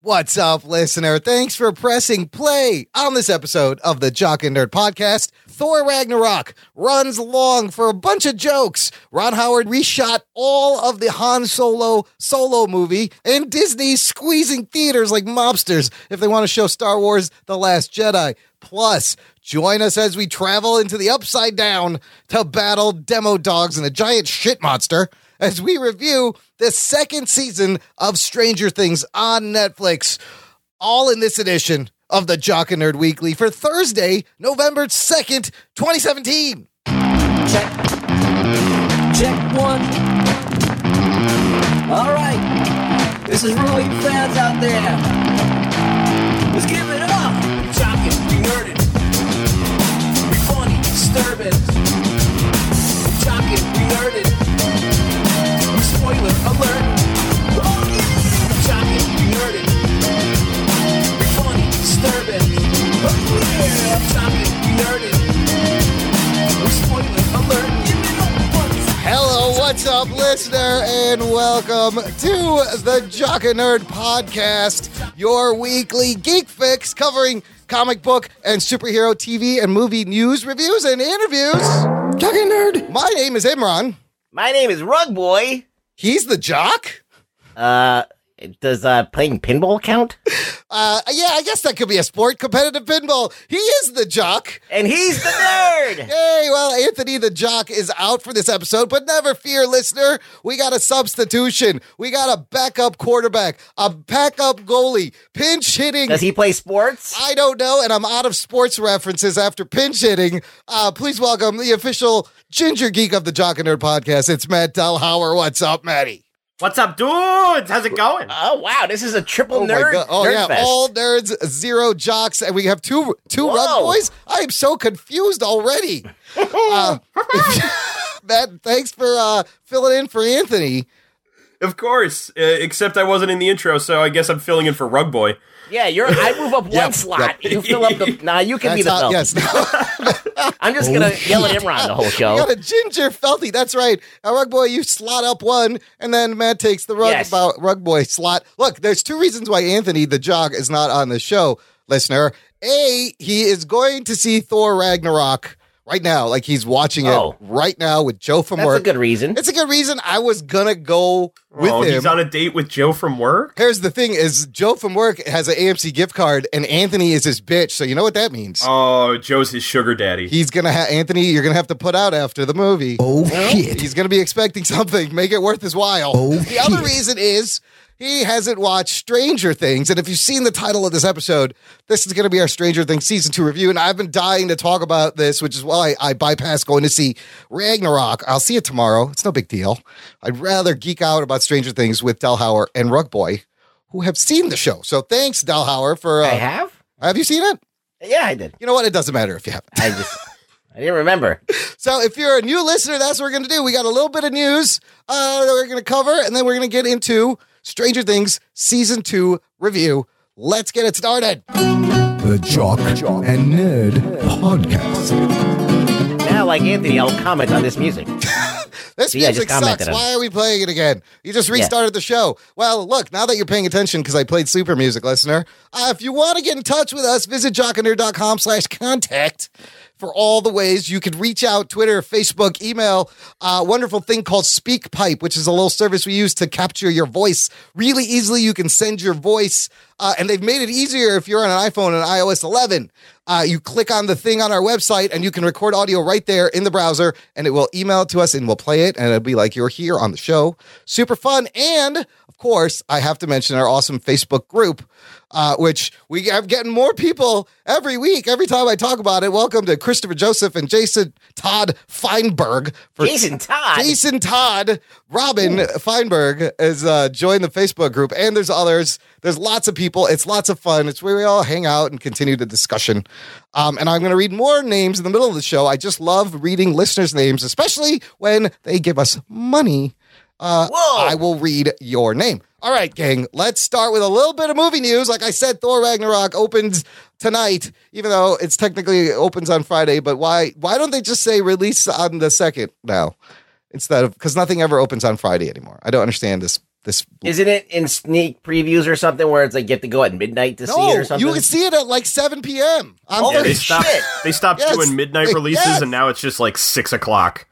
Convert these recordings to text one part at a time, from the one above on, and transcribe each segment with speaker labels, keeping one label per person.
Speaker 1: What's up, listener? Thanks for pressing play on this episode of the Jock and Nerd Podcast. Thor Ragnarok runs long for a bunch of jokes. Ron Howard reshot all of the Han Solo solo movie, and Disney's squeezing theaters like mobsters if they want to show Star Wars The Last Jedi. Plus, join us as we travel into the upside down to battle demo dogs and a giant shit monster as we review the second season of Stranger Things on Netflix, all in this edition of the Jock and Nerd Weekly for Thursday, November 2nd, 2017.
Speaker 2: Check. Check one. All right. This is really fans out there. Let's give it up. We talking, we nerded. We funny, disturbing. We talking, we nerded. We spoiler alert. Oh, yeah. We talking, we nerded. We funny, disturbing. Oh, yeah. We talking, we nerded. We spoiler alert. Give it up once.
Speaker 1: Hello, what's up, listener, and welcome to the Jock and Nerd Podcast, your weekly geek fix covering comic book and superhero TV and movie news, reviews, and interviews. Jock and Nerd. My name is Imran.
Speaker 3: My name is Rug Boy.
Speaker 1: He's the Jock?
Speaker 3: Uh, does uh playing pinball count?
Speaker 1: Uh, yeah, I guess that could be a sport. Competitive pinball. He is the jock.
Speaker 3: And he's the nerd.
Speaker 1: Hey, well, Anthony the jock is out for this episode, but never fear, listener. We got a substitution. We got a backup quarterback, a backup goalie, pinch hitting.
Speaker 3: Does he play sports?
Speaker 1: I don't know, and I'm out of sports references after pinch hitting. Uh, please welcome the official ginger geek of the Jock and Nerd podcast. It's Matt Delhauer. What's up, Matty?
Speaker 4: What's up, dudes? How's it going?
Speaker 3: Oh wow, this is a triple nerd.
Speaker 1: Oh
Speaker 3: nerd
Speaker 1: yeah,
Speaker 3: fest.
Speaker 1: all nerds, zero jocks, and we have two two rug
Speaker 3: Whoa.
Speaker 1: boys. I am so confused already. uh, Matt, thanks for uh, filling in for Anthony.
Speaker 4: Of course, uh, except I wasn't in the intro, so I guess I'm filling in for Rug Boy.
Speaker 3: yeah, you're. I move up one slot. You fill up the. Nah, you can be the
Speaker 1: That's how-
Speaker 3: felt.
Speaker 1: yes, now
Speaker 3: I'm just gonna
Speaker 1: Oh,
Speaker 3: yell at Imran the whole
Speaker 1: we
Speaker 3: show.
Speaker 1: got a ginger felty. That's right. Now, rug boy, you slot up one, and then Matt takes the rug
Speaker 3: Yes.
Speaker 1: about rug boy slot. Look, there's two reasons why Anthony the jock is not on the show, listener. A, he is going to see Thor Ragnarok right now. Like he's watching it
Speaker 3: Oh.
Speaker 1: right now with Joe from
Speaker 3: That's
Speaker 1: work.
Speaker 3: a good reason.
Speaker 1: It's a good reason I was gonna go with
Speaker 4: oh,
Speaker 1: him.
Speaker 4: he's on a date with Joe from work.
Speaker 1: Here's the thing: is Joe from work has an AMC gift card, and Anthony is his bitch. So you know what that means.
Speaker 4: Oh, Joe's his sugar daddy.
Speaker 1: He's gonna have Anthony. You're gonna have to put out after the movie. Oh shit! He's gonna be expecting something. Make it worth his while. Oh, the other reason is he hasn't watched Stranger Things, and if you've seen the title of this episode, this is gonna be our Stranger Things season two review. And I've been dying to talk about this, which is why I bypassed going to see Ragnarok. I'll see it tomorrow. It's no big deal. I'd rather geek out about Stranger Things with Delhauer and Rug Boy, who have seen the show. So thanks, Delhauer, for
Speaker 3: I
Speaker 1: uh, have-,
Speaker 3: have.
Speaker 1: you seen it?
Speaker 3: Yeah, I did.
Speaker 1: You know what? It doesn't matter if you haven't.
Speaker 3: I just. I didn't remember.
Speaker 1: So if you're a new listener, that's what we're going to do. We got a little bit of news uh, that we're going to cover, and then we're going to get into Stranger Things season two review. Let's get it started.
Speaker 5: The Jock and Nerd Podcast.
Speaker 3: Now, like Anthony, I'll comment on this music.
Speaker 1: This
Speaker 3: See, I
Speaker 1: music
Speaker 3: just commented
Speaker 1: sucks.
Speaker 3: on it.
Speaker 1: Why are we playing it again? You just restarted the show. Well, look, now that you're paying attention, because I played super music, listener, uh, if you want to get in touch with us, visit jockanerd.com slash contact for all the ways you could reach out, Twitter, Facebook, email, uh, wonderful thing called SpeakPipe, which is a little service we use to capture your voice really easily. You can send your voice uh, and they've made it easier if you're on an iPhone and iOS 11. Uh, you click on the thing on our website and you can record audio right there in the browser and it will email it to us and we'll play it and it'll be like you're here on the show. Super fun. And of course, I have to mention our awesome Facebook group, uh, which we have getting more people every week. Every time I talk about it, welcome to Christopher Joseph and Jason Todd Feinberg for
Speaker 3: Jason Todd.
Speaker 1: Jason Todd, Robin Feinberg has uh, joined the Facebook group, and there's others. There's lots of people. It's lots of fun. It's where we all hang out and continue the discussion. Um, and I'm going to read more names in the middle of the show. I just love reading listeners' names, especially when they give us money. Uh,
Speaker 3: Whoa.
Speaker 1: I will read your name. All right, gang, let's start with a little bit of movie news. Like I said, Thor Ragnarok opens tonight, even though it's technically it opens on Friday. But why why don't they just say release on the second now? Instead of because nothing ever opens on Friday anymore. I don't understand this This
Speaker 3: Isn't it in sneak previews or something where it's like you have to go at midnight to see it or
Speaker 1: no,
Speaker 3: something?
Speaker 1: you can see it at like 7 p.m. on
Speaker 4: Yeah,
Speaker 1: Thursday.
Speaker 4: they stopped. They stopped
Speaker 1: Yes.
Speaker 4: doing midnight
Speaker 1: Yes.
Speaker 4: releases, and now it's just like six o'clock.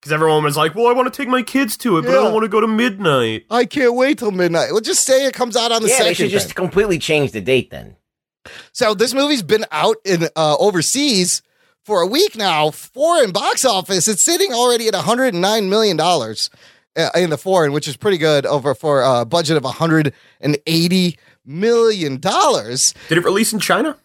Speaker 4: Because everyone was like, "Well, I want to take my kids to it, but I
Speaker 1: Yeah.
Speaker 4: don't want to go to midnight."
Speaker 1: I can't wait till midnight. Well, just say it comes out on the
Speaker 3: yeah,
Speaker 1: second.
Speaker 3: they should just
Speaker 1: then.
Speaker 3: completely change the date then.
Speaker 1: So this movie's been out in uh, overseas for a week now. Foreign box office, it's sitting already at 109 million dollars uh, in the foreign, which is pretty good over for a budget of 180 million dollars.
Speaker 4: Did it release in China?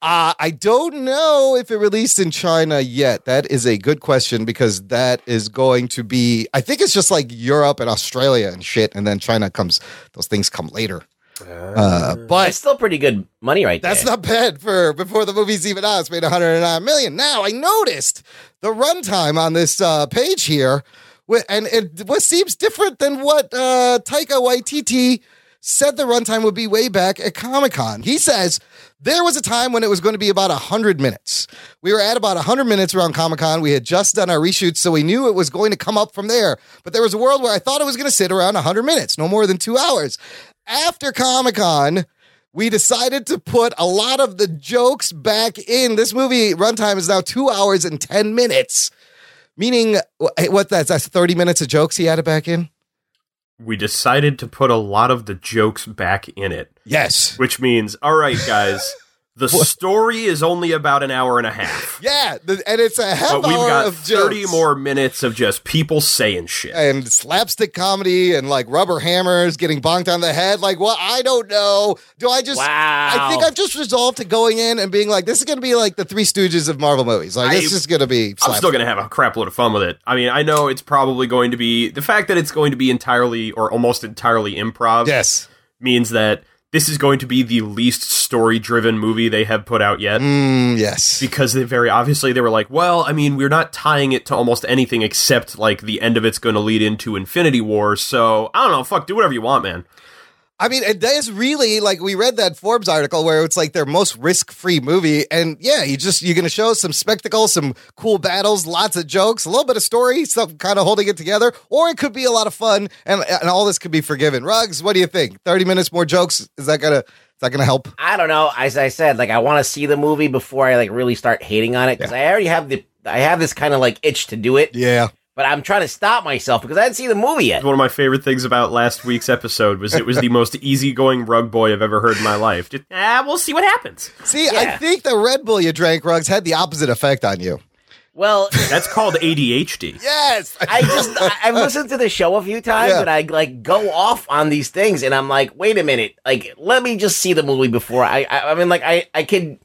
Speaker 1: Uh, I don't know if it released in China yet. That is a good question because that is going to be. I think it's just like Europe and Australia and shit, and then China comes. Those things come later. Uh, but
Speaker 3: That's still pretty good money right
Speaker 1: that's
Speaker 3: there.
Speaker 1: not bad for before the movie's even out. It's made 109 million. Now I noticed the runtime on this uh, page here, wh- and it what seems different than what uh, Taika Waititi said the runtime would be way back at Comic Con. He says there was a time when it was going to be about 100 minutes. We were at about 100 minutes around Comic Con. We had just done our reshoots, so we knew it was going to come up from there. But there was a world where I thought it was going to sit around 100 minutes, no more than two hours. After Comic Con, we decided to put a lot of the jokes back in. This movie runtime is now two hours and 10 minutes, meaning wh- what that's, that's 30 minutes of jokes he added back in?
Speaker 4: We decided to put a lot of the jokes back in it,
Speaker 1: Yes.
Speaker 4: which means, all right, guys, the story is only about an hour and a half,
Speaker 1: Yeah. the- and it's a half
Speaker 4: but we've
Speaker 1: hour
Speaker 4: got
Speaker 1: of
Speaker 4: thirty
Speaker 1: jokes.
Speaker 4: more minutes of just people saying shit.
Speaker 1: and slapstick comedy and like rubber hammers getting bonked on the head. Like, well, I don't know. Do I just?
Speaker 3: Wow.
Speaker 1: I think I've just resolved to going in and being like, this is going to be like the Three Stooges of Marvel movies. Like,
Speaker 4: I-
Speaker 1: this is going to be.
Speaker 4: I'm still
Speaker 1: slapstick.
Speaker 4: going to have a crap load of fun with it. I mean, I know it's probably going to be the fact that it's going to be entirely or almost entirely improv
Speaker 1: Yes.
Speaker 4: means that this is going to be the least story driven movie they have put out yet
Speaker 1: Mm, yes.
Speaker 4: because they very obviously they were like, well, I mean, we're not tying it to almost anything except like the end of it's going to lead into Infinity War. So, I don't know, fuck, do whatever you want, man.
Speaker 1: I mean, it is really like we read that Forbes article where it's like their most risk-free movie, and yeah, you just you're going to show some spectacle, some cool battles, lots of jokes, a little bit of story, some kind of holding it together, or it could be a lot of fun, and and all this could be forgiven. Rugs, what do you think? Thirty minutes more jokes is that gonna is that gonna help?
Speaker 3: I don't know. As I said, like I want to see the movie before I like really start hating on it because I already have the I have this kind of like itch to do it,
Speaker 1: Yeah,
Speaker 3: but I'm trying to stop myself because I didn't see the movie yet.
Speaker 4: One of my favorite things about last week's episode was it was the most easygoing rug boy I've ever heard in my life. Just, ah, we'll see what happens.
Speaker 1: See, I
Speaker 3: Yeah.
Speaker 1: think the Red Bull you drank, Rugs, had the opposite effect on you.
Speaker 3: Well,
Speaker 4: That's called ADHD.
Speaker 1: Yes,
Speaker 3: I just I, I've listened to the show a few times
Speaker 1: Yeah.
Speaker 3: and I like go off on these things and I'm like, wait a minute, like let me just see the movie before I I, I mean like I I could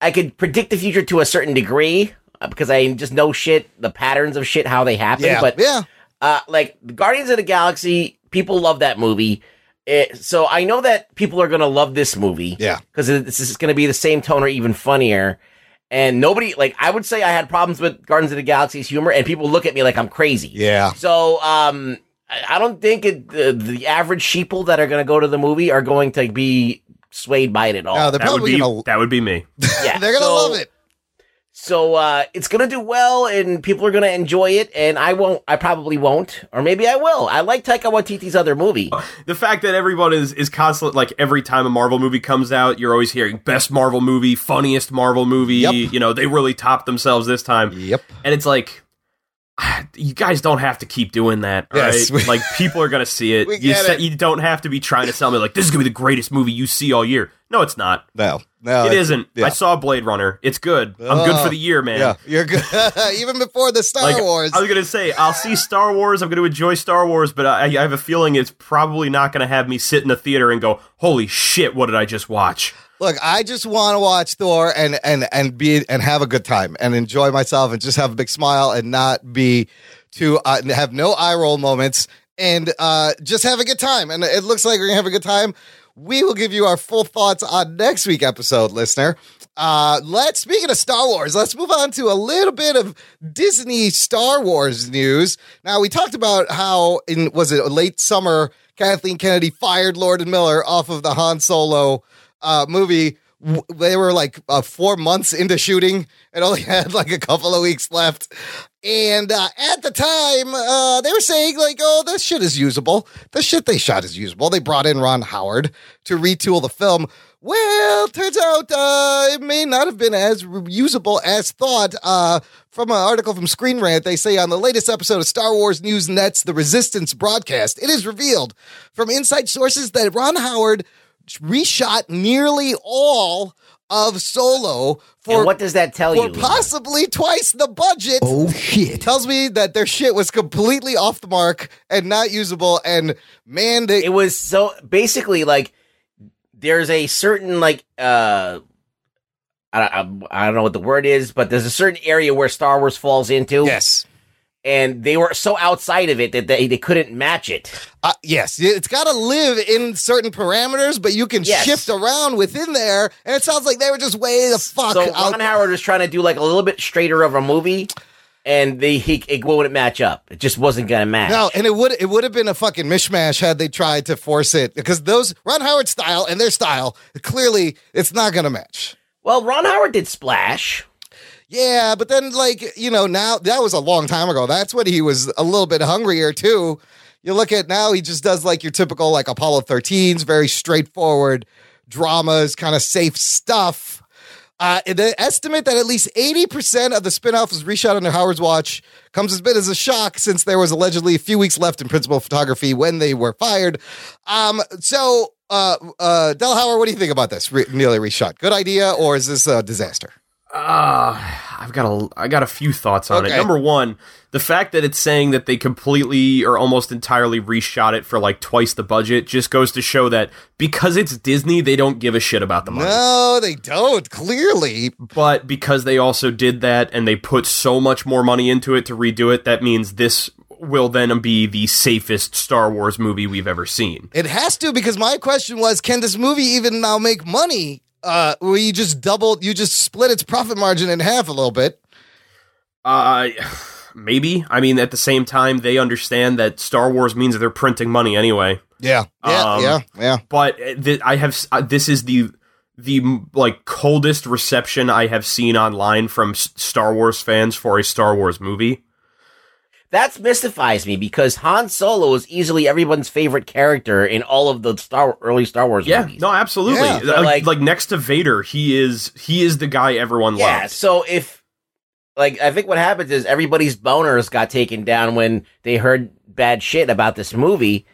Speaker 3: I could predict the future to a certain degree uh, because I just know shit the patterns of shit how they happen,
Speaker 1: yeah,
Speaker 3: but
Speaker 1: yeah,
Speaker 3: uh, like Guardians of the Galaxy, people love that movie. Eh, so I know that people are gonna love this movie.
Speaker 1: Yeah.
Speaker 3: because this is gonna be the same tone or even funnier. And nobody like I would say I had problems with Guardians of the Galaxy's humor, and people look at me like I'm crazy.
Speaker 1: yeah.
Speaker 3: So um, I I don't think it, the the average sheeple that are gonna go to the movie are going to be swayed by it at all.
Speaker 1: No, they're
Speaker 4: That would
Speaker 1: probably
Speaker 4: be
Speaker 1: gonna
Speaker 4: that would be me.
Speaker 3: yeah,
Speaker 1: they're gonna
Speaker 3: so-
Speaker 1: love it.
Speaker 3: so uh, it's gonna do well, and people are gonna enjoy it, and I won't. I probably won't, or maybe I will. I like Taika Waititi's other movie.
Speaker 4: The fact that everyone is is constantly like every time a Marvel movie comes out, you're always hearing best Marvel movie, funniest Marvel movie.
Speaker 1: Yep.
Speaker 4: You know they really topped themselves this time,
Speaker 1: Yep.
Speaker 4: and it's like. ah, You guys don't have to keep doing that, all right?
Speaker 1: Yes, we-
Speaker 4: like people are gonna see it.
Speaker 1: We
Speaker 4: you,
Speaker 1: get it.
Speaker 4: you don't have to be trying to sell me like this is gonna be the greatest movie you see all year. No, it's not.
Speaker 1: No, no,
Speaker 4: it
Speaker 1: it's-
Speaker 4: isn't.
Speaker 1: Uh, yeah. Uh,
Speaker 4: I saw Blade Runner. It's good. I'm good for the year, man.
Speaker 1: Yeah, you're good. Even before the Star
Speaker 4: Like,
Speaker 1: Wars.
Speaker 4: I was gonna say, I'll see Star Wars. I'm gonna enjoy Star Wars, but I, I have a feeling it's probably not gonna have me sit in a theater and go, "Holy shit, what did I just watch?"
Speaker 1: Look, I just want to watch Thor and and and be and have a good time and enjoy myself and just have a big smile and not be too uh, have no eye roll moments and uh, just have a good time. And it looks like we're gonna have a good time. We will give you our full thoughts on next week episode, listener. Uh, let's speaking of Star Wars, let's move on to a little bit of Disney Star Wars news. Now we talked about how in was it late summer Kathleen Kennedy fired Lord and Miller off of the Han Solo uh, movie. W- They were like uh, four months into shooting and only had like a couple of weeks left. And uh, at the time, uh, they were saying, like, oh, this shit is usable. The shit they shot is usable. They brought in Ron Howard to retool the film. Well, turns out uh, it may not have been as usable as thought. Uh, from an article from Screen Rant, they say on the latest episode of Star Wars News Net's The Resistance broadcast, it is revealed from inside sources that Ron Howard reshot nearly all of Solo for
Speaker 3: and what does that tell
Speaker 1: for
Speaker 3: you?
Speaker 1: possibly twice the budget.
Speaker 5: Oh shit.
Speaker 1: Tells me that their shit was completely off the mark and not usable. And man, they,
Speaker 3: it was so basically like there's a certain like uh I, I, I don't know what the word is, but there's a certain area where Star Wars falls into.
Speaker 1: yes,
Speaker 3: And they were so outside of it that they, they couldn't match it.
Speaker 1: uh, yes, it's got to live in certain parameters, but you can
Speaker 3: Yes.
Speaker 1: shift around within there. And it sounds like they were just way the fuck
Speaker 3: so
Speaker 1: out.
Speaker 3: Ron Howard was trying to do like a little bit straighter of a movie, and they he it wouldn't match up. It just wasn't gonna match.
Speaker 1: No, and it would it would have been a fucking mishmash had they tried to force it because those Ron Howard style and their style clearly it's not going to match.
Speaker 3: Well, Ron Howard did Splash.
Speaker 1: Yeah, but then like you know now that was a long time ago. That's when he was a little bit hungrier too. You look at now he just does like your typical like Apollo 13s, very straightforward dramas, kind of safe stuff. Uh, and the estimate that at least 80% of the spinoff was reshot under Howard's watch comes as bit as a shock since there was allegedly a few weeks left in principal photography when they were fired. Um, so, uh, uh, Del Howard, what do you think about this re- nearly reshot? Good idea or is this a disaster?
Speaker 4: Uh, I've got a I got a few thoughts on
Speaker 1: Okay.
Speaker 4: it. Number one, the fact that it's saying that they completely or almost entirely reshot it for like twice the budget just goes to show that because it's Disney, they don't give a shit about the money.
Speaker 1: No, they don't. Clearly,
Speaker 4: But because they also did that and they put so much more money into it to redo it, that means this will then be the safest Star Wars movie we've ever seen.
Speaker 1: it has to because my question was: Can this movie even now make money? Uh, where you just doubled, you just split its profit margin in half a little bit.
Speaker 4: Uh maybe. I mean at the same time they understand that Star Wars means they're printing money anyway.
Speaker 1: Yeah, yeah,
Speaker 4: Um,
Speaker 1: yeah, yeah.
Speaker 4: but th- I have s- uh, this is the the like coldest reception I have seen online from S- Star Wars fans for a Star Wars movie.
Speaker 3: That's mystifies me because Han Solo is easily everyone's favorite character in all of the Star early Star Wars
Speaker 4: Yeah,
Speaker 3: movies.
Speaker 4: no, absolutely.
Speaker 1: Yeah.
Speaker 4: like,
Speaker 3: Like-
Speaker 4: like, next to Vader, he is he is the guy everyone
Speaker 3: yeah.
Speaker 4: loves.
Speaker 3: So if like I think what happens is everybody's boners got taken down when they heard bad shit about this movie,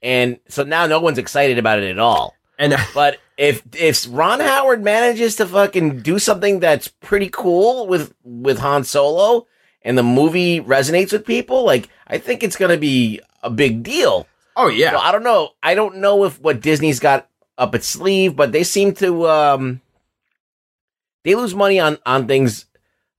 Speaker 3: and so now no one's excited about it at all.
Speaker 4: And
Speaker 3: But if if Ron Howard manages to fucking do something that's pretty cool with with Han Solo and the movie resonates with people, like I think it's gonna be a big deal.
Speaker 4: oh yeah,
Speaker 3: So I don't know. I don't know if what Disney's got up its sleeve, but they seem to um they lose money on on things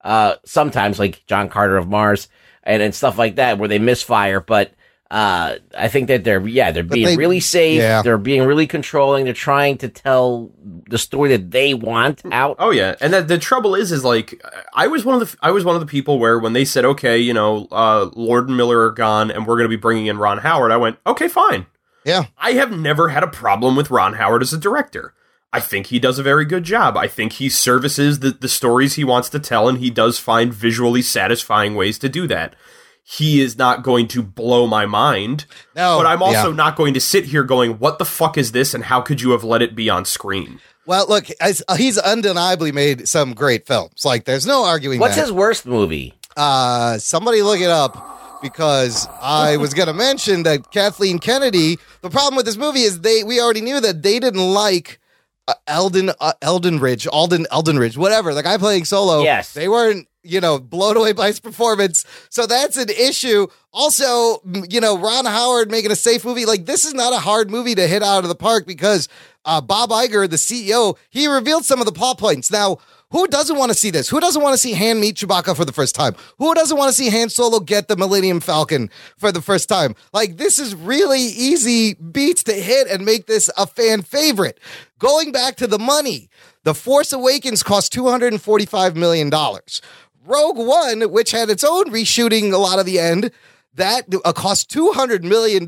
Speaker 3: uh sometimes like John Carter of Mars and and stuff like that where they misfire, but uh I think that they're yeah, they're being
Speaker 1: they-
Speaker 3: really safe.
Speaker 1: yeah.
Speaker 3: They're being really controlling. They're trying to tell the story that they want out.
Speaker 4: Oh yeah, and that the trouble is, is like I was one of the I was one of the people where when they said, okay, you know, uh, Lord and Miller are gone, and we're going to be bringing in Ron Howard, I went, okay, fine.
Speaker 1: Yeah.
Speaker 4: I have never had a problem with Ron Howard as a director. I think he does a very good job. I think he services the, the stories he wants to tell, and he does find visually satisfying ways to do that. He is not going to blow my mind,
Speaker 1: No,
Speaker 4: but I'm also
Speaker 1: Oh, yeah.
Speaker 4: not going to sit here going, "What the fuck is this?" and how could you have let it be on screen?
Speaker 1: Well, look, as, uh, he's undeniably made some great films. Like, there's no arguing.
Speaker 3: What's
Speaker 1: that.
Speaker 3: his worst movie?
Speaker 1: Uh, somebody look it up because I was going to mention that Kathleen Kennedy. The problem with this movie is they we already knew that they didn't like. Uh, Eldon, uh, Eldenridge, Alden, Eldenridge, whatever, the guy playing solo.
Speaker 3: Yes.
Speaker 1: They weren't, you know, blown away by his performance. So that's an issue. Also, m- you know, Ron Howard making a safe movie. Like, this is not a hard movie to hit out of the park because uh, Bob Iger, the CEO, he revealed some of the plot points. Now, who doesn't want to see this? Who doesn't want to see Han meet Chewbacca for the first time? Who doesn't want to see Han Solo get the Millennium Falcon for the first time? Like, this is really easy beats to hit and make this a fan favorite. Going back to the money, The Force Awakens cost $245 million. Rogue One, which had its own reshooting a lot of the end, that uh, cost $200 million.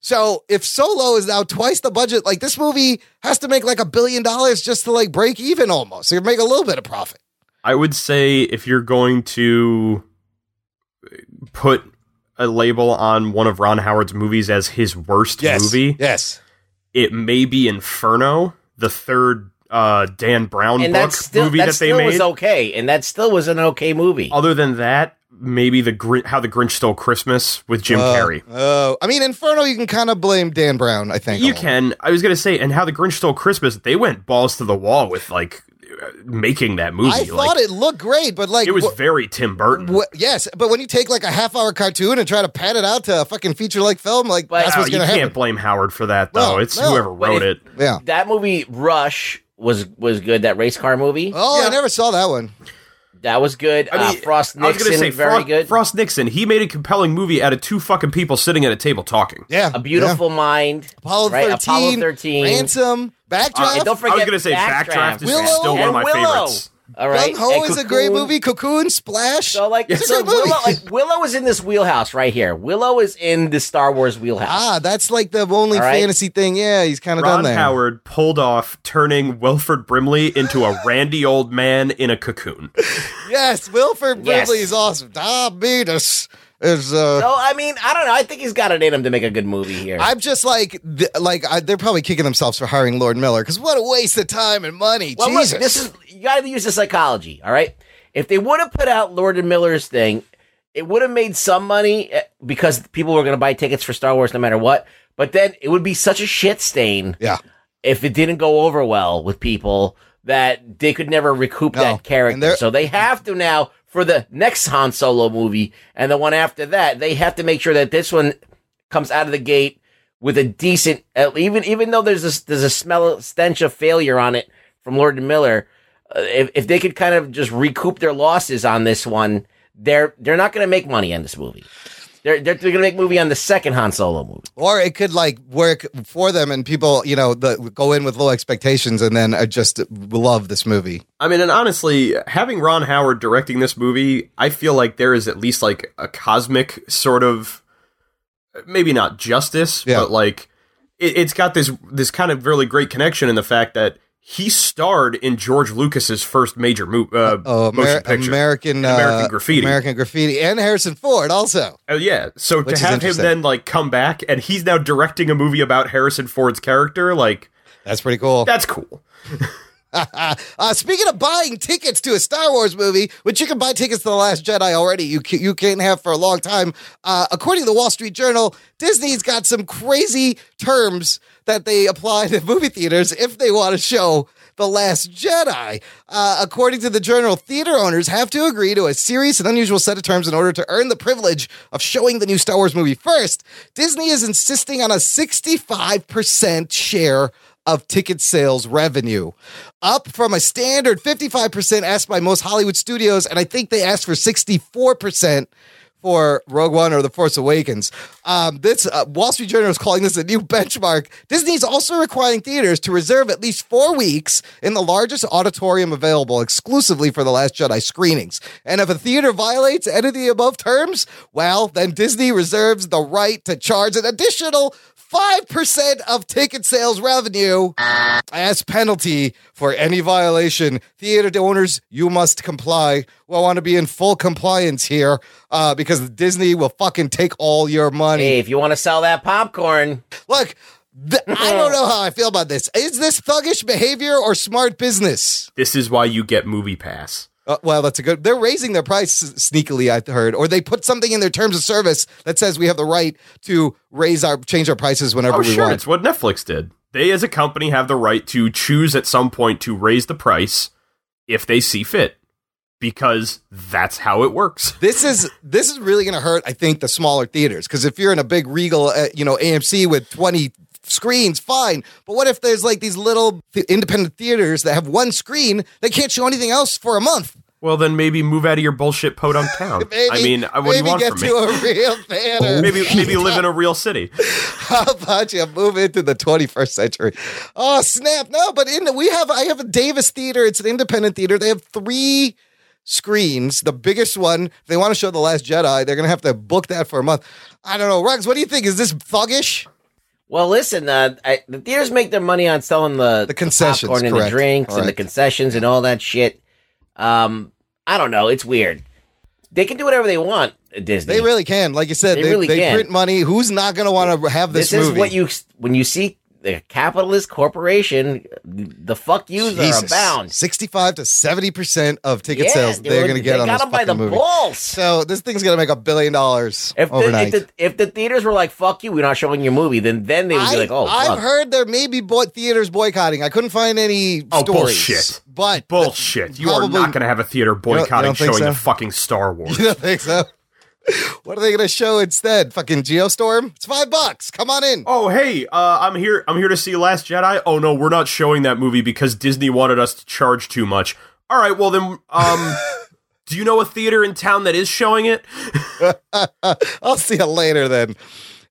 Speaker 1: So if Solo is now twice the budget, like this movie has to make like a billion dollars just to like break even almost. So you make a little bit of profit.
Speaker 4: I would say if you're going to put a label on one of Ron Howard's movies as his worst
Speaker 1: Yes.
Speaker 4: movie,
Speaker 1: Yes.
Speaker 4: it may be Inferno, the third uh, Dan Brown
Speaker 3: and
Speaker 4: book
Speaker 3: that still
Speaker 4: movie
Speaker 3: that,
Speaker 4: that, they
Speaker 3: still
Speaker 4: made.
Speaker 3: was okay, and that still was an okay movie.
Speaker 4: Other than that, maybe the Gr- how the Grinch stole Christmas with Jim
Speaker 1: Oh,
Speaker 4: Carrey.
Speaker 1: Oh, I mean, Inferno, you can kind of blame Dan Brown, I think. a
Speaker 4: You
Speaker 1: little.
Speaker 4: can. I was gonna say, and how the Grinch stole Christmas, they went balls to the wall with like making that movie.
Speaker 1: I
Speaker 4: Like,
Speaker 1: thought it looked great, but like.
Speaker 4: it was
Speaker 1: wh-
Speaker 4: very Tim Burton.
Speaker 1: wh- yes, but when you take like a half hour cartoon and try to pad it out to a fucking feature like film, like
Speaker 3: But-
Speaker 1: that's
Speaker 4: Oh,
Speaker 1: what's
Speaker 4: you
Speaker 1: going
Speaker 4: can't
Speaker 1: to happen.
Speaker 4: blame Howard for that though.
Speaker 1: No,
Speaker 4: it's
Speaker 1: no.
Speaker 4: whoever
Speaker 3: But
Speaker 4: wrote
Speaker 3: if-
Speaker 4: it.
Speaker 1: Yeah.
Speaker 3: that movie Rush was was good. That race car movie
Speaker 1: Oh, I never saw that one.
Speaker 3: that was good.
Speaker 4: I mean,
Speaker 3: uh, Frost
Speaker 4: I was
Speaker 3: Nixon
Speaker 4: gonna say
Speaker 3: very
Speaker 4: Frost,
Speaker 3: good.
Speaker 4: Frost Nixon. He made a compelling movie out of two fucking people sitting at a table talking.
Speaker 1: Yeah.
Speaker 3: a Beautiful Mind.
Speaker 1: Yeah. Apollo,
Speaker 3: right?
Speaker 1: 13,
Speaker 3: Apollo thirteen. Uh,
Speaker 1: Ransom, Backdraft.
Speaker 3: and don't
Speaker 4: I
Speaker 3: forget,
Speaker 4: was gonna say Backdraft,
Speaker 3: Backdraft
Speaker 4: is
Speaker 1: Willow
Speaker 4: still one
Speaker 3: and
Speaker 4: of my
Speaker 3: Willow.
Speaker 4: favorites.
Speaker 3: All right,
Speaker 1: Gung Ho
Speaker 3: and
Speaker 1: is a great
Speaker 3: Cocoon.
Speaker 1: movie. Cocoon, Splash.
Speaker 3: So like,
Speaker 1: it's a
Speaker 3: so
Speaker 1: great movie.
Speaker 3: Willow, like Willow is in this wheelhouse right here. Willow is in the Star Wars wheelhouse.
Speaker 1: ah, that's like the only
Speaker 3: All right.
Speaker 1: fantasy thing. Yeah, he's kind of done
Speaker 4: Ron
Speaker 1: that.
Speaker 4: Howard pulled off turning Wilford Brimley into a randy old man in a cocoon.
Speaker 1: Yes, Wilford Brimley is
Speaker 3: Yes.
Speaker 1: awesome. Diabetes is. Uh,
Speaker 3: So I mean, I don't know. I think he's got it in him to make a good movie here.
Speaker 1: I'm just like, th- like I, they're probably kicking themselves for hiring Lord Miller because what a waste of time and money.
Speaker 3: well,
Speaker 1: Jesus,
Speaker 3: look, this is you got to use the psychology. All right, if they would have put out Lord and Miller's thing, it would have made some money eh, because people were going to buy tickets for Star Wars no matter what. But then it would be such a shit stain
Speaker 1: yeah,
Speaker 3: if it didn't go over well with people that they could never recoup
Speaker 1: No.
Speaker 3: that
Speaker 1: And they're-
Speaker 3: character. So they have to now for the next Han Solo movie and the one after that, they have to make sure that this one comes out of the gate with a decent uh, even even though there's a, there's a smell stench of failure on it from Lord and Miller, uh, if if they could kind of just recoup their losses on this one, they're they're not going to make money on this movie. They're they're, they're going to make movie on the second Han Solo movie.
Speaker 1: or it could like work for them and people, you know, the, go in with low expectations and then uh, just love this movie.
Speaker 4: I mean, and honestly, having Ron Howard directing this movie, I feel like there is at least like a cosmic sort of maybe not justice,
Speaker 1: Yeah.
Speaker 4: but like it, it's got this this kind of really great connection in the fact that he starred in George Lucas's first major mo- uh,
Speaker 1: Oh,
Speaker 4: motion
Speaker 1: Amer-
Speaker 4: picture,
Speaker 1: American, uh,
Speaker 4: American Graffiti.
Speaker 1: American graffiti, and Harrison Ford also.
Speaker 4: Oh yeah, so
Speaker 1: Which is
Speaker 4: to have him
Speaker 1: interesting.
Speaker 4: then like come back and he's now directing a movie about Harrison Ford's character, like
Speaker 1: That's pretty cool.
Speaker 4: that's cool.
Speaker 1: Uh, speaking of buying tickets to a Star Wars movie, which you can buy tickets to The Last Jedi already, you, ca- you can't have for a long time. Uh, according to the Wall Street Journal, Disney's got some crazy terms that they apply to movie theaters if they want to show The Last Jedi. Uh, according to the journal, theater owners have to agree to a serious and unusual set of terms in order to earn the privilege of showing the new Star Wars movie first. Disney is insisting on a 65% share of ticket sales revenue, up from a standard 55% asked by most Hollywood studios. And I think they asked for 64%. For Rogue One or The Force Awakens, um, this uh, Wall Street Journal is calling this a new benchmark. Disney's also requiring theaters to reserve at least four weeks in the largest auditorium available exclusively for The Last Jedi screenings. And if a theater violates any of the above terms, well, then Disney reserves the right to charge an additional 5% of ticket sales revenue as penalty for any violation. Theater owners, you must comply. We want to be in full compliance here uh, because Disney will fucking take all your money.
Speaker 3: Hey, if you want to sell that popcorn,
Speaker 1: Look, th- I don't know how I feel about this. Is this thuggish behavior or smart business?
Speaker 4: This is why you get Movie Pass.
Speaker 1: Uh, well, that's a good. They're raising their price sneakily, I heard, or they put something in their terms of service that says we have the right to raise our change our prices whenever
Speaker 4: Oh,
Speaker 1: we
Speaker 4: sure.
Speaker 1: want.
Speaker 4: It's what Netflix did. They, as a company, have the right to choose at some point to raise the price if they see fit, because that's how it works.
Speaker 1: this is this is really going to hurt. I think the smaller theaters because if you're in a big Regal, uh, you know, AMC with twenty screens, fine. But what if there's like these little th- independent theaters that have one screen? They can't show anything else for a month.
Speaker 4: Well, then maybe move out of your bullshit podunk town.
Speaker 1: Maybe,
Speaker 4: I mean, I- what do you
Speaker 1: maybe
Speaker 4: want
Speaker 1: get
Speaker 4: from
Speaker 1: to
Speaker 4: me?
Speaker 1: a real theater.
Speaker 4: maybe maybe live in a real city.
Speaker 1: How about you move into the 21st century? Oh snap! No, but in the, we have I have a Davis Theater. It's an independent theater. They have three screens. The biggest one. If they want to show the Last Jedi, they're gonna have to book that for a month. I don't know, Rugs. What do you think? Is this thuggish?
Speaker 3: Well, listen, uh, I, the theaters make their money on selling the,
Speaker 1: concessions,
Speaker 3: popcorn and
Speaker 1: correct.
Speaker 3: the drinks and the
Speaker 1: Correct.
Speaker 3: concessions and all that shit. Um, I don't know. It's weird. They can do whatever they want. Disney.
Speaker 1: They really can. Like you said,
Speaker 3: They
Speaker 1: they,
Speaker 3: really
Speaker 1: they
Speaker 3: can.
Speaker 1: print money. Who's not going to want to have this,
Speaker 3: this is
Speaker 1: movie?
Speaker 3: what you when you see the capitalist corporation, the fuck yous are
Speaker 1: Jesus.
Speaker 3: abound.
Speaker 1: 65 to 70% of ticket
Speaker 3: Yeah,
Speaker 1: sales
Speaker 3: they
Speaker 1: they're
Speaker 3: were-
Speaker 1: going to get
Speaker 3: they
Speaker 1: on
Speaker 3: got
Speaker 1: this
Speaker 3: 'em by
Speaker 1: fucking
Speaker 3: the
Speaker 1: movie.
Speaker 3: balls.
Speaker 1: So this thing's going to make a billion dollars
Speaker 3: If the,
Speaker 1: overnight.
Speaker 3: if the if the theaters were like fuck you, we're not showing your movie, then then they would be like, oh,
Speaker 1: I,
Speaker 3: fuck.
Speaker 1: have heard there may be boy- theaters boycotting. I couldn't find any
Speaker 4: Oh,
Speaker 1: stories.
Speaker 4: bullshit.
Speaker 1: But
Speaker 4: Bullshit. You are
Speaker 1: Probably-
Speaker 4: not going to have a theater
Speaker 1: don't- you
Speaker 4: boycotting
Speaker 1: don't think
Speaker 4: showing the
Speaker 1: so?
Speaker 4: fucking Star Wars.
Speaker 1: you don't think so? what are they going to show instead? Fucking Geostorm? It's five bucks. Come on in.
Speaker 4: Oh hey, uh, I'm here. I'm here to see Last Jedi. Oh no, we're not showing that movie because Disney wanted us to charge too much. All right, well then, um, do you know a theater in town that is showing it?
Speaker 1: I'll see you later then.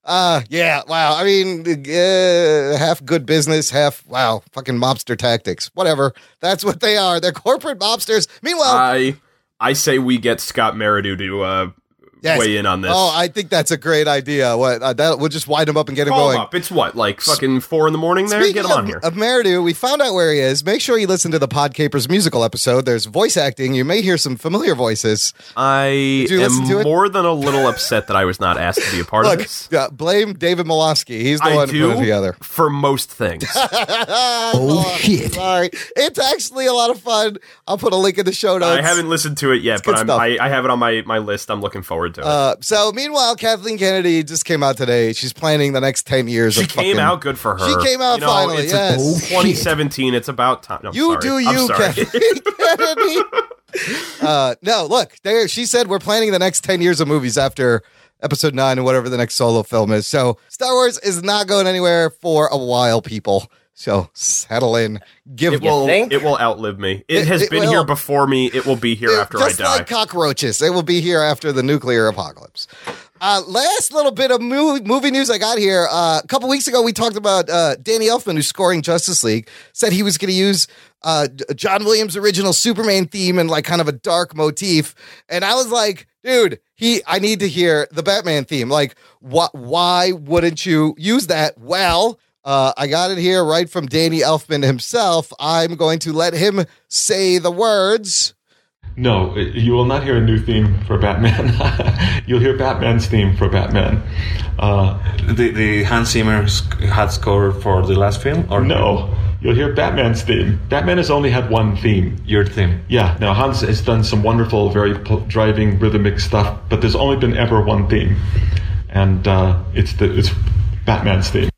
Speaker 1: Uh, yeah, wow. I mean, uh, half good business, half, wow, fucking mobster tactics. Whatever. That's what they are. They're corporate mobsters. Meanwhile,
Speaker 4: I I say we get Scott Meridew to uh,
Speaker 1: Yes.
Speaker 4: weigh in on this.
Speaker 1: oh, I think that's a great idea. What uh, that, We'll just wind him up and get him
Speaker 4: Call him
Speaker 1: going.
Speaker 4: up. It's what like fucking four in the morning. There,
Speaker 1: Speaking
Speaker 4: get him
Speaker 1: of,
Speaker 4: on here.
Speaker 1: of Meridew, we found out where he is. Make sure you listen to the Podcapers musical episode. There's voice acting. You may hear some familiar voices.
Speaker 4: I
Speaker 1: you listen to
Speaker 4: am
Speaker 1: it?
Speaker 4: more than a little upset that I was not asked to be a part of
Speaker 1: Look,
Speaker 4: this.
Speaker 1: uh, blame David Malofsky. He's the
Speaker 4: I
Speaker 1: one who put it
Speaker 4: do
Speaker 1: together.
Speaker 4: for most things.
Speaker 1: oh,
Speaker 5: shit.
Speaker 1: Sorry. It's actually a lot of fun. I'll put a link in the show notes.
Speaker 4: I haven't listened to it yet,
Speaker 1: good
Speaker 4: but I'm,
Speaker 1: stuff.
Speaker 4: I, I have it on my, my list. I'm looking forward to it.
Speaker 1: Uh, so meanwhile, Kathleen Kennedy just came out today. She's planning the next ten years.
Speaker 4: She
Speaker 1: of
Speaker 4: came
Speaker 1: fucking-
Speaker 4: out good for her.
Speaker 1: She came out
Speaker 4: You know,
Speaker 1: finally.
Speaker 4: It's
Speaker 1: yes,
Speaker 5: Oh, shit.
Speaker 4: 2017. It's about time. No, I'm
Speaker 1: you
Speaker 4: sorry.
Speaker 1: do
Speaker 4: I'm
Speaker 1: you,
Speaker 4: sorry.
Speaker 1: Kathleen Kennedy. Uh, no, look, there. She said we're planning the next ten years of movies after episode nine and whatever the next solo film is. So Star Wars is not going anywhere for a while, people. So settle in. Give
Speaker 4: It will.
Speaker 3: think?
Speaker 4: It will outlive me. It,
Speaker 1: It-
Speaker 4: has
Speaker 1: it
Speaker 4: been
Speaker 1: will.
Speaker 4: here before me. It will be here
Speaker 1: They're
Speaker 4: after I
Speaker 1: just
Speaker 4: die.
Speaker 1: like cockroaches. They will be here after the nuclear apocalypse. Uh, last little bit of movie, movie news I got here. Uh, a couple weeks ago, we talked about uh, Danny Elfman, who's scoring Justice League, said he was going to use uh, J- John Williams' original Superman theme and like kind of a dark motif. And I was like, dude, he, I need to hear the Batman theme. Like, wh- why wouldn't you use that? Well, uh, I got it here right from Danny Elfman himself. I'm going to let him say the words.
Speaker 6: No, it- you will not hear a new theme for Batman. You'll hear Batman's theme for Batman. Uh,
Speaker 7: The, the Hans Zimmer sc- had score for the last film, or
Speaker 6: no, you'll hear Batman's theme. Batman has only had one theme.
Speaker 7: Your theme.
Speaker 6: Yeah, now Hans has done some wonderful, very pl- driving, rhythmic stuff, but there's only been ever one theme, and uh, it's the it's Batman's theme.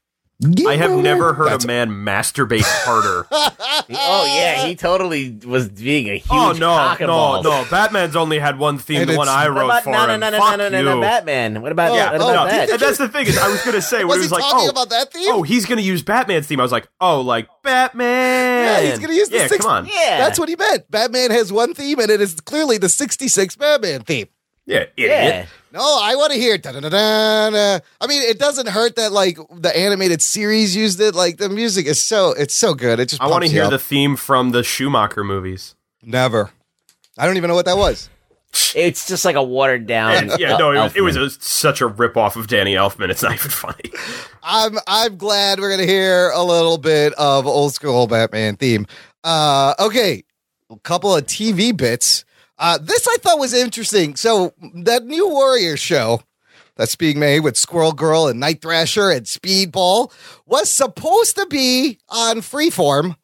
Speaker 4: I have never heard a man masturbate harder.
Speaker 3: oh yeah, he totally was being a huge
Speaker 4: oh no,
Speaker 3: cock and
Speaker 4: no,
Speaker 3: balls.
Speaker 4: no! Batman's only had one theme.
Speaker 1: And
Speaker 4: The one
Speaker 1: it's-
Speaker 4: I
Speaker 3: What
Speaker 4: wrote
Speaker 3: about
Speaker 4: for
Speaker 3: no, no,
Speaker 4: him.
Speaker 3: no, no, no,
Speaker 4: Fuck
Speaker 3: no, no,
Speaker 4: you.
Speaker 3: no, Batman? What about,
Speaker 1: Yeah,
Speaker 3: what
Speaker 1: oh,
Speaker 3: about
Speaker 1: no,
Speaker 3: that?
Speaker 4: And that's the thing is, I was gonna say when
Speaker 1: Was
Speaker 4: it was
Speaker 1: he
Speaker 4: like,
Speaker 1: talking
Speaker 4: oh,
Speaker 1: about that theme?
Speaker 4: oh, he's gonna use Batman's theme. I was like, oh, like Batman.
Speaker 1: Yeah, he's gonna use the
Speaker 4: Yeah,
Speaker 1: six-
Speaker 4: come on.
Speaker 3: yeah,
Speaker 1: That's what he meant. Batman has one theme, and it is clearly the 66 Batman theme.
Speaker 4: Yeah, idiot.
Speaker 3: Yeah,
Speaker 1: No, I want to hear. da-da-da-da-da. I mean, it doesn't hurt that like the animated series used it. Like the music is so it's so good. It just
Speaker 4: I want to hear the
Speaker 1: the
Speaker 4: theme from the Schumacher movies.
Speaker 1: never. I don't even know what that was.
Speaker 3: it's just like a watered down.
Speaker 4: And, yeah, no, it was, it was
Speaker 3: Elfman.
Speaker 4: a, such a ripoff of Danny Elfman. It's not even funny.
Speaker 1: I'm I'm glad we're gonna hear a little bit of old school Batman theme. Uh, okay, a couple of TV bits. Uh, this I thought was interesting. So that new Warrior show that's being made with Squirrel Girl and Night Thrasher and Speedball was supposed to be on Freeform,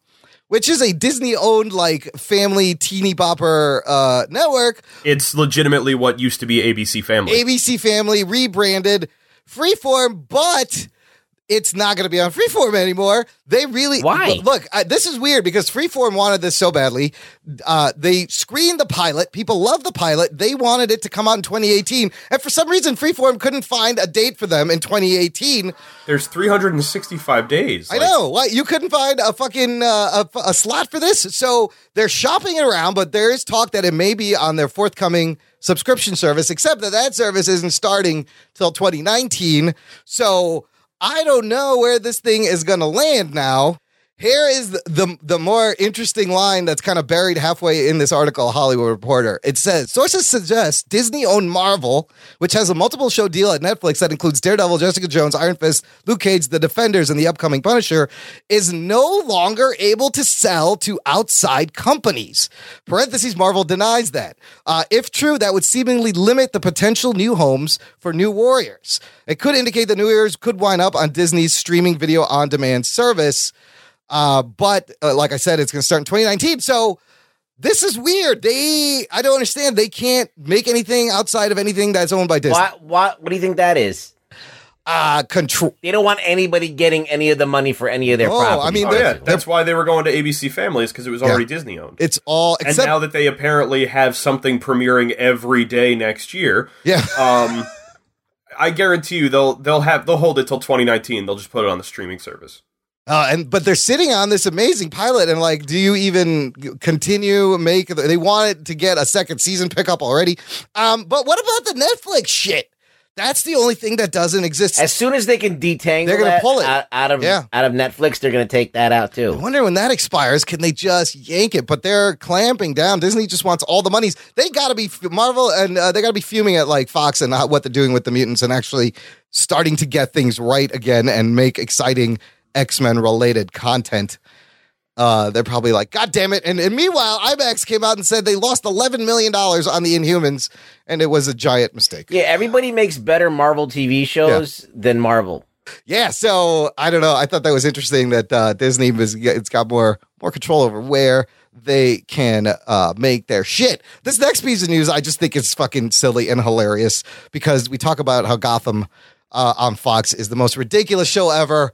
Speaker 1: which is a Disney-owned like family teeny bopper uh, network.
Speaker 4: It's legitimately what used to be ABC Family.
Speaker 1: ABC Family rebranded Freeform, but it's not going to be on Freeform anymore. They really
Speaker 3: Why?
Speaker 1: Look, look, I, this is weird because Freeform wanted this so badly. Uh, they screened the pilot. People love the pilot. They wanted it to come out in 2018, and for some reason, Freeform couldn't find a date for them in 2018.
Speaker 4: There's 365 days.
Speaker 1: I know. What you couldn't find a fucking uh, a, a slot for this, so they're shopping it around. But there is talk that it may be on their forthcoming subscription service, except that that service isn't starting till 2019. So I don't know where this thing is going to land now. Here is the, the, the more interesting line that's kind of buried halfway in this article, Hollywood Reporter. It says sources suggest Disney owned Marvel, which has a multiple show deal at Netflix that includes Daredevil, Jessica Jones, Iron Fist, Luke Cage, The Defenders, and the upcoming Punisher, is no longer able to sell to outside companies. Parentheses Marvel denies that. Uh, if true, that would seemingly limit the potential new homes for New Warriors. It could indicate that New Warriors could wind up on Disney's streaming video on demand service. Uh, but uh, like I said, it's going to start in 2019. So this is weird. They, I don't understand. They can't make anything outside of anything that's owned by Disney.
Speaker 3: Why, why, what do you think that is?
Speaker 1: Uh, control.
Speaker 3: They don't want anybody getting any of the money for any of their
Speaker 1: Oh,
Speaker 3: properties.
Speaker 1: I mean,
Speaker 4: Oh,
Speaker 1: they're-
Speaker 4: yeah, that's why they were going to ABC Families because it was already Disney owned.
Speaker 1: It's all
Speaker 4: and
Speaker 1: except
Speaker 4: now that they apparently have something premiering every day next year,
Speaker 1: yeah.
Speaker 4: um, I guarantee you they'll they'll have they'll hold it till 2019. They'll just put it on the streaming service.
Speaker 1: Uh, and but they're sitting on this amazing pilot, and like, do you even continue make? They want it to get a second season pickup already. Um, but what about the Netflix shit? That's the only thing that doesn't exist.
Speaker 3: as soon as they can detangle
Speaker 1: They're gonna
Speaker 3: that
Speaker 1: pull it.
Speaker 3: Out, out of
Speaker 1: Yeah.
Speaker 3: out of Netflix, they're going to take that out
Speaker 1: I
Speaker 3: too.
Speaker 1: wonder when that expires. Can they just yank it? But they're clamping down. Disney just wants all the monies. They got to be Marvel, and uh, they got to be fuming at like Fox and uh, what they're doing with the mutants, and actually starting to get things right again and make exciting X Men related content. Uh, they're probably like, God damn it! And, and meanwhile, IMAX came out and said they lost eleven million dollars on the Inhumans, and it was a giant mistake.
Speaker 3: Yeah, everybody makes better Marvel TV shows than Marvel.
Speaker 1: Yeah, so I don't know. I thought that was interesting that uh, Disney was it's got more more control over where they can uh, make their shit. This next piece of news I just think is fucking silly and hilarious because we talk about how Gotham uh, on Fox is the most ridiculous show ever.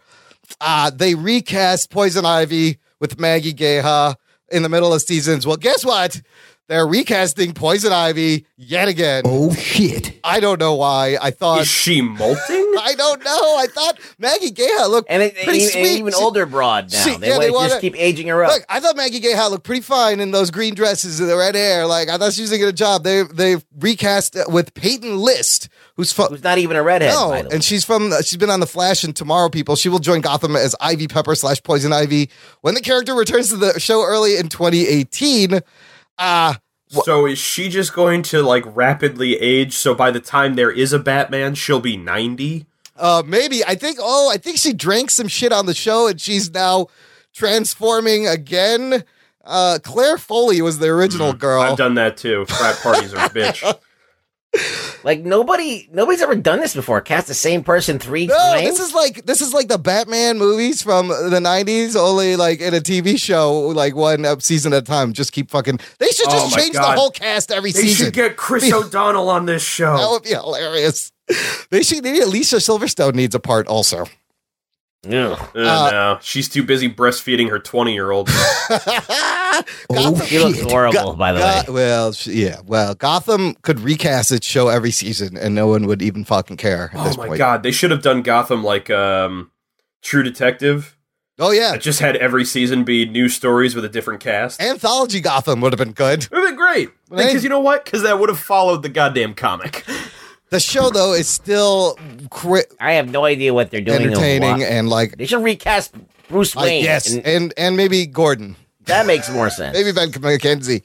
Speaker 1: Uh, they recast Poison Ivy with Maggie Geha in the middle of seasons. Well, guess what? They're recasting Poison Ivy yet again.
Speaker 5: Oh shit.
Speaker 1: I don't know why. I thought
Speaker 4: Is she molting?
Speaker 1: I don't know. I thought Maggie Gayha looked
Speaker 3: And, it, and
Speaker 1: pretty
Speaker 3: even-
Speaker 1: sweet.
Speaker 3: and even
Speaker 1: She-
Speaker 3: older broad now.
Speaker 1: see,
Speaker 3: they,
Speaker 1: yeah, they
Speaker 3: like,
Speaker 1: wanna-
Speaker 3: just keep aging her up.
Speaker 1: Look, I thought Maggie Gayha looked pretty fine in those green dresses and the red hair. Like I thought she was gonna get a job. They they've recast it with Peyton List, who's fu-
Speaker 3: Who's not even a redhead?
Speaker 1: no,
Speaker 3: by the way.
Speaker 1: and she's from she's been on the Flash and Tomorrow People. She will join Gotham as Ivy Pepper slash Poison Ivy when the character returns to the show early in 2018. Uh
Speaker 4: So is she just going to like rapidly age? So by the time there is a Batman, she'll be 90.
Speaker 1: Uh, maybe I think. Oh, I think she drank some shit on the show, and she's now transforming again. Uh, Claire Foley was the original girl.
Speaker 4: I've done that too. Frat parties are a bitch.
Speaker 3: Like nobody, nobody's ever done this before. Cast the same person three
Speaker 1: no,
Speaker 3: times.
Speaker 1: this is like this is like the Batman movies from the '90s, only like in a TV show, like one up season at a time. Just keep fucking. They should
Speaker 4: Oh
Speaker 1: just
Speaker 4: my
Speaker 1: change the
Speaker 4: God.
Speaker 1: whole cast every
Speaker 4: They
Speaker 1: season.
Speaker 4: should get Chris O'Donnell on this
Speaker 1: that
Speaker 4: show.
Speaker 1: would be hilarious. They should. Maybe Alicia Silverstone needs a part also.
Speaker 3: Ugh.
Speaker 4: Uh, no, she's too busy breastfeeding her 20 year old.
Speaker 1: Gotham-
Speaker 3: Oh, She looks horrible, by the way.
Speaker 1: Go- well, sh- yeah. Well, Gotham could recast its show every season, and no one would even fucking care at
Speaker 4: Oh
Speaker 1: this
Speaker 4: my
Speaker 1: point.
Speaker 4: god, they should have done Gotham like um, True Detective.
Speaker 1: Oh yeah,
Speaker 4: That just had every season be new stories with a different cast. It
Speaker 1: anthology Gotham would have been good.
Speaker 4: would have been great.
Speaker 1: Well,
Speaker 4: Because
Speaker 1: they-
Speaker 4: you know what? Because that would have followed the goddamn comic.
Speaker 1: The show though is still cri-
Speaker 3: I have no idea what they're doing. and
Speaker 1: entertaining
Speaker 3: why.
Speaker 1: and like,
Speaker 3: They should recast Bruce
Speaker 1: like,
Speaker 3: Wayne.
Speaker 1: Uh, yes,
Speaker 3: and
Speaker 1: and and maybe Gordon,
Speaker 3: that makes more sense.
Speaker 1: maybe Ben McKenzie.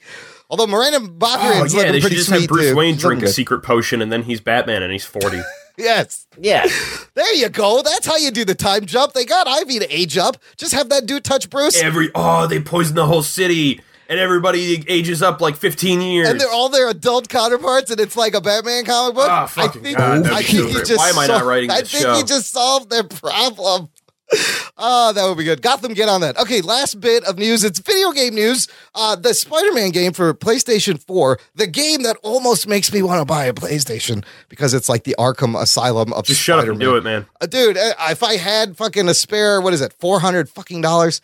Speaker 1: Although Miranda
Speaker 4: Oh,
Speaker 1: Bachman's
Speaker 4: yeah,
Speaker 1: looking
Speaker 4: they should
Speaker 1: pretty
Speaker 4: just
Speaker 1: sweet
Speaker 4: have Bruce
Speaker 1: too.
Speaker 4: Wayne
Speaker 1: She's
Speaker 4: drink a
Speaker 1: looking
Speaker 4: secret potion and then he's Batman and he's 40.
Speaker 1: good. Yes,
Speaker 3: Yeah,
Speaker 1: there you go. That's how you do the time jump. They got Ivy to age up. Just have that dude touch Bruce.
Speaker 4: Every oh, they poison the whole city and everybody ages up like 15 years.
Speaker 1: and they're all their adult counterparts, and it's like a Batman comic book.
Speaker 4: Ah, fucking God, that'd be so
Speaker 1: he
Speaker 4: great. Why am I not
Speaker 1: sol-
Speaker 4: writing
Speaker 1: I
Speaker 4: this
Speaker 1: think
Speaker 4: show?
Speaker 1: he just solved their problem. Oh, that would be good. Gotham, get on that. Okay, last bit of news. It's video game news. Uh, the Spider-Man game for PlayStation 4, the game that almost makes me want to buy a PlayStation because it's like the Arkham Asylum of
Speaker 4: just shut up and
Speaker 1: Spider-Man.
Speaker 4: do it, man.
Speaker 1: Uh, dude, uh, if I had fucking a spare, what is it, four hundred fucking dollars?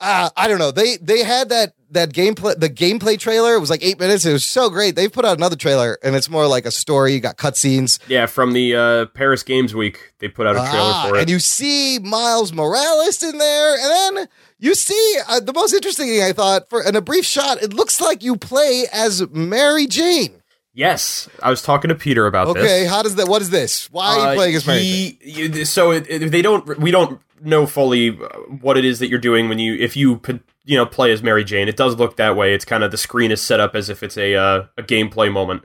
Speaker 1: Uh, I don't know. They they had that that gameplay the gameplay trailer. It was like eight minutes. It was so great. They put out another trailer, and it's more like a story. You got cutscenes.
Speaker 4: Yeah, from the uh, Paris Games Week, they put out a trailer
Speaker 1: Ah,
Speaker 4: for it.
Speaker 1: and you see Miles Morales in there, and then you see uh, the most interesting thing I thought for in a brief shot. It looks like you play as Mary Jane.
Speaker 4: yes, I was talking to Peter about this.
Speaker 1: Okay, how does that? What is this? Why are you
Speaker 4: Uh,
Speaker 1: playing as Mary? Jane?
Speaker 4: he- you- so it, it- they don't. We don't know fully uh, what it is that you're doing when you if you p- you know play as Mary Jane. It does look that way. It's kind of the screen is set up as if it's a uh, a gameplay moment.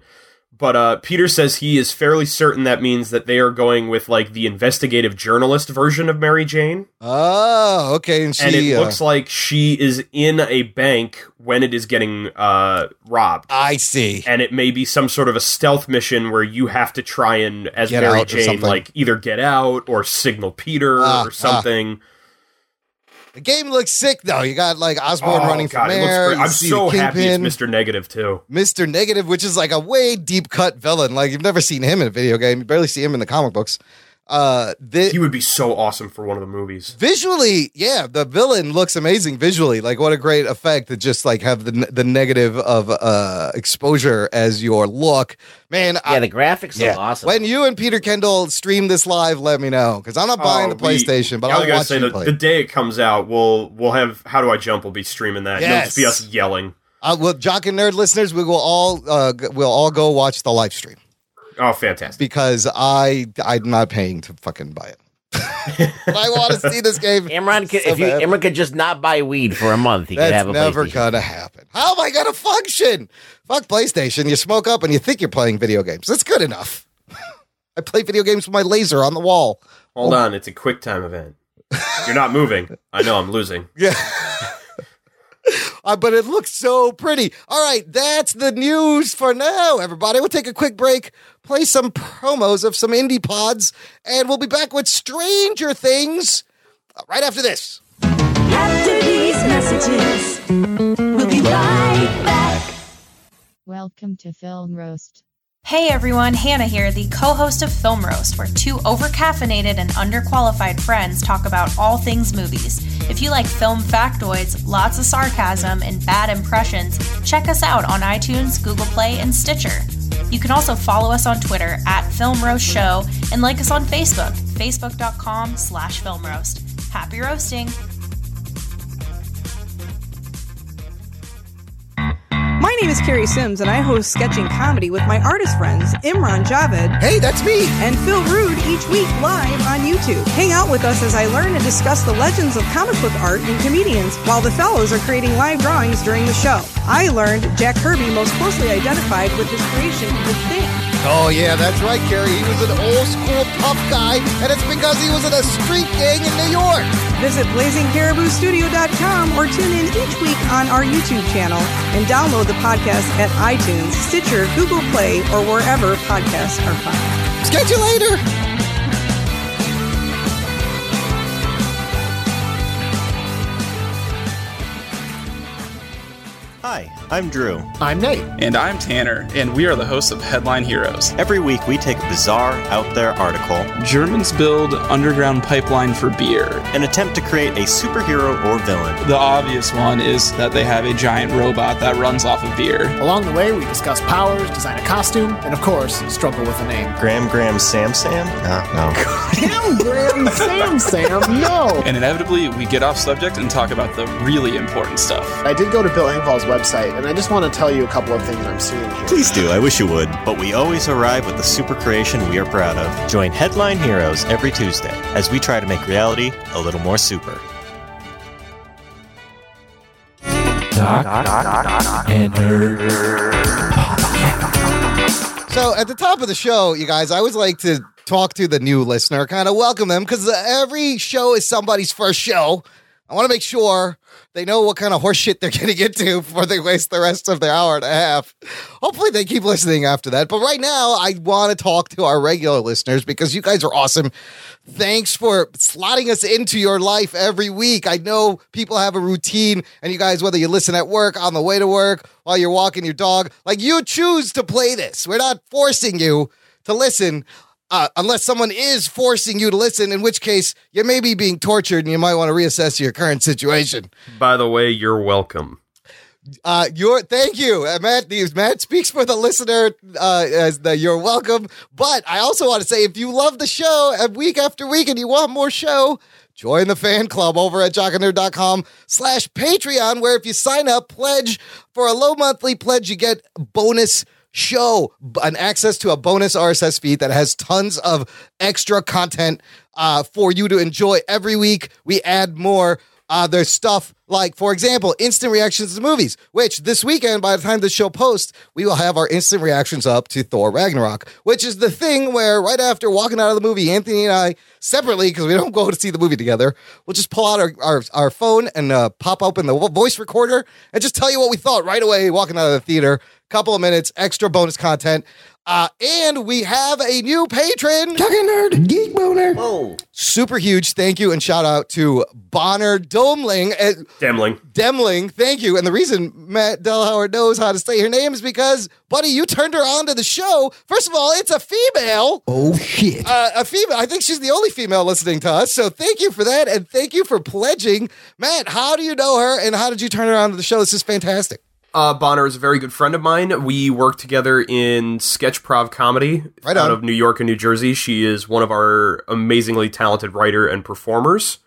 Speaker 4: But uh, Peter says he is fairly certain that means that they are going with like the investigative journalist version of Mary Jane,
Speaker 1: Oh, okay. And she
Speaker 4: and it
Speaker 1: uh,
Speaker 4: looks like she is in a bank when it is getting uh, robbed.
Speaker 1: I see.
Speaker 4: and it may be some sort of a stealth mission where you have to try and, as
Speaker 1: Get
Speaker 4: Mary
Speaker 1: out or
Speaker 4: Jane,
Speaker 1: something.
Speaker 4: like either get out or signal Peter
Speaker 1: Ah, ah.
Speaker 4: or something.
Speaker 1: The game looks sick though. You got like Osborne
Speaker 4: Oh,
Speaker 1: running
Speaker 4: God,
Speaker 1: for
Speaker 4: it looks
Speaker 1: mayor.
Speaker 4: great.
Speaker 1: you
Speaker 4: I'm
Speaker 1: see
Speaker 4: so
Speaker 1: the
Speaker 4: happy it's
Speaker 1: Kingpin.
Speaker 4: Mr. Negative too.
Speaker 1: Mr. Negative, which is like a way deep cut villain. Like you've never seen him in a video game. You barely see him in the comic books. Uh, the,
Speaker 4: He would be so awesome for one of the movies.
Speaker 1: visually, yeah, the villain looks amazing visually. Like what a great effect to just like have the the negative of uh exposure as your look. Man,
Speaker 3: Yeah, the graphics
Speaker 1: yeah.
Speaker 3: look awesome.
Speaker 1: When you and Peter Kendall stream this live, let me know because I'm not buying
Speaker 4: Oh,
Speaker 1: the
Speaker 4: we-
Speaker 1: PlayStation, but
Speaker 4: I was
Speaker 1: I'll
Speaker 4: gonna
Speaker 1: watch
Speaker 4: say
Speaker 1: you
Speaker 4: the,
Speaker 1: play.
Speaker 4: the day it comes out, we'll we'll have How Do I Jump? We'll be streaming that. It'll just be
Speaker 1: Yes.
Speaker 4: us yelling.
Speaker 1: Uh, well, Jock and Nerd listeners, we will all uh, g- we'll all go watch the live stream
Speaker 4: Oh, fantastic!
Speaker 1: because I I'm not paying to fucking buy it. But I want to see this game.
Speaker 3: Imran could,
Speaker 1: so
Speaker 3: if you,
Speaker 1: bad.
Speaker 3: Imran could just not buy weed for a month, he could
Speaker 1: That's
Speaker 3: have a
Speaker 1: never
Speaker 3: PlayStation.
Speaker 1: gonna happen. How am I gonna function? Fuck PlayStation. You smoke up and you think you're playing video games. That's good enough. I play video games with my laser on the wall.
Speaker 4: Hold on, it's a quick time event. You're not moving. I know I'm losing.
Speaker 1: Yeah. Uh, but it looks so pretty. All right, that's the news for now, everybody. We'll take a quick break, play some promos of some indie pods, and we'll be back with Stranger Things uh, right after this.
Speaker 8: After these messages, we'll be right back.
Speaker 9: Welcome to Film Roast.
Speaker 10: Hey everyone, Hannah here, the co host of Film Roast, where two overcaffeinated and underqualified friends talk about all things movies. If you like film factoids, lots of sarcasm, and bad impressions, check us out on iTunes, Google Play, and Stitcher. You can also follow us on Twitter at Film Roast Show and like us on Facebook, facebook.com slash film roast. Happy roasting!
Speaker 11: My name is Carrie Sims, and I host sketching comedy with my artist friends Imran Javed
Speaker 1: Hey, that's me.
Speaker 11: and Phil Rude each week live on YouTube. Hang out with us as I learn and discuss the legends of comic book art and comedians, while the fellows are creating live drawings during the show. I learned Jack Kirby most closely identified with his creation of The Thing.
Speaker 1: Oh, yeah, that's right, Carrie. He was an old school tough guy, and it's because he was in a street gang in New York.
Speaker 11: Visit blazingcariboustudio.com or tune in each week on our YouTube channel and download the podcast at iTunes, Stitcher, Google Play, or wherever podcasts are found.
Speaker 1: Catch you later.
Speaker 2: Hi, I'm Drew.
Speaker 1: I'm Nate.
Speaker 2: And I'm Tanner, and we are the hosts of Headline Heroes. Every week we take a bizarre, out there article Germans build underground pipeline for beer. An attempt to create a superhero or villain. The obvious one is that they have a giant robot that runs off of beer.
Speaker 12: Along the way, we discuss powers, design a costume, and of course, struggle with a name.
Speaker 2: Graham Graham Sam Sam? no.
Speaker 12: Damn, Graham, Sam, Sam, no!
Speaker 2: And inevitably, we get off subject and talk about the really important stuff.
Speaker 12: I did go to Bill Engvall's website, and I just want to tell you a couple of things I'm seeing here.
Speaker 2: Please do, I wish you would, but we always arrive with the super creation we are proud of. Join Headline Heroes every Tuesday as we try to make reality a little more super.
Speaker 1: So at the top of the show, you guys, I always like to talk to the new listener, kind of welcome them because every show is somebody's first show. I want to make sure they know what kind of horse shit they're going to get to before they waste the rest of their hour and a half. Hopefully, they keep listening after that. But right now, I want to talk to our regular listeners because you guys are awesome. Thanks for slotting us into your life every week. I know people have a routine, and you guys, whether you listen at work, on the way to work, while you're walking your dog, like you choose to play this. We're not forcing you to listen uh, unless someone is forcing you to listen, in which case you may be being tortured and you might want to reassess your current situation.
Speaker 4: By the way, you're welcome.
Speaker 1: Uh, your thank you, uh, Matt. These Matt speaks for the listener. Uh, as the you're welcome, but I also want to say if you love the show and week after week and you want more show, join the fan club over at jockanerd.com slash Patreon, where if you sign up, pledge for a low monthly pledge, you get bonus show b- an access to a bonus RSS feed that has tons of extra content uh, for you to enjoy every week. We add more. Uh, there's stuff like, for example, instant reactions to movies, which this weekend, by the time the show posts, we will have our instant reactions up to Thor Ragnarok, which is the thing where right after walking out of the movie, Anthony and I separately, because we don't go to see the movie together, we'll just pull out our, our, our phone and uh, pop open the voice recorder and just tell you what we thought right away walking out of the theater. Couple of minutes, extra bonus content. Uh, and we have a new patron.
Speaker 5: Talking nerd, geek boner.
Speaker 3: Whoa.
Speaker 1: Super huge thank you and shout out to Bonner Domling. at
Speaker 4: Demling.
Speaker 1: Demling, thank you. And the reason Matt Delhauer knows how to say her name is because, buddy, you turned her on to the show. First of all, it's a female.
Speaker 5: Oh shit!
Speaker 1: Uh, a female. I think she's the only female listening to us. So thank you for that. And thank you for pledging. Matt, how do you know her and how did you turn her on to the show? This is fantastic.
Speaker 4: Uh, Bonner is a very good friend of mine. We work together in sketchprov comedy
Speaker 1: Right
Speaker 4: out
Speaker 1: on.
Speaker 4: of New York and New Jersey. She is one of our amazingly talented writer and performers.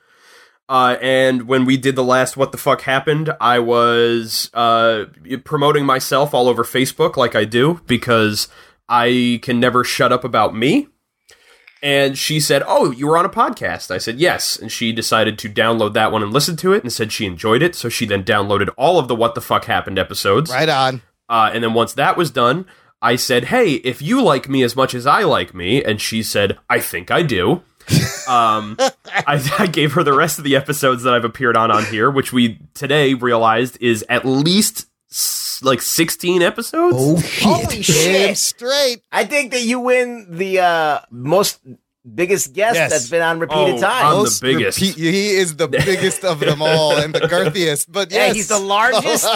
Speaker 4: Uh, and when we did the last What the Fuck Happened, I was uh, promoting myself all over Facebook like I do because I can never shut up about me. And she said, Oh, you were on a podcast. I said, Yes. And she decided to download that one and listen to it and said she enjoyed it. So she then downloaded all of the What the Fuck Happened episodes.
Speaker 1: Right on.
Speaker 4: Uh, and then once that was done, I said, Hey, if you like me as much as I like me, and she said, I think I do. um, I, I gave her the rest of the episodes that I've appeared on on here, which we today realized is at least s- like 16 episodes.
Speaker 5: Oh shit!
Speaker 3: Holy shit.
Speaker 1: Straight.
Speaker 3: I think that you win the uh, most biggest guest
Speaker 1: Yes.
Speaker 3: that's been on repeated
Speaker 4: Oh,
Speaker 3: times.
Speaker 4: I'm the
Speaker 1: Most
Speaker 4: biggest.
Speaker 1: repeat- he is the biggest of them all and the girthiest. But yes,
Speaker 3: yeah, he's the largest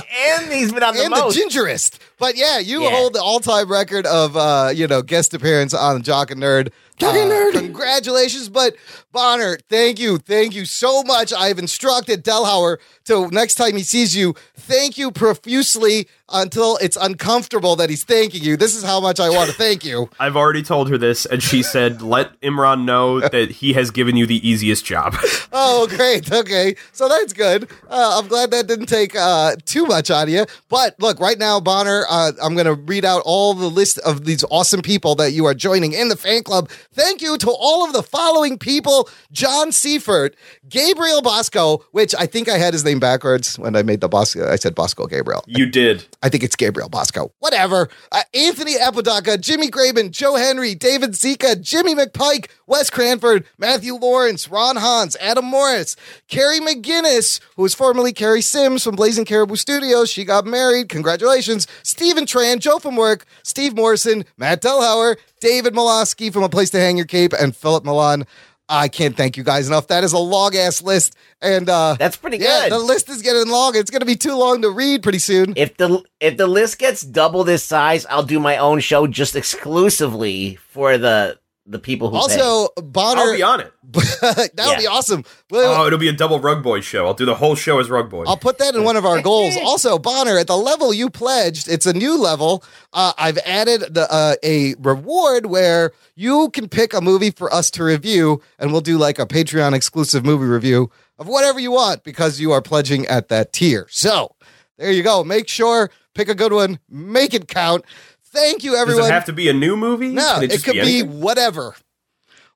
Speaker 3: and he's been on the
Speaker 1: and
Speaker 3: most.
Speaker 1: the gingerest. But yeah, you
Speaker 3: Yeah.
Speaker 1: hold the all-time record of uh, you know guest appearance on Jock and Nerd. Jock and Nerd, congratulations! But Bonner, thank you, thank you so much. I've instructed Delhauer to next time he sees you, thank you profusely until it's uncomfortable that he's thanking you. This is how much I want to thank you.
Speaker 4: I've already told her this, and she said, "Let Imran know that he has given you the easiest job."
Speaker 1: Oh, great. Okay. So that's good. Uh, I'm glad that didn't take uh, too much out of you. But look, right now, Bonner, uh, I'm going to read out all the list of these awesome people that you are joining in the fan club. Thank you to all of the following people John Seifert, Gabriel Bosco, which I think I had his name backwards when I made the Bosco. I said Bosco Gabriel.
Speaker 4: you did.
Speaker 1: I think it's Gabriel Bosco. Whatever. Uh, Anthony Apodaca, Jimmy Graben, Joe Henry, David Zika, Jimmy McPike, Wes Cranford, Matthew Lawrence, Ron Hans, Adam Morris, Carrie McGinnis, who was formerly Carrie Sims from Blazing Caribou Studios. She got married. Congratulations. Stephen Tran, Joe from Work, Steve Morrison, Matt Delhauer, David Molosky from A Place to Hang Your Cape, and Philip Milan. I can't thank you guys enough. That is a long ass list. And uh,
Speaker 3: That's pretty
Speaker 1: yeah,
Speaker 3: good.
Speaker 1: the list is getting long. It's going to be too long to read pretty soon.
Speaker 3: if the if the list gets double this size, I'll do my own show just exclusively for the the people who
Speaker 1: Also, Bonner.
Speaker 4: I'll be on it.
Speaker 1: that would be
Speaker 3: Yeah.
Speaker 1: awesome. Well,
Speaker 4: Oh, it'll be a double Rug Boy show. I'll do the whole show as Rug Boy.
Speaker 1: I'll put that in one of our goals. Also, Bonner, at the level you pledged, it's a new level. Uh, I've added the, uh, a reward where you can pick a movie for us to review, and we'll do like a Patreon exclusive movie review of whatever you want because you are pledging at that tier. So there you go. Make sure pick a good one, make it count. Thank you,
Speaker 4: Does
Speaker 1: everyone.
Speaker 4: it have to be a new movie?
Speaker 1: No,
Speaker 4: Can
Speaker 1: it,
Speaker 4: just
Speaker 1: could be,
Speaker 4: anything?
Speaker 1: whatever.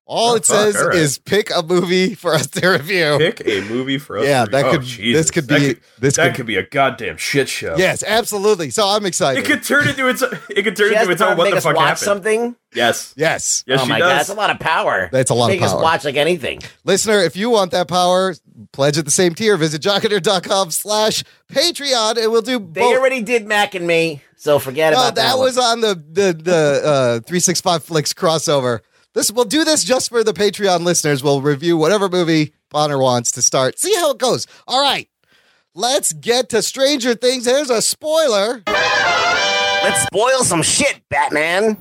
Speaker 1: All
Speaker 4: Oh,
Speaker 1: it
Speaker 4: fuck,
Speaker 1: says
Speaker 4: all right.
Speaker 1: is pick a movie for us to review.
Speaker 4: pick a movie for us.
Speaker 1: Yeah,
Speaker 4: to-
Speaker 1: that
Speaker 4: oh,
Speaker 1: could-
Speaker 4: Jesus.
Speaker 1: this could
Speaker 4: That
Speaker 1: be- this
Speaker 4: that
Speaker 1: could-
Speaker 4: could, be a goddamn shit show.
Speaker 1: Yes, absolutely. So I'm excited.
Speaker 4: it could turn into its. It could
Speaker 3: She
Speaker 4: turn
Speaker 3: has
Speaker 4: into its own.
Speaker 3: power to
Speaker 4: What
Speaker 3: make
Speaker 4: the
Speaker 3: us
Speaker 4: fuck
Speaker 3: watch
Speaker 4: happened?
Speaker 3: something?
Speaker 4: Yes.
Speaker 1: yes.
Speaker 4: Yes,
Speaker 3: oh
Speaker 4: she
Speaker 3: my god,
Speaker 4: does.
Speaker 3: that's a lot of power.
Speaker 1: That's a lot of
Speaker 3: Make us
Speaker 1: power.
Speaker 3: watch like anything.
Speaker 1: Listener, if you want that power, pledge at the same tier. Visit jocketer.com slash Patreon and we'll do
Speaker 3: They
Speaker 1: both.
Speaker 3: already did Mac and me, so forget
Speaker 1: no,
Speaker 3: about
Speaker 1: that,
Speaker 3: that. one.
Speaker 1: was on the the, the uh, 365 Flicks crossover. This We'll do this just for the Patreon listeners. We'll review whatever movie Bonner wants to start. See how it goes. All right. Let's get to Stranger Things. Here's a spoiler.
Speaker 3: Let's spoil some shit, Batman.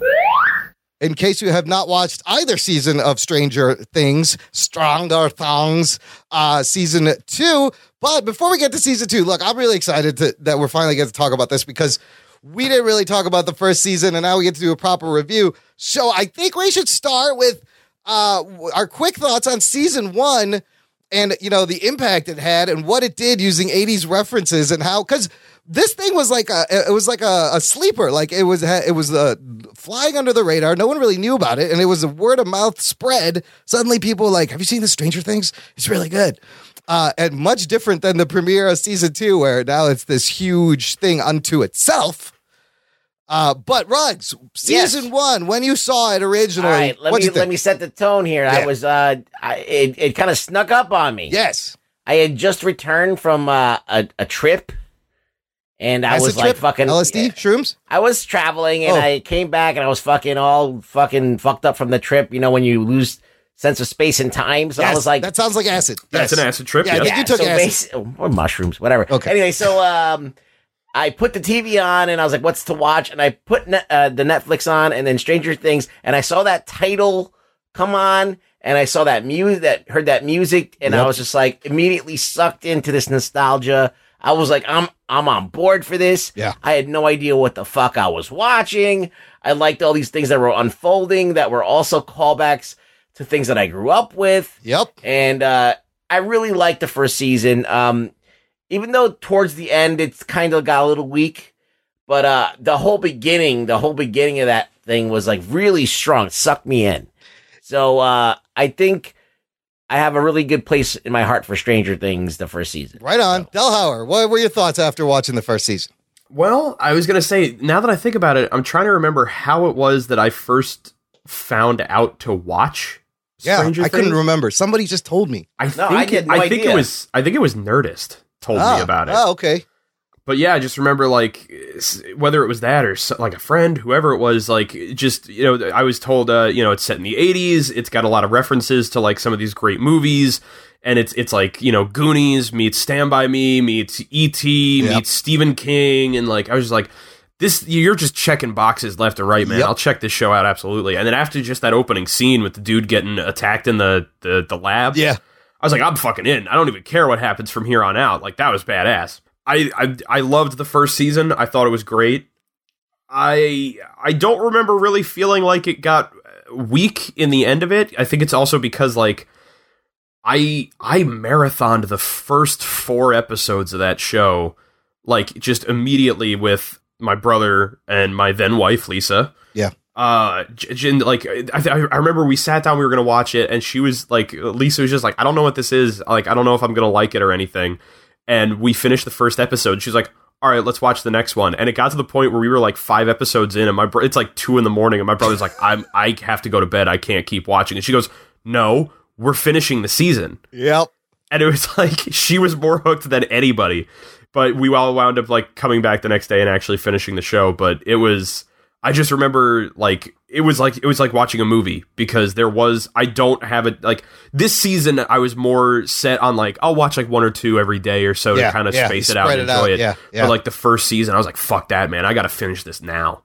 Speaker 1: in case you have not watched either season of Stranger Things, Stronger Thongs, uh, season two. But before we get to season two, look, I'm really excited to, that we're finally going to talk about this because we didn't really talk about the first season, and now we get to do a proper review. So I think we should start with uh, w- our quick thoughts on season one and you know the impact it had and what it did using 80s references and how because this thing was like a it was like a, a sleeper like it was it was uh, flying under the radar no one really knew about it and it was a word of mouth spread suddenly people were like have you seen the stranger things it's really good uh, and much different than the premiere of season two where now it's this huge thing unto itself uh, but Rugs, season one, when you saw it originally,
Speaker 3: All right, let
Speaker 1: what'd
Speaker 3: me
Speaker 1: you think?
Speaker 3: let me set the tone here. I
Speaker 1: Yeah.
Speaker 3: was uh, I, it it kind of snuck up on me.
Speaker 1: Yes,
Speaker 3: I had just returned from uh, a a trip, and I
Speaker 1: Acid
Speaker 3: was like
Speaker 1: trip?
Speaker 3: fucking
Speaker 1: LSD shrooms.
Speaker 3: I was traveling and
Speaker 1: Oh.
Speaker 3: I came back and I was fucking all fucking fucked up from the trip. You know when you lose sense of space and time. So I
Speaker 1: Yes,
Speaker 3: was like,
Speaker 1: that sounds like acid.
Speaker 4: That's
Speaker 1: Yes.
Speaker 4: an acid trip,
Speaker 1: Yeah, I
Speaker 4: yeah.
Speaker 1: think you took
Speaker 3: so
Speaker 1: acid.
Speaker 3: basi- oh, or mushrooms, whatever. Okay. Anyway, so um, I put the TV on and I was like, "What's to watch?" And I put ne- uh, the Netflix on and then Stranger Things, and I saw that title come on, and I saw that music, that heard that music, and I
Speaker 13: Yep.
Speaker 3: was just like immediately sucked into this nostalgia. I was like, "I'm I'm on board for this."
Speaker 1: Yeah.
Speaker 3: I had no idea what the fuck I was watching. I liked all these things that were unfolding that were also callbacks to things that I grew up with.
Speaker 1: Yep.
Speaker 3: And uh, I really liked the first season. Um, even though towards the end it's kind of got a little weak, but uh, the whole beginning, the whole beginning of that thing was like really strong. It sucked me in. So uh, I think I have a really good place in my heart for Stranger Things the first season.
Speaker 1: Right on. Delhauer, what were your thoughts after watching the first season?
Speaker 4: Well, I was going to say, now that I think about it, I'm trying to remember how it was that I first found out to watch
Speaker 1: Yeah,
Speaker 4: Stranger
Speaker 1: I couldn't
Speaker 4: Things.
Speaker 1: remember. Somebody just told me.
Speaker 4: I
Speaker 3: No, I
Speaker 4: think it-
Speaker 3: had no
Speaker 4: I think
Speaker 3: idea.
Speaker 4: it was I think it was Nerdist told
Speaker 1: Ah,
Speaker 4: me about it.
Speaker 1: Oh, okay.
Speaker 4: But yeah, I just remember like s- whether it was that or so- like a friend, whoever it was, like just you know, I was told uh, you know it's set in the '80s. It's got a lot of references to like some of these great movies, and it's it's like you know Goonies meets Stand by Me meets E.T. meets Stephen King, and like I was just like this. You're just checking boxes left and right, man.
Speaker 1: Yep.
Speaker 4: I'll check this show out absolutely. And then after just that opening scene with the dude getting attacked in the the, the lab,
Speaker 1: Yeah.
Speaker 4: I was like, I'm fucking in. I don't even care what happens from here on out. Like that was badass. I I, I loved the first season. I thought it was great. I I don't remember really feeling like it got uh, weak in the end of it. I think it's also because like I I marathoned the first four episodes of that show like just immediately with my brother and my then wife Lisa
Speaker 1: Yeah.
Speaker 4: uh j- j- and, like I, I remember we sat down we were gonna watch it and she was like lisa was just like i don't know what this is like i don't know if i'm gonna like it or anything and we finished the first episode she's like all right let's watch the next one and it got to the point where we were like five episodes in and my bro- it's like two in the morning and my brother's like i'm i have to go to bed i can't keep watching and she goes no we're finishing the season
Speaker 1: Yep.
Speaker 4: and it was like she was more hooked than anybody but we all wound up like coming back the next day and actually finishing the show but it was i just remember like it was like it was like watching a movie because there was i don't have it like this season i was more set on like i'll watch like one or two every day or so
Speaker 1: Yeah,
Speaker 4: to kind of
Speaker 1: yeah,
Speaker 4: space
Speaker 1: you
Speaker 4: it out
Speaker 1: spread
Speaker 4: and
Speaker 1: it
Speaker 4: enjoy
Speaker 1: out,
Speaker 4: it
Speaker 1: yeah, yeah.
Speaker 4: but like the first season i was like fuck that man i gotta finish this now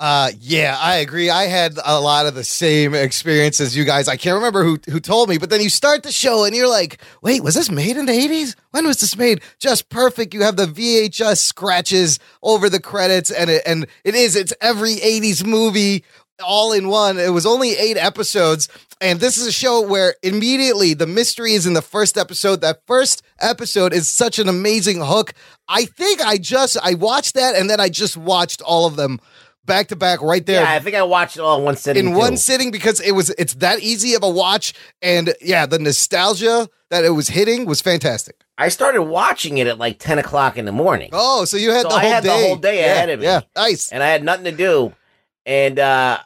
Speaker 1: Uh, yeah, I agree. I had a lot of the same experiences you guys. I can't remember who who told me, but then you start the show and you're like, "Wait, was this made in the '80s? When was this made?" Just perfect. You have the VHS scratches over the credits, and it and it is. It's every '80s movie all in one. It was only eight episodes, and this is a show where immediately the mystery is in the first episode. That first episode is such an amazing hook. I think I just I watched that, and then I just watched all of them back to back right there
Speaker 3: Yeah, I think I watched it all in one sitting.
Speaker 1: in one
Speaker 3: too.
Speaker 1: sitting because it was it's that easy of a watch and yeah the nostalgia that it was hitting was fantastic
Speaker 3: I started watching it at like ten o'clock in the morning.
Speaker 1: oh so you had,
Speaker 3: so
Speaker 1: the,
Speaker 3: I
Speaker 1: whole
Speaker 3: had
Speaker 1: day.
Speaker 3: the whole day
Speaker 1: yeah,
Speaker 3: ahead of me.
Speaker 1: yeah nice.
Speaker 3: And I had nothing to do. And uh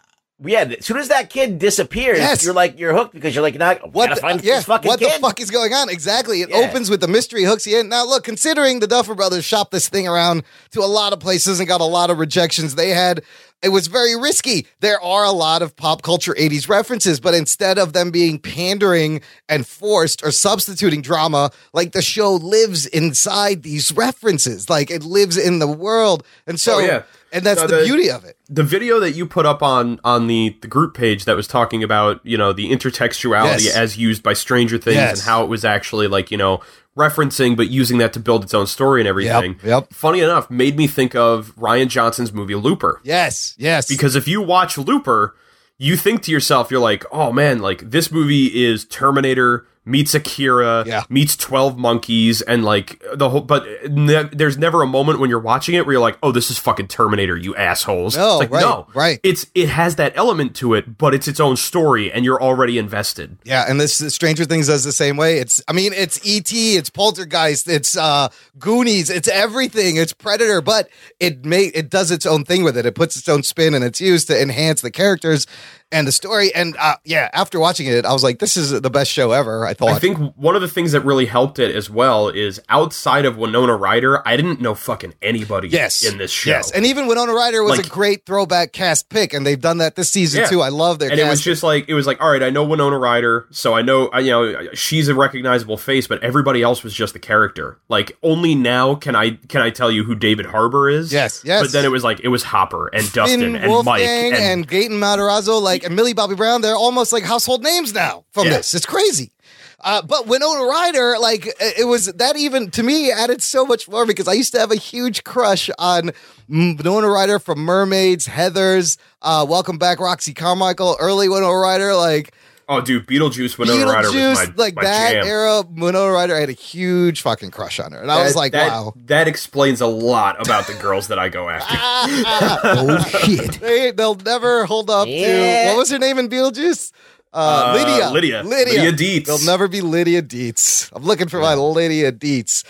Speaker 3: yeah, as soon as that kid disappears,
Speaker 1: Yes.
Speaker 3: you're like you're hooked because you're like, not what
Speaker 1: what
Speaker 3: gotta
Speaker 1: the, uh,
Speaker 3: find
Speaker 1: yeah,
Speaker 3: this fucking
Speaker 1: what
Speaker 3: kid.
Speaker 1: the fuck is going on exactly it
Speaker 3: Yeah.
Speaker 1: opens with the mystery hooks you in now look considering the duffer brothers shopped this thing around to a lot of places and got a lot of rejections they had it was very risky there are a lot of pop culture 80s references but instead of them being pandering and forced or substituting drama like the show lives inside these references like it lives in the world and so
Speaker 4: Oh, yeah.
Speaker 1: and that's
Speaker 4: No,
Speaker 1: the beauty of it
Speaker 4: the video that you put up on on the, the group page that was talking about you know the intertextuality
Speaker 1: Yes.
Speaker 4: as used by Stranger Things
Speaker 1: Yes.
Speaker 4: and how it was actually like you know referencing but using that to build its own story and everything.
Speaker 1: yep.
Speaker 4: Funny enough, made me think of Ryan Johnson's movie Looper
Speaker 1: yes yes
Speaker 4: because if you watch Looper, you think to yourself, you're like, oh man, like this movie is Terminator meets Akira, yeah. meets Twelve Monkeys, and like the whole. But ne- there's never a moment when you're watching it where you're like, "Oh, this is fucking Terminator, you assholes."
Speaker 1: No,
Speaker 4: it's like,
Speaker 1: right,
Speaker 4: no,
Speaker 1: right.
Speaker 4: It's it has that element to it, but it's its own story, and you're already invested.
Speaker 1: Yeah, and this Stranger Things does the same way. It's I mean, it's ET, it's Poltergeist, it's uh Goonies, it's everything, it's Predator, but it may it does its own thing with it. It puts its own spin and it's used to enhance the characters and the story and uh, yeah, after watching it, I was like this is the best show ever, I thought.
Speaker 4: I think one of the things that really helped it as well is outside of Winona Ryder, I didn't know fucking anybody
Speaker 1: yes.
Speaker 4: in this show.
Speaker 1: Yes. And even Winona Ryder was
Speaker 4: Like-
Speaker 1: a great throwback cast pick and they've done that this season
Speaker 4: Yeah.
Speaker 1: too. I love their
Speaker 4: and
Speaker 1: cast.
Speaker 4: it was just like it was like all right i know winona ryder so i know I, you know she's a recognizable face but everybody else was just the character like only now can i can i tell you who david harbor is
Speaker 1: Yes, yes.
Speaker 4: but then it was like it was hopper and dustin
Speaker 1: Finn
Speaker 4: and mike
Speaker 1: Wolfgang
Speaker 4: and,
Speaker 1: and, Gaten Matarazzo, like and Millie Bobby Brown, they're almost like household names now from
Speaker 4: Yeah.
Speaker 1: this. It's crazy. Uh, but Winona Ryder, like it it was that even to me added so much more because I used to have a huge crush on M- Winona Ryder from Mermaids, Heather's, uh, Welcome Back, Roxy Carmichael, early Winona Ryder, like
Speaker 4: oh dude beetlejuice winona ryder was my,
Speaker 1: Beetlejuice, like
Speaker 4: my
Speaker 1: that
Speaker 4: jam.
Speaker 1: era Winona Ryder. I had a huge fucking crush on her, and I was
Speaker 4: That-
Speaker 1: like,
Speaker 4: that,
Speaker 1: wow.
Speaker 4: that explains a lot about the girls that i go after
Speaker 1: oh shit! They they'll never hold up to
Speaker 4: Yeah.
Speaker 1: what was her name in Beetlejuice? Uh,
Speaker 4: Uh,
Speaker 1: Lydia.
Speaker 4: Lydia.
Speaker 1: Lydia.
Speaker 4: Lydia Dietz.
Speaker 1: They'll never be Lydia Dietz. I'm looking for my Lydia Dietz.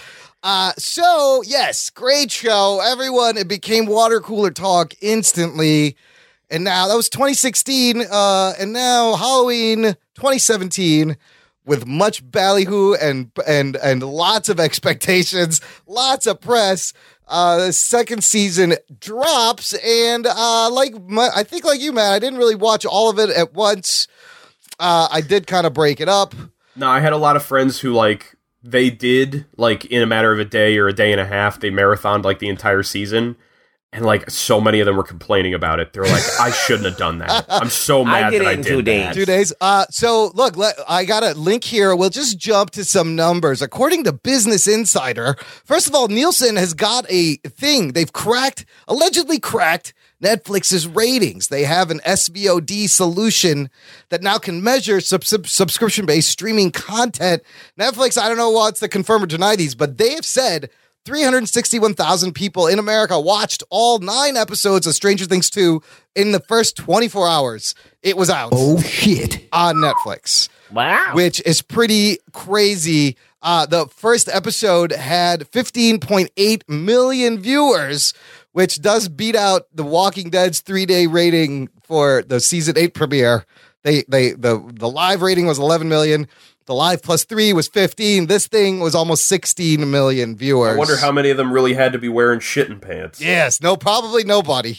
Speaker 1: Uh, so yes, great show, everyone. It became water cooler talk instantly, and now that was 2016, uh, and now Halloween 2017 with much ballyhoo and and and lots of expectations, lots of press. Uh, the second season drops, and uh, like my, I think, like you, Matt, I didn't really watch all of it at once. Uh, I did kind of break it up.
Speaker 4: No, I had a lot of friends who like they did like in a matter of a day or a day and a half, they marathoned like the entire season. And like so many of them were complaining about it. They're like, I shouldn't have done that. I'm so mad that I did that.
Speaker 1: Two days. Uh, so look, let, I got a link here. We'll just jump to some numbers. According to Business Insider, first of all, Nielsen has got a thing. They've cracked, allegedly cracked Netflix's ratings. They have an SVOD solution that now can measure sub- sub- subscription-based streaming content. Netflix, I don't know what's to confirm or deny these, but they have said 361,000 people in America watched all nine episodes of Stranger Things 2 in the first 24 hours. It was out. Oh, shit. On Netflix.
Speaker 3: Wow.
Speaker 1: Which is pretty crazy. Uh, the first episode had 15.8 million viewers, which does beat out The Walking Dead's three day rating for the season eight premiere. They, they, the, the live rating was 11 million. The live plus three was 15. This thing was almost 16 million viewers.
Speaker 4: I wonder how many of them really had to be wearing shitting pants.
Speaker 1: Yes, no, probably nobody.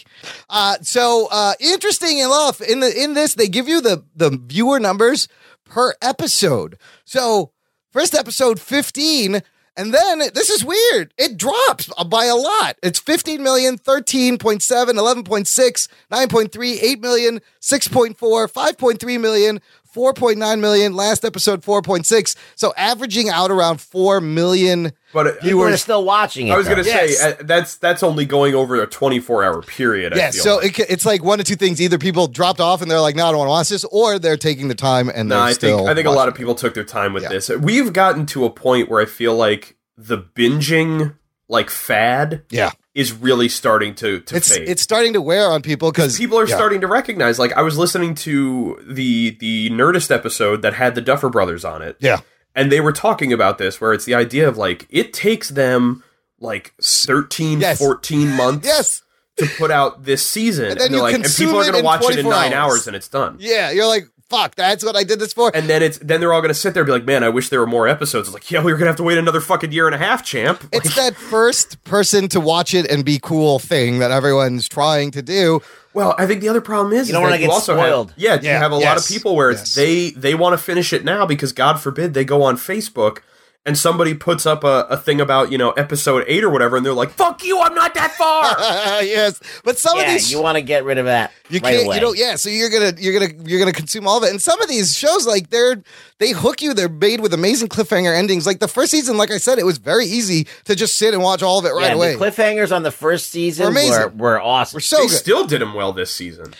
Speaker 1: Uh, so uh, interesting enough, in the in this they give you the the viewer numbers per episode. So first episode fifteen, and then this is weird. It drops by a lot. It's 15 million, 13.7, 11.6, 9.3, 8 million, 6.4, 5.3 million. 4.9 million last episode 4.6 so averaging out around 4 million
Speaker 4: But it-
Speaker 1: viewers
Speaker 4: People are
Speaker 3: still watching
Speaker 4: I was gonna
Speaker 1: Yes.
Speaker 4: say uh, that's that's only going over a 24 hour period.
Speaker 1: Yeah,
Speaker 4: I feel
Speaker 1: so
Speaker 4: like.
Speaker 1: it, ca- it's like one of two things: either people dropped off and they're like, "No, I don't want to watch this," or they're taking the time and
Speaker 4: no,
Speaker 1: they're
Speaker 4: I
Speaker 1: still.
Speaker 4: think I think a lot of people took their time with this. We've gotten to a point where I feel like the binging like fad,
Speaker 1: Yeah.
Speaker 4: is really starting to to
Speaker 1: it's
Speaker 4: fade.
Speaker 1: it's starting to wear on people because
Speaker 4: people are starting to recognize. Like I was listening to the the Nerdist episode that had the Duffer Brothers on it.
Speaker 1: Yeah.
Speaker 4: and they were talking about this, where it's the idea of like it takes them like 13, 14 months,
Speaker 1: yes,
Speaker 4: to put out this season,
Speaker 1: And
Speaker 4: and,
Speaker 1: then you
Speaker 4: they're like, and
Speaker 1: consume
Speaker 4: people are
Speaker 1: it
Speaker 4: going
Speaker 1: in
Speaker 4: to watch it in
Speaker 1: 24
Speaker 4: nine
Speaker 1: hours.
Speaker 4: hours, and it's done.
Speaker 1: Yeah, you're like, "Fuck, that's what I did this for."
Speaker 4: And then it's then they're all going to sit there and be like, "Man, I wish there were more episodes." It's like, yeah, we are going to have to wait another fucking year and a half, champ.
Speaker 1: It's that first person to watch it and be cool thing that everyone's trying to do.
Speaker 4: Well, I think the other problem is
Speaker 1: You don't
Speaker 4: is
Speaker 1: wanna
Speaker 4: that you
Speaker 1: get
Speaker 4: also
Speaker 1: spoiled.
Speaker 4: Have, yeah, you
Speaker 1: Yeah,
Speaker 4: have a lot of
Speaker 1: yes,
Speaker 4: people where it's they they want to finish it now because God forbid they go on Facebook and somebody puts up a, a thing about you know episode eight or whatever, and they're like, "Fuck you, I'm not that far."
Speaker 1: yes, but some of
Speaker 3: Yeah,
Speaker 1: these
Speaker 3: you want to get rid of that.
Speaker 1: You
Speaker 3: right
Speaker 1: can't.
Speaker 3: Away.
Speaker 1: You don't. Yeah. So you're gonna you're gonna you're gonna consume all of it. And some of these shows, like they're they hook you. They're made with amazing cliffhanger endings. Like the first season, like I said, it was very easy to just sit and watch all of it right
Speaker 3: yeah,
Speaker 1: away.
Speaker 3: The cliffhangers on the first season
Speaker 1: Were
Speaker 3: were,
Speaker 1: amazing.
Speaker 3: were, awesome.
Speaker 1: Were so
Speaker 4: they
Speaker 1: good.
Speaker 4: still did them well this season.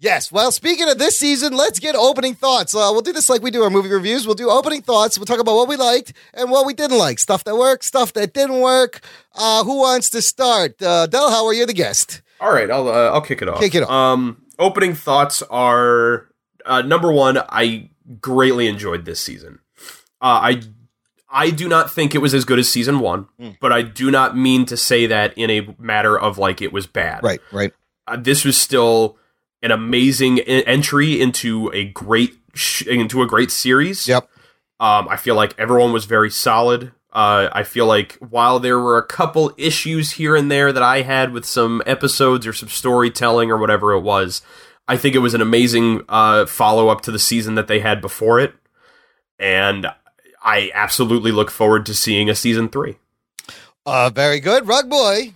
Speaker 1: Yes. Well, speaking of this season, let's get opening thoughts. Uh, we'll do this like we do our movie reviews. We'll do opening thoughts. We'll talk about what we liked and what we didn't like, stuff that worked, stuff that didn't work. Uh, who wants to start? Uh, Del, how are you the guest?
Speaker 4: All right, I'll uh, I'll kick it off.
Speaker 1: Kick it off.
Speaker 4: Um, opening thoughts are uh, number one. I greatly enjoyed this season. Uh, I I do not think it was as good as season one,
Speaker 1: Hmm.
Speaker 4: but I do not mean to say that in a matter of like it was bad.
Speaker 1: Right, right.
Speaker 4: Uh, this was still an amazing e- entry into a great sh- into a great series.
Speaker 1: Yep.
Speaker 4: Um, I feel like everyone was very solid. Uh, I feel like while there were a couple issues here and there that I had with some episodes or some storytelling or whatever it was, I think it was an amazing uh, follow up to the season that they had before it, and I absolutely look forward to seeing a season three.
Speaker 1: Uh, very good. Rug Boy.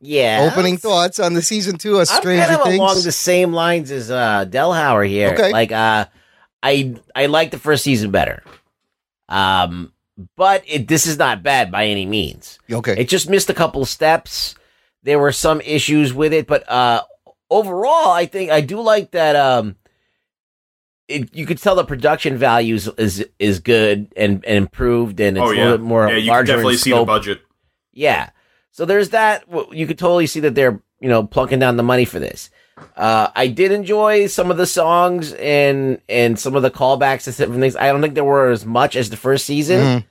Speaker 3: Yeah.
Speaker 1: Opening thoughts on the season two of
Speaker 3: I'm
Speaker 1: Stranger
Speaker 3: kind of
Speaker 1: Things.
Speaker 3: along the same lines as uh, Delhauer here.
Speaker 1: Okay.
Speaker 3: Like, uh, I I like the first season better. Um, but it, this is not bad by any means.
Speaker 1: Okay.
Speaker 3: It just missed a couple steps. There were some issues with it, but uh, overall, I think I do like that. Um, it, you could tell the production values is is good and, and improved, and it's
Speaker 4: oh
Speaker 3: a
Speaker 4: yeah,
Speaker 3: little bit more
Speaker 4: yeah, you can
Speaker 3: larger
Speaker 4: definitely
Speaker 3: in
Speaker 4: see the
Speaker 3: scope.
Speaker 4: budget.
Speaker 3: Yeah. So there's that. W- You could totally see that they're, you know, plunking down the money for this. Uh, I did enjoy some of the songs and, and some of the callbacks and different things. I don't think there were as much as the first season,
Speaker 1: Mhm.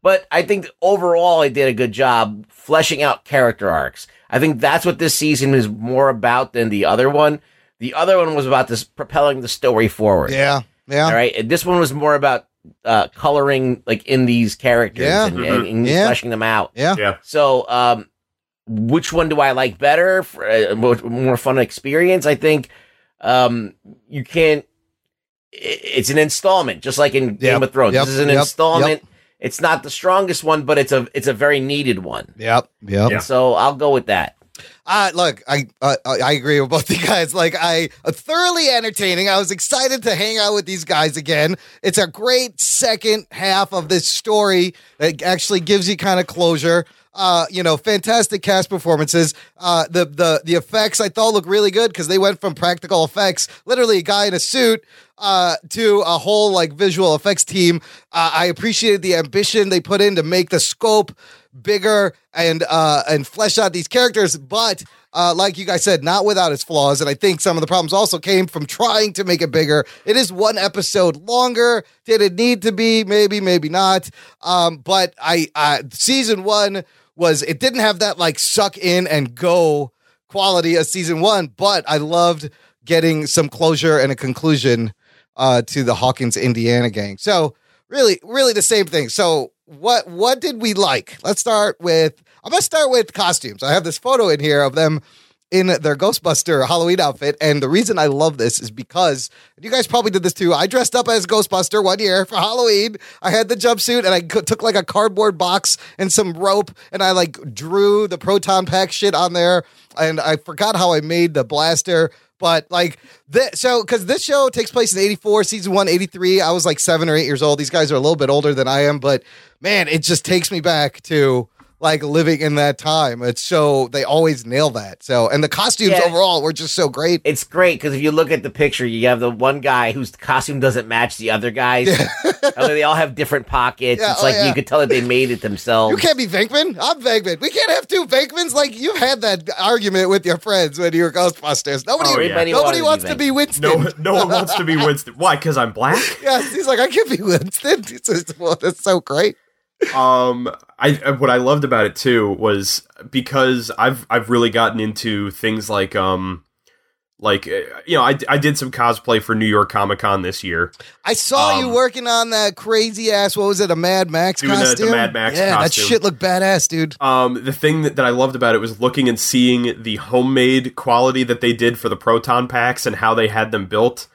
Speaker 3: but I think overall I did a good job fleshing out character arcs. I think that's what this season is more about than the other one. The other one was about this propelling the story forward.
Speaker 1: Yeah. Yeah.
Speaker 3: All right. And this one was more about uh, coloring like in these characters
Speaker 1: Yeah. Mm-hmm.
Speaker 3: and, and, and
Speaker 1: Yeah.
Speaker 3: fleshing them out.
Speaker 1: Yeah.
Speaker 4: Yeah,
Speaker 3: So, um, which one do I like better? For a mo- more fun experience? I think um, you can't. i- It's an installment, just like in Game of Thrones.
Speaker 1: yep,
Speaker 3: This is an
Speaker 1: yep,
Speaker 3: installment. It's not the strongest one, but it's a it's a very needed one.
Speaker 1: Yep. Yep.
Speaker 3: And so I'll go with that.
Speaker 1: Uh, look, I, uh, I I agree with both you guys. Like, I uh, thoroughly entertaining. I was excited to hang out with these guys again. It's a great second half of this story that actually gives you kind of closure. Uh, you know, fantastic cast performances. Uh, the the the effects I thought looked really good because they went from practical effects, literally a guy in a suit, uh, to a whole like visual effects team. Uh, I appreciated the ambition they put in to make the scope bigger and uh, and flesh out these characters, but uh, like you guys said, not without its flaws. And I think some of the problems also came from trying to make it bigger. It is one episode longer. Did it need to be? Maybe, maybe not. Um, but I uh, season one was it didn't have that like suck in and go quality of season one, but I loved getting some closure and a conclusion uh, to the Hawkins Indiana gang. So really, really the same thing. So what what did we like? Let's start with I'm gonna start with costumes. I have this photo in here of them in their Ghostbuster Halloween outfit, and the reason I love this is because you guys probably did this too. I dressed up as Ghostbuster one year for Halloween. I had the jumpsuit, and I co- took like a cardboard box and some rope, and I like drew the proton pack shit on there, and I forgot how I made the blaster. But like this, so because this show takes place in 84, season one, 83. I was like seven or eight years old. These guys are a little bit older than I am, but man, it just takes me back to like living in that time. It's so they always nail that. So, and the costumes
Speaker 3: Yeah.
Speaker 1: overall were just so great.
Speaker 3: It's great because if you look at the picture, you have the one guy whose costume doesn't match the other guys. Although they all have different pockets.
Speaker 1: Yeah,
Speaker 3: it's
Speaker 1: oh,
Speaker 3: like
Speaker 1: yeah.
Speaker 3: you could tell that they made it themselves.
Speaker 1: You can't be Venkman. I'm Venkman. We can't have two Venkmans. Like you've had that argument with your friends when you were Ghostbusters. Nobody,
Speaker 4: Oh, yeah.
Speaker 1: nobody
Speaker 4: Everybody
Speaker 1: wants
Speaker 4: wanted
Speaker 1: to
Speaker 4: to
Speaker 1: be
Speaker 4: be
Speaker 1: Winston.
Speaker 4: No, no one wants to be Winston. Why? Because I'm black.
Speaker 1: yes, he's like I can't be Winston. It's just, well, that's so great.
Speaker 4: um I I- what I loved about it too was because I've I've really gotten into things like um like uh, you know I, I did some cosplay for New York Comic Con this year
Speaker 1: I saw you working on that crazy ass. What was it? A Mad Max
Speaker 4: Um, Doing the- the
Speaker 1: costume?
Speaker 4: Mad Max
Speaker 1: yeah,
Speaker 4: costume.
Speaker 1: that shit looked badass, dude.
Speaker 4: um the thing that, that I loved about it was looking and seeing the homemade quality that they did for the proton packs and how they had them built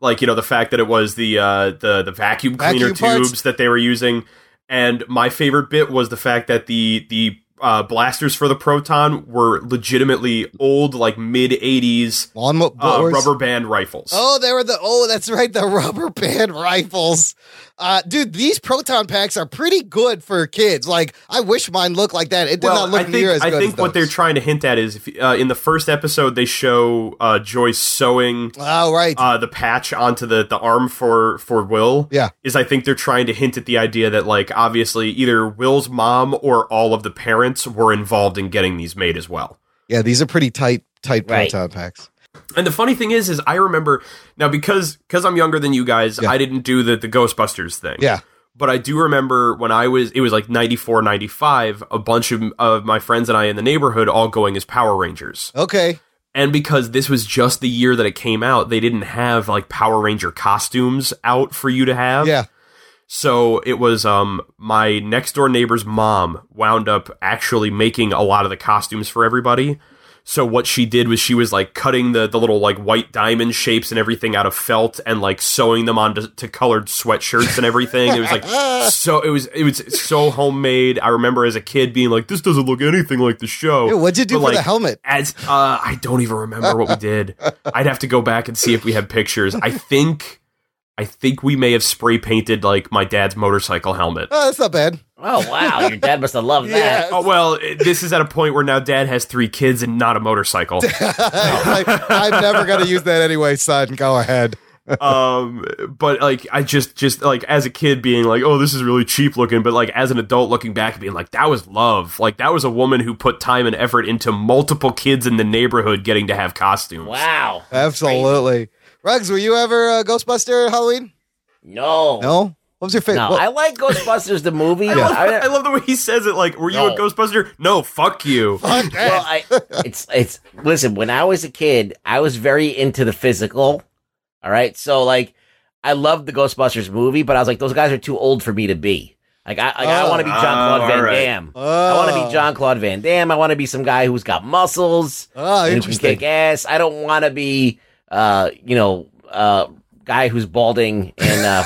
Speaker 4: like you know the fact that it was the uh the the vacuum cleaner
Speaker 1: Vacuum parts.
Speaker 4: tubes that they were using and my favorite bit was the fact that the the uh, blasters for the proton were legitimately old like mid 80s
Speaker 1: Lawnmower
Speaker 4: uh,
Speaker 1: blowers.
Speaker 4: rubber band rifles
Speaker 1: Oh, they were the oh, that's right, the rubber band rifles. Uh, dude, these proton packs are pretty good for kids. Like, I wish mine looked like that. It did not look
Speaker 4: I think,
Speaker 1: near as
Speaker 4: I
Speaker 1: good.
Speaker 4: think
Speaker 1: as
Speaker 4: what they're trying to hint at is if, uh, in the first episode they show uh, Joyce sewing
Speaker 1: oh, right.
Speaker 4: uh, the patch onto the, the arm for, for Will.
Speaker 1: Yeah.
Speaker 4: Is I think they're trying to hint at the idea that, like, obviously either Will's mom or all of the parents were involved in getting these made as well.
Speaker 1: yeah, these are pretty tight, tight
Speaker 4: Right.
Speaker 1: proton packs.
Speaker 4: And the funny thing is, is I remember now because because I'm younger than you guys, I didn't do the the Ghostbusters thing.
Speaker 1: Yeah.
Speaker 4: But I do remember when I was, it was like 94, 95, a bunch of, of my friends and I in the neighborhood all going as Power Rangers.
Speaker 1: Okay.
Speaker 4: And because this was just the year that it came out, they didn't have like Power Ranger costumes out for you to have.
Speaker 1: Yeah.
Speaker 4: So it was um my next door neighbor's mom wound up actually making a lot of the costumes for everybody. So what she did was she was like cutting the the little like white diamond shapes and everything out of felt and like sewing them onto to colored sweatshirts and everything. It was like so it was it was so homemade. I remember as a kid being like, this doesn't look anything like the show.
Speaker 1: Dude, what'd you do
Speaker 4: But,
Speaker 1: for the
Speaker 4: like,
Speaker 1: helmet?
Speaker 4: As uh, I don't even remember what we did. I'd have to go back and see if we have pictures. I think I think we may have spray painted like my dad's motorcycle helmet.
Speaker 1: Oh, that's not bad.
Speaker 3: Oh wow, your dad must have loved that.
Speaker 4: Oh well, it- this is at a point where now dad has three kids and not a motorcycle.
Speaker 1: like, I'm never gonna use that anyway, son. Go ahead.
Speaker 4: um, but like I just just like as a kid being like, oh, this is really cheap looking, but like as an adult looking back and being like, that was love. Like that was a woman who put time and effort into multiple kids in the neighborhood getting to have costumes.
Speaker 3: Wow.
Speaker 1: Absolutely. Ruggs, were you ever a Ghostbuster at Halloween?
Speaker 3: No.
Speaker 1: No. What was your favorite?
Speaker 3: No,
Speaker 1: what-
Speaker 3: I like Ghostbusters the movie.
Speaker 4: I,
Speaker 3: but
Speaker 4: love,
Speaker 3: I-
Speaker 4: I love the way he says it. Like, were you a
Speaker 3: No.
Speaker 4: Ghostbuster? No, fuck you.
Speaker 3: well, I, it's it's listen. When I was a kid, I was very into the physical. All right, so like, I loved the Ghostbusters movie, but I was like, those guys are too old for me to be. Like, I like, I
Speaker 2: Oh.
Speaker 3: want to be John Claude
Speaker 2: Oh,
Speaker 3: Van
Speaker 2: all right.
Speaker 3: Damme. I want to
Speaker 2: Oh.
Speaker 3: be John Claude Van Damme. I want to be some guy who's got muscles
Speaker 1: oh,
Speaker 3: and who can
Speaker 1: interesting.
Speaker 3: kick ass. I don't want to be, uh, you know, uh, guy who's balding and uh,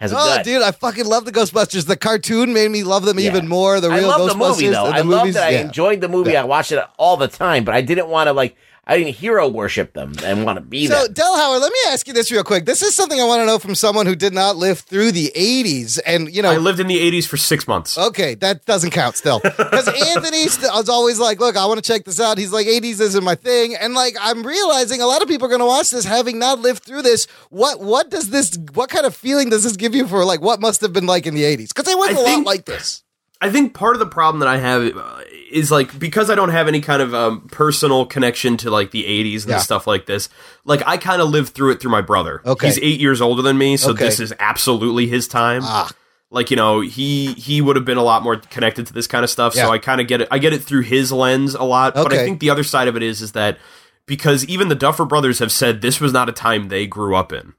Speaker 3: has a
Speaker 1: Oh,
Speaker 3: gut.
Speaker 1: dude, I fucking love the Ghostbusters. The cartoon made me love them even more. The
Speaker 3: I
Speaker 1: real
Speaker 3: love
Speaker 1: Ghostbusters.
Speaker 3: the movie though.
Speaker 1: and the
Speaker 3: I love
Speaker 1: movies,
Speaker 3: that I
Speaker 1: yeah.
Speaker 3: enjoyed the movie. I watched it all the time, but I didn't want to like. I didn't hero worship them and want to be
Speaker 1: So,
Speaker 3: them.
Speaker 1: Del Howard, let me ask you this real quick. This is something I want to know from someone who did not live through the 80s. And, you know,
Speaker 4: I lived in the '80s for six months.
Speaker 1: Okay, that doesn't count still. Because Anthony st- was always like, look, I want to check this out. He's like, 80s isn't my thing. And like, I'm realizing a lot of people are going to watch this having not lived through this. What what does this, what kind of feeling does this give you for like what must have been like in the 80s? Because it wasn't a lot like this.
Speaker 4: I think part of the problem that I have uh, is like because I don't have any kind of um, personal connection to like the 80s and
Speaker 1: Yeah.
Speaker 4: stuff like this. Like I kind of lived through it through my brother.
Speaker 1: Okay.
Speaker 4: he's eight years older than me, so
Speaker 1: Okay.
Speaker 4: this is absolutely his time.
Speaker 1: Ah.
Speaker 4: Like you know, he he would have been a lot more connected to this kind of stuff.
Speaker 1: Yeah.
Speaker 4: So I kind of get it. I get it through his lens a lot. But
Speaker 1: Okay.
Speaker 4: I think the other side of it is is that because even the Duffer Brothers have said this was not a time they grew up in.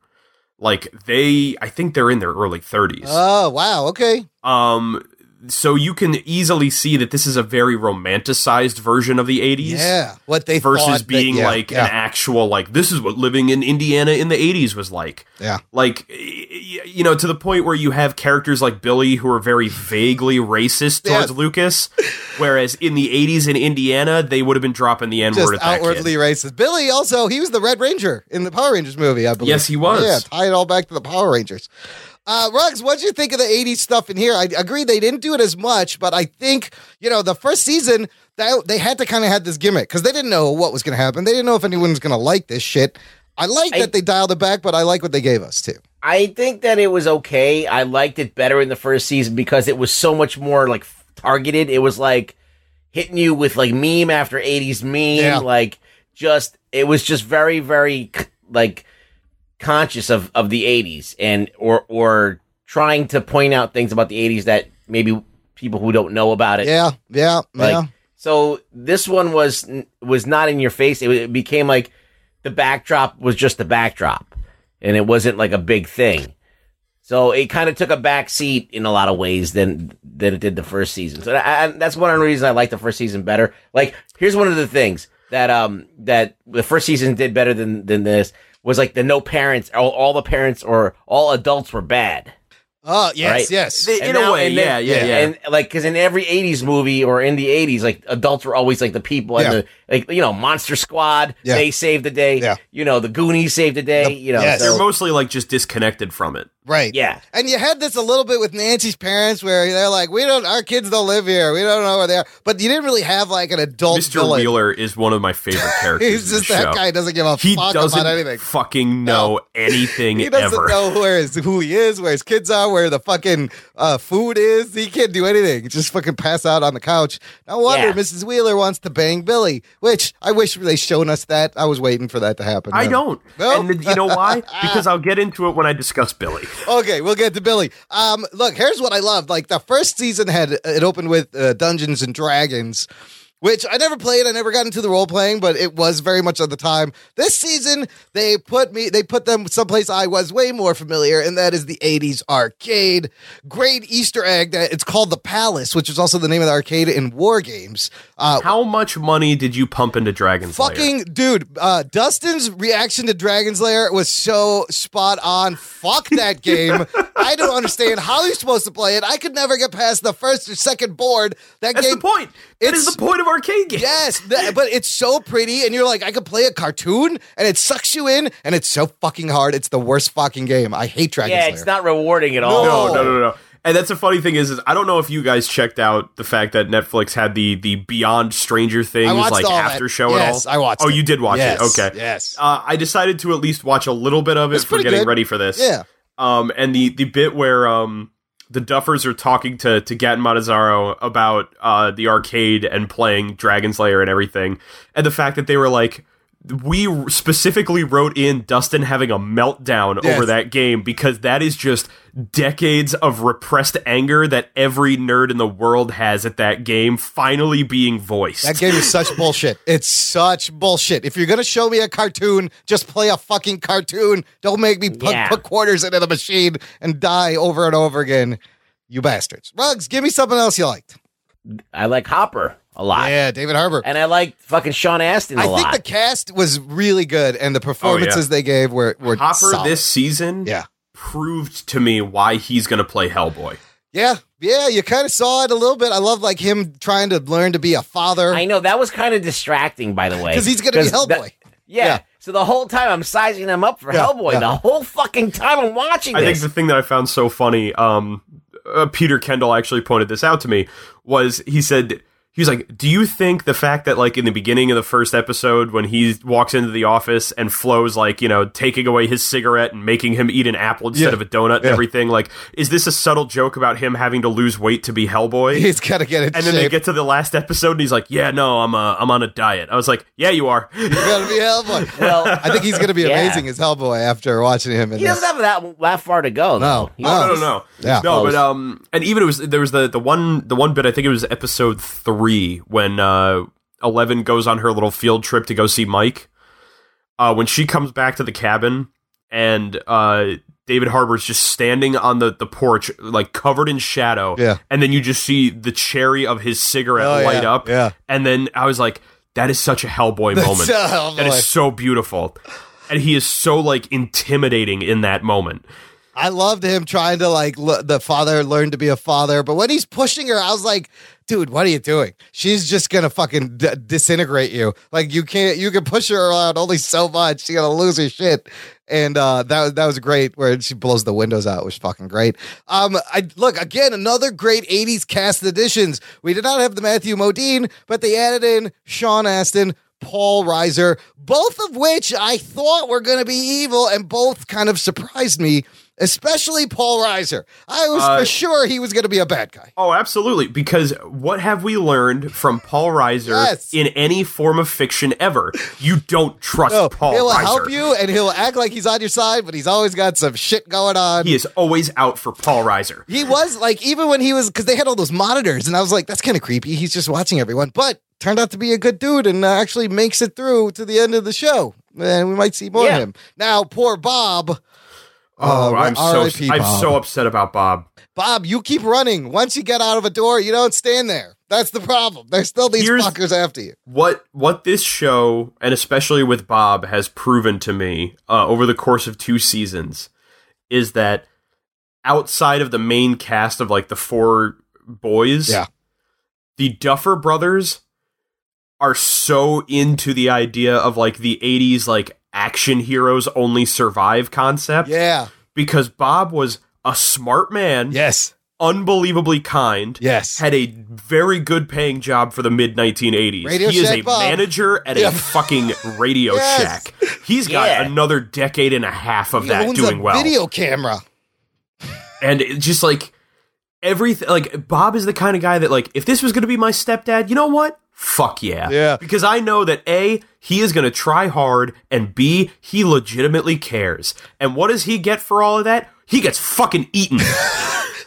Speaker 4: Like they, I think they're in their early 30s.
Speaker 1: Oh, wow. Okay.
Speaker 4: Um, so you can easily see that this is a very romanticized version of the 80s.
Speaker 1: Yeah. What they thought
Speaker 4: Versus
Speaker 1: that-
Speaker 4: being
Speaker 1: yeah,
Speaker 4: like
Speaker 1: yeah.
Speaker 4: an actual, like, this is what living in Indiana in the 80s was like.
Speaker 1: Yeah.
Speaker 4: Like, y- y- you know, to the point where you have characters like Billy who are very vaguely racist towards Lucas, whereas in the 80s in Indiana, they would have been dropping the N word
Speaker 1: Just
Speaker 4: at that kid.
Speaker 1: outwardly racist. Billy also, he was the Red Ranger in the Power Rangers movie, I believe.
Speaker 4: Yes, he was.
Speaker 1: Yeah, tie it all back to the Power Rangers. Uh, Ruggs, what'd you think of the 80s stuff in here? I agree they didn't do it as much, but I think, you know, the first season, they, they had to kind of have this gimmick because they didn't know what was going to happen. They didn't know if anyone was going to like this shit. I like
Speaker 3: I-
Speaker 1: that they dialed it back, but I like what they gave us too.
Speaker 3: I think that it was okay. I liked it better in the first season because it was so much more like f- targeted. It was like hitting you with like meme after 80s meme.
Speaker 1: Yeah.
Speaker 3: Like just it was just very very c- like conscious of of the 80s and or or trying to point out things about the 80s that maybe people who don't know about it
Speaker 1: Yeah, yeah,
Speaker 3: Like,
Speaker 1: yeah.
Speaker 3: So this one was was not in your face. It, it became like the backdrop was just the backdrop, and it wasn't like a big thing. So it kind of took a back seat in a lot of ways than than it did the first season. So I, I, that's one of the reasons I like the first season better. Like here's one of the things that um that the first season did better than than this was like the no parents all, all the parents or all adults were bad.
Speaker 1: Oh, yes,
Speaker 3: Right.
Speaker 1: yes.
Speaker 4: They- in a way,
Speaker 3: and
Speaker 4: yeah, yeah, yeah.
Speaker 3: And like, because in every '80s movie or in the '80s, like adults were always like the people, and
Speaker 1: Yeah.
Speaker 3: the like, you know, Monster Squad,
Speaker 1: Yeah.
Speaker 3: they saved the day.
Speaker 1: Yeah.
Speaker 3: You know, the Goonies saved the day. you know,
Speaker 1: yes.
Speaker 3: so-
Speaker 4: They're mostly like just disconnected from it.
Speaker 1: Right.
Speaker 3: Yeah.
Speaker 1: And you had this a little bit with Nancy's parents where they're like, we don't, our kids don't live here. We don't know where they are. But you didn't really have like an adult
Speaker 4: Mr.
Speaker 1: villain.
Speaker 4: Wheeler is one of my favorite characters.
Speaker 1: He's
Speaker 4: in
Speaker 1: just
Speaker 4: the
Speaker 1: that
Speaker 4: show.
Speaker 1: guy doesn't give a
Speaker 4: He
Speaker 1: fuck
Speaker 4: doesn't
Speaker 1: about anything.
Speaker 4: Fucking know anything
Speaker 1: He doesn't
Speaker 4: ever.
Speaker 1: know where his, who he is, where his kids are, where the fucking uh, food is. He can't do anything. Just fucking pass out on the couch. No wonder
Speaker 4: Yeah.
Speaker 1: Mrs. Wheeler wants to bang Billy, which I wish they shown us that. I was waiting for that to happen.
Speaker 4: I
Speaker 1: Yeah.
Speaker 4: don't. And you know why? Because I'll get into it when I discuss Billy.
Speaker 1: okay, we'll get to Billy. Um, look, here's what I love. Like the first season had it opened with uh, Dungeons and Dragons, which I never played. I never got into the role playing, but it was very much at the time. This season, they put me, they put them someplace I was way more familiar, and that is the '80s arcade. Great Easter egg that it's called the Palace, which is also the name of the arcade in War Games. Uh,
Speaker 4: How much money did you pump into Dragon Slayer?
Speaker 1: Fucking dude, uh, Dustin's reaction to Dragon's Lair was so spot on. Fuck that game. I don't understand how you're supposed to play it. I could never get past the first or second board. That
Speaker 4: That's
Speaker 1: game.
Speaker 4: the point. That is
Speaker 1: It's-
Speaker 4: the point of arcade games.
Speaker 1: Yes, th- but it's so pretty, and you're like, I could play a cartoon, and it sucks you in, and it's so fucking hard. It's the worst fucking game. I hate Dragon's
Speaker 3: yeah,
Speaker 1: Lair.
Speaker 3: it's not rewarding at all.
Speaker 4: Oh, No, no, no, no. And that's the funny thing is, is I don't know if you guys checked out the fact that Netflix had the the Beyond Stranger Things
Speaker 1: watched
Speaker 4: like
Speaker 1: all that.
Speaker 4: after show
Speaker 1: Yes,
Speaker 4: and all.
Speaker 1: I watched
Speaker 4: Oh,
Speaker 1: it.
Speaker 4: you did watch
Speaker 1: Yes,
Speaker 4: it. Okay.
Speaker 1: yes.
Speaker 4: Uh, I decided to at least watch a little bit of it
Speaker 1: It's
Speaker 4: for
Speaker 1: pretty
Speaker 4: getting
Speaker 1: good.
Speaker 4: ready for this.
Speaker 1: Yeah.
Speaker 4: Um, and the the bit where um the Duffers are talking to to Gat Matazzaro about uh the arcade and playing Dragon's Lair and everything, and the fact that they were like. We specifically wrote in Dustin having a meltdown
Speaker 1: Yes.
Speaker 4: over that game because that is just decades of repressed anger that every nerd in the world has at that game finally being voiced.
Speaker 1: That game is such bullshit. It's such bullshit. If you're gonna show me a cartoon, just play a fucking cartoon. Don't make me put,
Speaker 3: Yeah.
Speaker 1: put quarters into the machine and die over and over again. You bastards. Rugs, give me something else you liked.
Speaker 3: I like Hopper a lot.
Speaker 1: Yeah, David Harbour.
Speaker 3: And I like fucking Sean Astin a
Speaker 1: I
Speaker 3: lot.
Speaker 1: think the cast was really good, and the performances they gave were were
Speaker 4: Hopper
Speaker 1: solid.
Speaker 4: this season
Speaker 1: Yeah.
Speaker 4: proved to me why he's going to play Hellboy.
Speaker 1: Yeah, yeah. You kind of saw it a little bit. I love like him trying to learn to be a father
Speaker 3: I know that was kind of distracting, by the way,
Speaker 1: because he's gonna be Hellboy.
Speaker 3: that- yeah.
Speaker 1: Yeah.
Speaker 3: So the whole time I'm sizing him up for
Speaker 1: Yeah,
Speaker 3: Hellboy.
Speaker 1: yeah.
Speaker 3: The whole fucking time I'm watching
Speaker 4: I
Speaker 3: this.
Speaker 4: think the thing that I found so funny, um, uh, Peter Kendall actually pointed this out to me, was he said he was like, "Do you think the fact that like in the beginning of the first episode when he walks into the office and Flo's like you know taking away his cigarette and making him eat an apple instead
Speaker 1: Yeah.
Speaker 4: of a donut and
Speaker 1: Yeah.
Speaker 4: everything, like, is this a subtle joke about him having to lose weight to be Hellboy?"
Speaker 1: He's gotta get it.
Speaker 4: and then they get to the last episode and he's like, "Yeah, no, I'm uh, I'm on a diet." I was like, "Yeah, you are."
Speaker 1: He's gonna be Hellboy.
Speaker 3: well,
Speaker 1: I think he's gonna be
Speaker 3: Yeah.
Speaker 1: amazing as Hellboy after watching him. In
Speaker 3: he
Speaker 1: this.
Speaker 3: doesn't have that that far to go.
Speaker 1: No,
Speaker 3: though.
Speaker 1: no,
Speaker 4: No, no, no, no.
Speaker 1: Yeah. Oh,
Speaker 4: no,
Speaker 1: Close.
Speaker 4: but um, and even it was there was the the one the one bit I think it was episode three when uh Eleven goes on her little field trip to go see Mike. Uh, when she comes back to the cabin and uh David Harbour's just standing on the the porch like covered in shadow.
Speaker 1: Yeah.
Speaker 4: and then you just see the cherry of his cigarette
Speaker 1: Oh,
Speaker 4: light
Speaker 1: yeah,
Speaker 4: up.
Speaker 1: yeah.
Speaker 4: and then I was like, that is such a Hellboy
Speaker 1: That's
Speaker 4: moment.
Speaker 1: a Hellboy.
Speaker 4: That is so beautiful. And he is so like intimidating in that moment.
Speaker 1: I loved him trying to like l- the father learn to be a father, but when he's pushing her, I was like, dude, what are you doing? She's just gonna fucking d- disintegrate you. Like you can't, you can push her around only so much. She's gonna lose her shit. And uh, that was- that was great. Where she blows the windows out, which is fucking great. Um, I look again, another great '80s cast additions. We did not have the Matthew Modine, but they added in Sean Astin, Paul Reiser, both of which I thought were going to be evil, and both kind of surprised me, especially Paul Reiser. I was for sure he was going to be a bad guy.
Speaker 4: Oh, absolutely. Because what have we learned from Paul Reiser
Speaker 1: Yes.
Speaker 4: in any form of fiction ever? You don't trust
Speaker 1: No,
Speaker 4: Paul
Speaker 1: he'll
Speaker 4: Reiser.
Speaker 1: Oh, help you and he'll act like he's on your side, but he's always got some shit going on.
Speaker 4: He is always out for Paul Reiser.
Speaker 1: He was like, even when he was, because they had all those monitors, and I was like, that's kind of creepy. He's just watching everyone, but turned out to be a good dude and uh, actually makes it through to the end of the show. And we might see more
Speaker 3: Yeah.
Speaker 1: of him. Now, poor Bob.
Speaker 4: Oh,
Speaker 1: Uh,
Speaker 4: I'm so
Speaker 1: R.I.P.
Speaker 4: I'm
Speaker 1: Bob.
Speaker 4: so upset about Bob.
Speaker 1: Bob, you keep running. Once you get out of a door, you don't stand there. That's the problem. There's still these
Speaker 4: Here's-
Speaker 1: fuckers after you.
Speaker 4: What what this show and especially with Bob has proven to me uh, over the course of two seasons is that outside of the main cast of like the four boys,
Speaker 1: Yeah.
Speaker 4: the Duffer brothers are so into the idea of like the 80s like action heroes only survive concept
Speaker 1: Yeah.
Speaker 4: because Bob was a smart man.
Speaker 1: Yes.
Speaker 4: Unbelievably kind.
Speaker 1: Yes.
Speaker 4: Had a very good paying job for the mid 1980s.
Speaker 1: Radio
Speaker 4: he is
Speaker 1: Shack
Speaker 4: a
Speaker 1: Bob.
Speaker 4: manager at
Speaker 1: Yeah.
Speaker 4: a fucking Radio
Speaker 1: Yes.
Speaker 4: Shack. He's got
Speaker 1: Yeah.
Speaker 4: another decade and a half of
Speaker 1: He
Speaker 4: that
Speaker 1: owns
Speaker 4: doing
Speaker 1: a
Speaker 4: well.
Speaker 1: Video camera.
Speaker 4: and it just like everything like bob is the kind of guy that like if this was gonna be my stepdad you know what fuck yeah
Speaker 1: Yeah.
Speaker 4: because i know that a he is gonna try hard and b he legitimately cares and what does he get for all of that he gets fucking eaten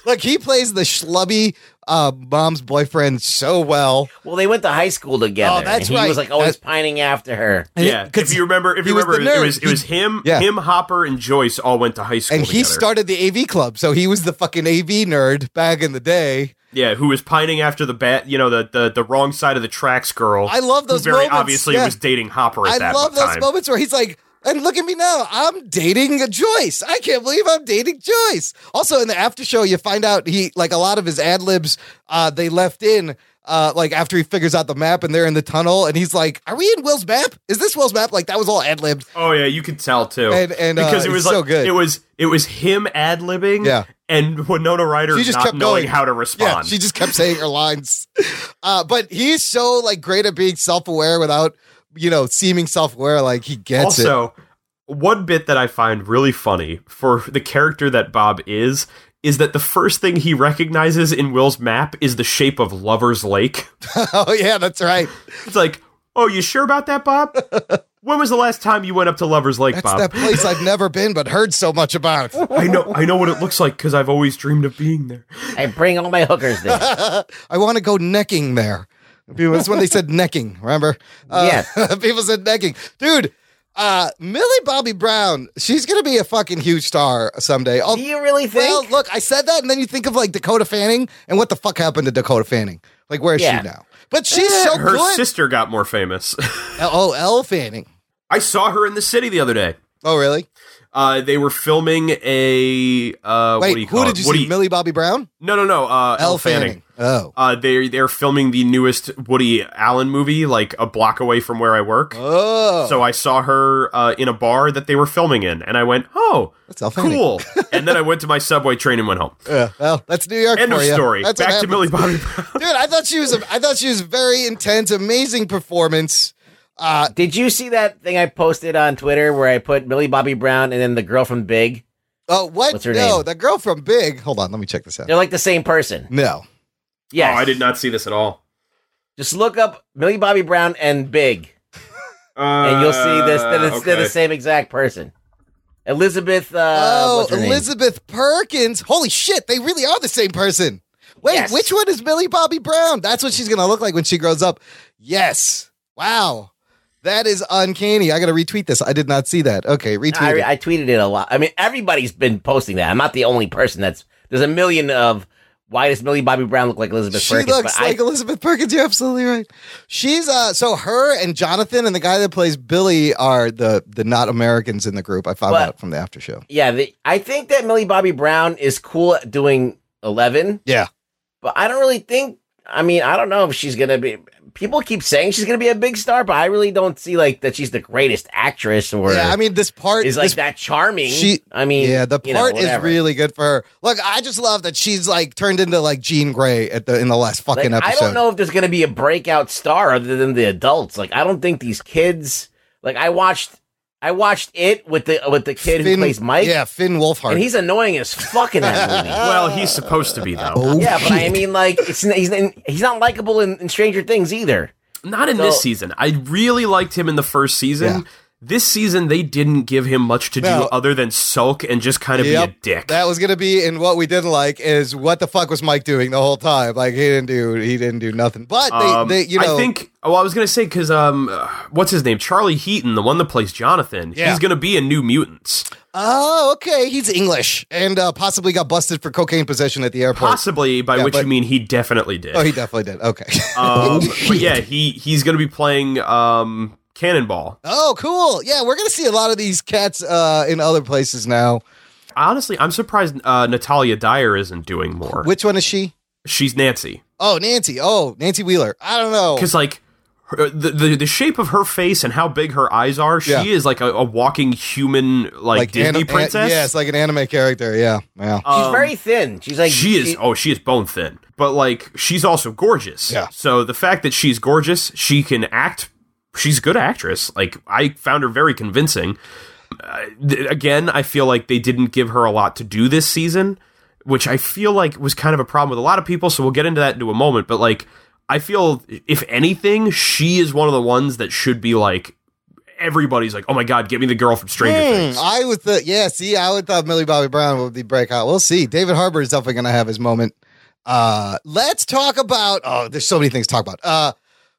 Speaker 1: Look, he plays the schlubby uh, mom's boyfriend so well.
Speaker 3: Well, they went to high school together.
Speaker 1: Oh, that's
Speaker 3: and he
Speaker 1: right.
Speaker 3: was like always
Speaker 1: That's-
Speaker 3: pining after her.
Speaker 4: yeah if you remember if
Speaker 1: he
Speaker 4: you
Speaker 1: was
Speaker 4: remember
Speaker 1: the
Speaker 4: it
Speaker 1: nerd.
Speaker 4: was it was him
Speaker 1: Yeah.
Speaker 4: him hopper and joyce all went to high school
Speaker 1: And he
Speaker 4: together.
Speaker 1: started the AV club, so he was the fucking AV nerd back in the day.
Speaker 4: yeah, who was pining after the bat? You know, the, the the wrong side of the tracks girl.
Speaker 1: I love those
Speaker 4: Who very
Speaker 1: moments,
Speaker 4: obviously
Speaker 1: yeah.
Speaker 4: was dating Hopper at
Speaker 1: I
Speaker 4: that
Speaker 1: love those
Speaker 4: time.
Speaker 1: moments where he's like, and look at me now. I'm dating a Joyce. I can't believe I'm dating Joyce. Also, in the after show, you find out he, like, a lot of his ad libs, uh, they left in, uh, like, after he figures out the map and they're in the tunnel, and he's like, Are we in Will's map? Is this Will's map? Like, that was all ad libbed.
Speaker 4: Oh yeah, you could tell too.
Speaker 1: And- and, uh,
Speaker 4: because it was
Speaker 1: it's so
Speaker 4: like
Speaker 1: good.
Speaker 4: it was it was him ad libbing.
Speaker 1: Yeah.
Speaker 4: and Winona Ryder
Speaker 1: She just
Speaker 4: not
Speaker 1: kept
Speaker 4: knowing
Speaker 1: going.
Speaker 4: how to
Speaker 1: Yeah,
Speaker 4: respond.
Speaker 1: she just kept saying her lines. Uh, but he's so, like, great at being self aware without, you know, seeming self aware. Like, he gets it.
Speaker 4: also, one bit that I find really funny for the character that Bob is is that the first thing he recognizes in Will's map is the shape of Lover's Lake.
Speaker 1: oh, yeah, that's right.
Speaker 4: It's like, oh, you sure about that, Bob? when was the last time you went up to Lover's Lake,
Speaker 1: That's
Speaker 4: Bob?
Speaker 1: that place I've never been, but heard so much about.
Speaker 4: I know, I know what it looks like because I've always dreamed of being there.
Speaker 3: I bring all my hookers there.
Speaker 1: I want to go necking there. People- That's when they said necking, remember? Uh,
Speaker 3: Yes.
Speaker 1: people said necking. Dude, uh, Millie Bobby Brown, she's going to be a fucking huge star someday. Oh,
Speaker 3: Do you really think?
Speaker 1: well, look, I said that, and then you think of like Dakota Fanning, and what the fuck happened to Dakota Fanning? Like, where is
Speaker 3: Yeah. Eh,
Speaker 1: she now? But she's so
Speaker 4: Her
Speaker 1: good.
Speaker 4: sister got more famous.
Speaker 1: LOL Fanning.
Speaker 4: I saw her in the city the other day.
Speaker 1: Oh, really?
Speaker 4: Uh, they were filming a uh, what do you
Speaker 1: Wait,
Speaker 4: call
Speaker 1: who
Speaker 4: it?
Speaker 1: did you
Speaker 4: What do
Speaker 1: see? Millie Bobby Brown?
Speaker 4: no, no, no. Uh, Elle Fanning.
Speaker 1: Oh.
Speaker 4: Uh, they they're filming the newest Woody Allen movie, like a block away from where I work.
Speaker 1: Oh.
Speaker 4: So I saw her uh, in a bar that they were filming in, and I went, "Oh,
Speaker 1: That's Elle Fanning.
Speaker 4: cool!" and then I went to my subway train and went home.
Speaker 1: Yeah, well, that's New York
Speaker 4: End
Speaker 1: for
Speaker 4: of
Speaker 1: ya.
Speaker 4: story.
Speaker 1: That's what
Speaker 4: Back to
Speaker 1: happens.
Speaker 4: Millie Bobby Brown.
Speaker 1: Dude, I thought she was. A, I thought she was very intense, amazing performance. Uh,
Speaker 3: Did you see that thing I posted on Twitter where I put Millie Bobby Brown and then the girl from Big?
Speaker 1: oh, what?
Speaker 3: What's her
Speaker 1: no,
Speaker 3: name?
Speaker 1: that girl from Big. Hold on, let me check this out.
Speaker 3: They're like the same person.
Speaker 1: No,
Speaker 3: Yes.
Speaker 4: Oh, I did not see this at all.
Speaker 3: Just look up Millie Bobby Brown and Big,
Speaker 4: Uh,
Speaker 3: and you'll see this. That it's, They're the
Speaker 4: okay.
Speaker 3: same exact person. Elizabeth. Uh,
Speaker 1: oh,
Speaker 3: what's her name?
Speaker 1: Elizabeth Perkins. Holy shit, they really are the same person. Wait,
Speaker 3: Yes.
Speaker 1: which one is Millie Bobby Brown? That's what she's gonna look like when she grows up. Yes. Wow, that is uncanny. I gotta retweet this. I did not see that. Okay, retweet. it.
Speaker 3: I, I tweeted it a lot. I mean, everybody's been posting that. I'm not the only person that's. There's a million of why does Millie Bobby Brown look like Elizabeth
Speaker 1: She
Speaker 3: Perkins?
Speaker 1: looks
Speaker 3: but I-
Speaker 1: like Elizabeth Perkins. You're absolutely right. She's uh so her and Jonathan and the guy that plays Billy are the the not Americans in the group. I found
Speaker 3: But-
Speaker 1: out from the after show.
Speaker 3: yeah, the, I think that Millie Bobby Brown is cool at doing Eleven.
Speaker 1: Yeah.
Speaker 3: but I don't really think. I mean, I don't know if she's gonna be. People keep saying she's gonna be a big star, but I really don't see like that she's the greatest actress or
Speaker 1: Yeah, I mean this part
Speaker 3: is like
Speaker 1: this-
Speaker 3: that charming.
Speaker 1: she-
Speaker 3: I mean,
Speaker 1: yeah, the
Speaker 3: you know,
Speaker 1: part is
Speaker 3: whatever.
Speaker 1: really good for her. Look, I just love that she's like turned into like Jean Grey at the in the last
Speaker 3: Like,
Speaker 1: fucking
Speaker 3: I
Speaker 1: episode.
Speaker 3: don't know if there's gonna be a breakout star other than the adults. Like, I don't think these kids. Like, I watched, I watched it with the with the kid who plays Mike,
Speaker 1: Yeah, Finn Wolfhard.
Speaker 3: and he's annoying as fuck in that movie.
Speaker 4: Well, he's supposed to be though.
Speaker 1: Oh.
Speaker 3: yeah, but I mean, like, it's, he's he's not likable in, in Stranger Things either.
Speaker 4: Not in this
Speaker 3: So-
Speaker 4: season. I really liked him in the first season. This season, they didn't give him much to
Speaker 1: No.
Speaker 4: do other than sulk and just kind of be a
Speaker 1: Yep.
Speaker 4: dick.
Speaker 1: That was gonna be in what we didn't like is what the fuck was Mike doing the whole time? Like he didn't do he didn't do nothing. But they,
Speaker 4: Um,
Speaker 1: they you know
Speaker 4: I think. Oh, I was gonna say because um, uh, what's his name? Charlie Heaton, the one that plays Jonathan.
Speaker 1: Yeah.
Speaker 4: He's gonna be in New Mutants,
Speaker 1: Oh, okay. He's English and uh, possibly got busted for cocaine possession at the airport.
Speaker 4: possibly. By
Speaker 1: Yeah,
Speaker 4: which
Speaker 1: but-
Speaker 4: you mean he definitely did.
Speaker 1: oh, he definitely did. Okay.
Speaker 4: um, but yeah, he he's gonna be playing um Cannonball.
Speaker 1: oh, cool. Yeah, we're gonna see a lot of these cats uh, in other places now.
Speaker 4: Honestly, I'm surprised uh, Natalia Dyer isn't doing more.
Speaker 1: Which one is she?
Speaker 4: She's Nancy
Speaker 1: Oh, Nancy. Oh, Nancy Wheeler. I don't know.
Speaker 4: because like her, the, the the shape of her face and how big her eyes are, she
Speaker 1: Yeah.
Speaker 4: is like a, a walking human like, Disney
Speaker 1: an- an-
Speaker 4: princess.
Speaker 1: yeah, it's like an anime character. Yeah, yeah.
Speaker 4: Um,
Speaker 3: thin. She's like
Speaker 4: she is. oh, she is bone thin, but like she's also gorgeous. Yeah. So the fact that she's gorgeous, she can act. She's a good actress. Like I found her very convincing. Uh, th- again, I feel like they didn't give her a lot to do this season, which I feel like was kind of a problem with a lot of people. So we'll get into that into a moment. But like, I feel if anything, she is one of the ones that should be like everybody's like, oh my god, get me the girl from Stranger
Speaker 1: Hmm,
Speaker 4: Things.
Speaker 1: I would th- yeah, see, I would thought Millie Bobby Brown would be breakout. We'll see. David Harbour is definitely gonna have his moment. Uh let's talk about oh, there's so many things to talk about. Uh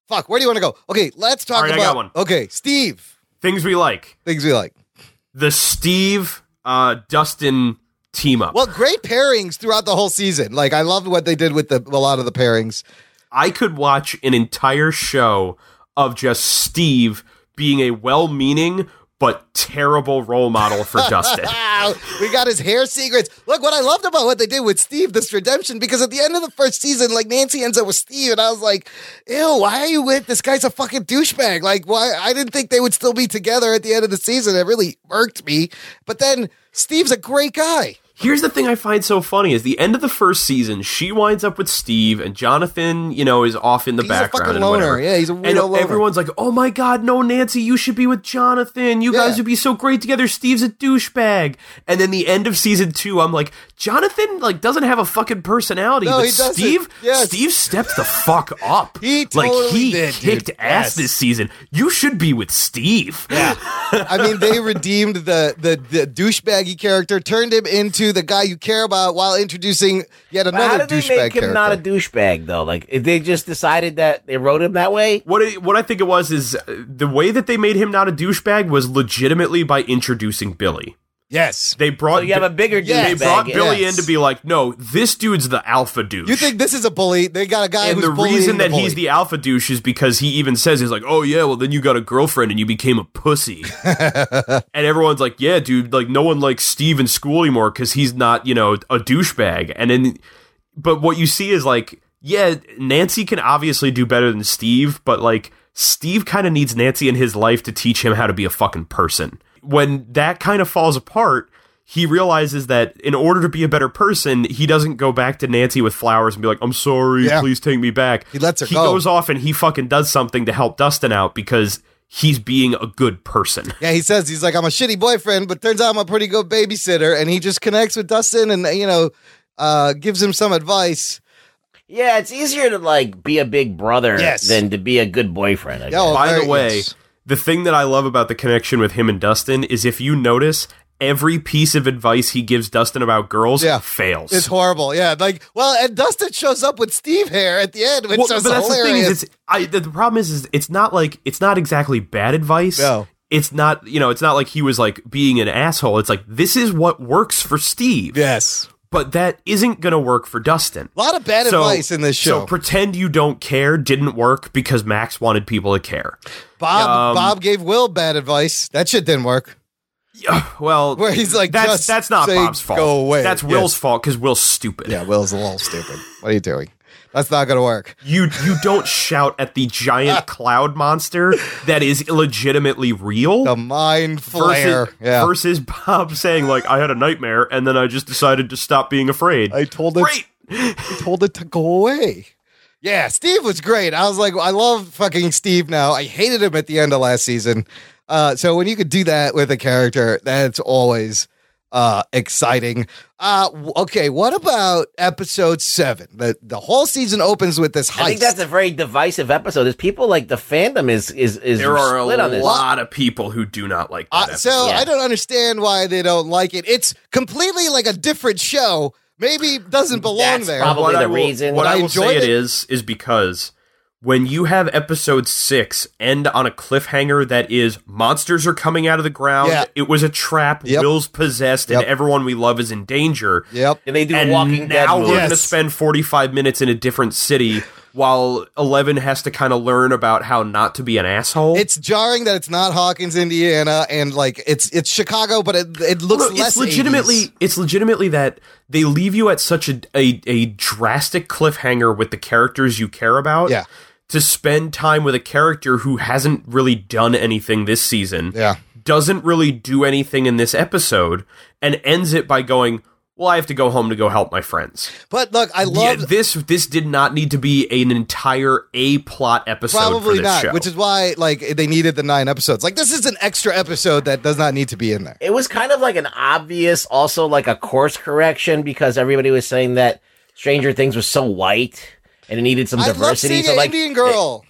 Speaker 1: fuck, where do you want to go? Okay, let's talk
Speaker 4: All right, I
Speaker 1: about
Speaker 4: got one.
Speaker 1: Okay, Steve.
Speaker 4: Things we like.
Speaker 1: Things we like.
Speaker 4: The Steve uh, Dustin team up.
Speaker 1: Well, great pairings throughout the whole season. Like I loved what they did with the a lot of the pairings.
Speaker 4: I could watch an entire show of just Steve being a well-meaning but terrible role model for Dustin.
Speaker 1: we got his hair secrets. Look, what I loved about what they did with Steve, this redemption, because at the end of the first season, like Nancy ends up with Steve, and I was like, ew, why are you with this guy's a fucking douchebag? Like, why? I didn't think they would still be together at the end of the season. It really irked me. But then Steve's a great guy.
Speaker 4: Here's the thing I find so funny is the end of the first season, she winds up with Steve and Jonathan, you know, is off in the
Speaker 1: He's a
Speaker 4: background.
Speaker 1: fucking
Speaker 4: and
Speaker 1: loner.
Speaker 4: whatever.
Speaker 1: Yeah, he's a
Speaker 4: And
Speaker 1: weirdo loner.
Speaker 4: everyone's like, oh my god, no, Nancy, you should be with Jonathan. You guys would be so great together. Steve's a douchebag. And then the end of season two, I'm like, Jonathan like doesn't have a fucking personality.
Speaker 1: No,
Speaker 4: but
Speaker 1: he doesn't.
Speaker 4: Steve
Speaker 1: Yes.
Speaker 4: Steve stepped the fuck up.
Speaker 1: He
Speaker 4: like
Speaker 1: totally
Speaker 4: he
Speaker 1: did, dude.
Speaker 4: kicked ass
Speaker 1: Yes.
Speaker 4: this season. You should be with Steve.
Speaker 1: I mean, they redeemed the the, the douchebaggy character, turned him into the guy you care about, while introducing yet
Speaker 3: But how
Speaker 1: another
Speaker 3: did they
Speaker 1: douchebag
Speaker 3: make him
Speaker 1: character.
Speaker 3: not a douchebag though? Like if they just decided that they wrote him that way.
Speaker 4: What it, what I think it was is uh, the way that they made him not a douchebag was legitimately by introducing Billy.
Speaker 1: Yes,
Speaker 4: they brought.
Speaker 3: So you have a bigger
Speaker 4: They
Speaker 3: douchebag,
Speaker 4: brought Billy
Speaker 1: yes.
Speaker 4: in to be like, no, this dude's the alpha douche.
Speaker 1: you think this is a bully? They got a guy
Speaker 4: and
Speaker 1: who's
Speaker 4: the
Speaker 1: bullying
Speaker 4: reason
Speaker 1: the
Speaker 4: that he's
Speaker 1: bully.
Speaker 4: the alpha douche is because he even says he's like, oh yeah, well then you got a girlfriend and you became a pussy, and everyone's like, yeah, dude, like no one likes Steve in school anymore because he's not, you know, a douchebag. And then, but what you see is like, yeah, Nancy can obviously do better than Steve, but like Steve kind of needs Nancy in his life to teach him how to be a fucking person. When that kind of falls apart, he realizes that in order to be a better person, he doesn't go back to Nancy with flowers and be like, "I'm sorry,
Speaker 1: Yeah.
Speaker 4: please take me back." He
Speaker 1: lets her
Speaker 4: He
Speaker 1: go.
Speaker 4: goes off and he fucking does something to help Dustin out because he's being a good person.
Speaker 1: Yeah, he says he's like I'm a shitty boyfriend, but turns out I'm a pretty good babysitter, and he just connects with Dustin and you know uh, gives him some advice.
Speaker 3: Yeah, it's easier to like be a big brother
Speaker 1: Yes.
Speaker 3: than to be a good boyfriend. I guess.
Speaker 4: By the
Speaker 1: very-
Speaker 4: way,
Speaker 1: yes.
Speaker 4: the thing that I love about the connection with him and Dustin is if you notice, every piece of advice he gives Dustin about girls
Speaker 1: Yeah.
Speaker 4: fails.
Speaker 1: It's horrible. Yeah, like well, and Dustin shows up with Steve hair at the end, which
Speaker 4: Well,
Speaker 1: is
Speaker 4: but that's the thing
Speaker 1: hilarious.
Speaker 4: is, it's, I, the, the problem is, is it's not like it's not exactly bad advice.
Speaker 1: No.
Speaker 4: It's not, you know, it's not like he was like being an asshole. It's like this is what works for Steve.
Speaker 1: yes,
Speaker 4: But that isn't going to work for Dustin.
Speaker 1: a lot of bad advice in this show.
Speaker 4: So pretend you don't care didn't work because Max wanted people to care.
Speaker 1: Bob
Speaker 4: um,
Speaker 1: Bob gave Will bad advice. That shit didn't work.
Speaker 4: Yeah, well,
Speaker 1: Where he's like,
Speaker 4: that's
Speaker 1: "Just
Speaker 4: that's not
Speaker 1: say
Speaker 4: Bob's fault.
Speaker 1: go away."
Speaker 4: That's
Speaker 1: Yes.
Speaker 4: Will's fault because Will's stupid.
Speaker 1: Yeah, Will's a little stupid. What are you doing? That's not gonna work.
Speaker 4: You you don't shout at the giant cloud monster that is legitimately real.
Speaker 1: The mind flare.
Speaker 4: versus,
Speaker 1: yeah,
Speaker 4: versus Bob saying like I had a nightmare and then I just decided to stop being afraid.
Speaker 1: I told it.
Speaker 4: Great.
Speaker 1: I told it to go away. Yeah, Steve was great. I was like, I love fucking Steve now. I hated him at the end of last season. Uh, so when you could do that with a character, that's always uh, exciting. Uh, w- okay, what about episode seven? The the whole season opens with this heist.
Speaker 3: I think that's a very divisive episode. There's people like the fandom is is is
Speaker 4: There are a
Speaker 3: split on this.
Speaker 4: lot of people who do not like that.
Speaker 1: Uh, so
Speaker 3: Yeah.
Speaker 1: I don't understand why they don't like it. It's completely like a different show. Maybe it doesn't belong
Speaker 3: That's
Speaker 1: there.
Speaker 3: probably
Speaker 4: What I
Speaker 3: the
Speaker 4: will-
Speaker 3: reason.
Speaker 4: What
Speaker 1: But
Speaker 4: I,
Speaker 1: I
Speaker 4: will
Speaker 1: enjoyed
Speaker 4: say it
Speaker 1: it.
Speaker 4: is is because when you have episode six end on a cliffhanger that is monsters are coming out of the ground,
Speaker 1: Yeah.
Speaker 4: it was a trap,
Speaker 1: Yep.
Speaker 4: Will's possessed,
Speaker 1: Yep.
Speaker 4: and everyone we love is in danger.
Speaker 1: Yep.
Speaker 3: and they do
Speaker 4: And
Speaker 3: Walking Dead.
Speaker 4: now we're
Speaker 3: movies.
Speaker 4: going to spend 45 minutes in a different city while Eleven has to kind of learn about how not to be an asshole.
Speaker 1: It's jarring that it's not Hawkins, Indiana, and like it's it's Chicago, but it, it looks
Speaker 4: Well, no,
Speaker 1: less.
Speaker 4: it's legitimately
Speaker 1: 80s.
Speaker 4: it's legitimately that they leave you at such a, a a drastic cliffhanger with the characters you care about
Speaker 1: Yeah.
Speaker 4: to spend time with a character who hasn't really done anything this season.
Speaker 1: Yeah.
Speaker 4: Doesn't really do anything in this episode and ends it by going, "Well, I have to go home to go help my friends."
Speaker 1: But look, I love
Speaker 4: Yeah, this this did not need to be an entire A plot episode for
Speaker 1: probably
Speaker 4: this
Speaker 1: not,
Speaker 4: show.
Speaker 1: which is why like they needed the nine episodes. Like this is an extra episode that does not need to be in there.
Speaker 3: It was kind of like an obvious, also like a course correction because everybody was saying that Stranger Things was so white and it needed some
Speaker 1: I love
Speaker 3: diversity.
Speaker 1: seeing
Speaker 3: so
Speaker 1: an
Speaker 3: like,
Speaker 1: Indian girl.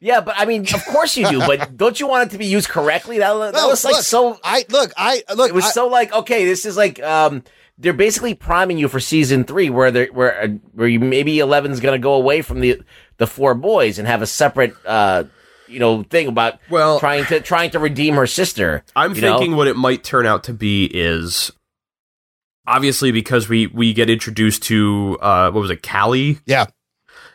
Speaker 3: yeah, but I mean, of course you do, but don't you want it to be used correctly? That, that
Speaker 1: No,
Speaker 3: was like
Speaker 1: look,
Speaker 3: so.
Speaker 1: I look, I look.
Speaker 3: It was
Speaker 1: I-
Speaker 3: so like okay, this is like um, they're basically priming you for season three, where they where uh, where you, maybe Eleven's gonna go away from the the four boys and have a separate uh, you know thing about
Speaker 4: Well-
Speaker 3: trying to trying to redeem her sister.
Speaker 4: I'm
Speaker 3: you know?
Speaker 4: thinking what it might turn out to be is obviously because we we get introduced to uh what was it Callie
Speaker 1: yeah.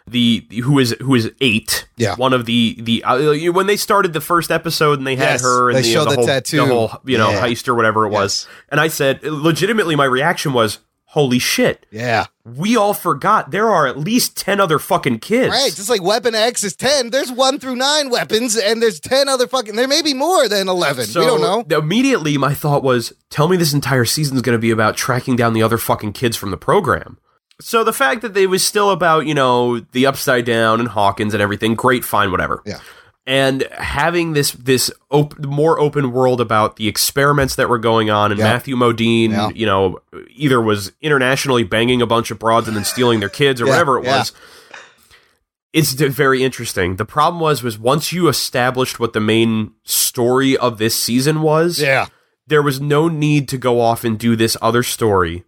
Speaker 4: the who is who is 8
Speaker 1: Yeah.
Speaker 4: one of the the uh, you- when they started the first episode and they had
Speaker 1: Yes,
Speaker 4: her and
Speaker 1: they
Speaker 4: the, uh,
Speaker 1: showed
Speaker 4: the
Speaker 1: the
Speaker 4: whole
Speaker 1: tattoo.
Speaker 4: whole you know
Speaker 1: Yeah.
Speaker 4: heist or whatever it was and I said legitimately my reaction was holy shit
Speaker 1: Yeah.
Speaker 4: we all forgot there are at least 10 other fucking kids
Speaker 1: Right, just like Weapon X is ten. There's one through nine weapons, and there's ten other fucking. There may be more than eleven. we don't know.
Speaker 4: th- Immediately, my thought was, tell me this entire season's going to be about tracking down the other fucking kids from the program. So the fact that they was still about, you know, the upside down and Hawkins and everything, great, fine, whatever.
Speaker 1: Yeah.
Speaker 4: And having this this op- more open world about the experiments that were going on, and
Speaker 1: Yeah.
Speaker 4: Matthew Modine,
Speaker 1: Yeah.
Speaker 4: you know, either was internationally banging a bunch of broads and then stealing their kids or
Speaker 1: Yeah,
Speaker 4: whatever it
Speaker 1: yeah.
Speaker 4: was, it's d- very interesting. The problem was was once you established what the main story of this season was,
Speaker 1: Yeah.
Speaker 4: there was no need to go off and do this other story,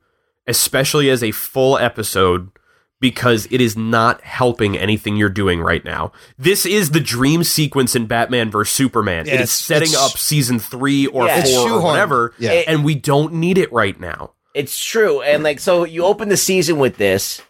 Speaker 4: especially as a full episode because it is not helping anything you're doing right now. This is the dream sequence in Batman vs Superman.
Speaker 1: Yeah,
Speaker 4: it is
Speaker 1: it's-
Speaker 4: setting
Speaker 1: it's-
Speaker 4: up season 3 or
Speaker 3: Yeah. It's
Speaker 4: 4 or
Speaker 1: shoehorned.
Speaker 4: whatever
Speaker 1: Yeah.
Speaker 4: and we don't need it right now.
Speaker 3: It's true. And like, so you open the season with this,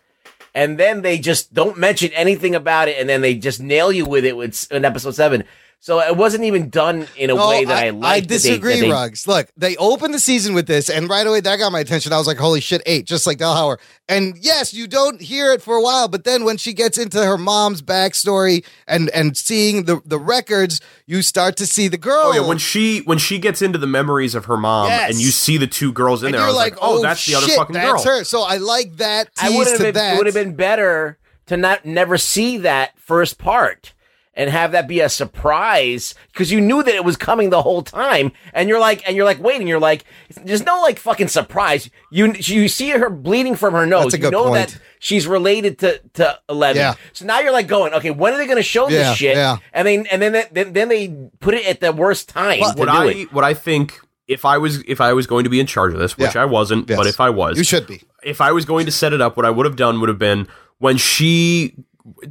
Speaker 3: and then they just don't mention anything about it, and then they just nail you with it with, in episode seven. So it wasn't even done in a
Speaker 1: No,
Speaker 3: way that I,
Speaker 1: I
Speaker 3: liked. that they-
Speaker 1: disagree,
Speaker 3: that they-
Speaker 1: Ruggs. Look, they opened the season with this, and right away that got my attention. I was like, "Holy shit, eight! Just like Delhauer. And yes, you don't hear it for a while, but then when she gets into her mom's backstory and and seeing the the records, you start to see the girl.
Speaker 4: Oh yeah, when she when she gets into the memories of her mom
Speaker 1: Yes.
Speaker 4: and you see the two girls in
Speaker 1: and
Speaker 4: there, I
Speaker 1: you're
Speaker 4: was like, "Oh, that's the other
Speaker 1: shit,
Speaker 4: fucking
Speaker 1: that's
Speaker 4: girl."
Speaker 1: her." So I like that
Speaker 3: I
Speaker 1: tease
Speaker 3: would have
Speaker 1: to
Speaker 3: been.
Speaker 1: that.
Speaker 3: It would have been better to not never see that first part and have that be a surprise because you knew that it was coming the whole time, and you're like, and you're like, waiting. You're like, there's no like fucking surprise. You you see her bleeding from her nose.
Speaker 1: That's a
Speaker 3: you
Speaker 1: good
Speaker 3: know
Speaker 1: point.
Speaker 3: that she's related to to Eleven.
Speaker 1: Yeah.
Speaker 3: So now you're like going, okay, when are they going to show
Speaker 1: Yeah,
Speaker 3: this shit?
Speaker 1: yeah.
Speaker 3: And then and then, then then they put it at the worst time to
Speaker 4: what
Speaker 3: do
Speaker 4: I
Speaker 3: it.
Speaker 4: what I think if I was if I was going to be in charge of this, which
Speaker 1: Yeah.
Speaker 4: I wasn't,
Speaker 1: Yes.
Speaker 4: but if I was,
Speaker 1: You should be.
Speaker 4: if I was going to set it up, what I would have done would have been when she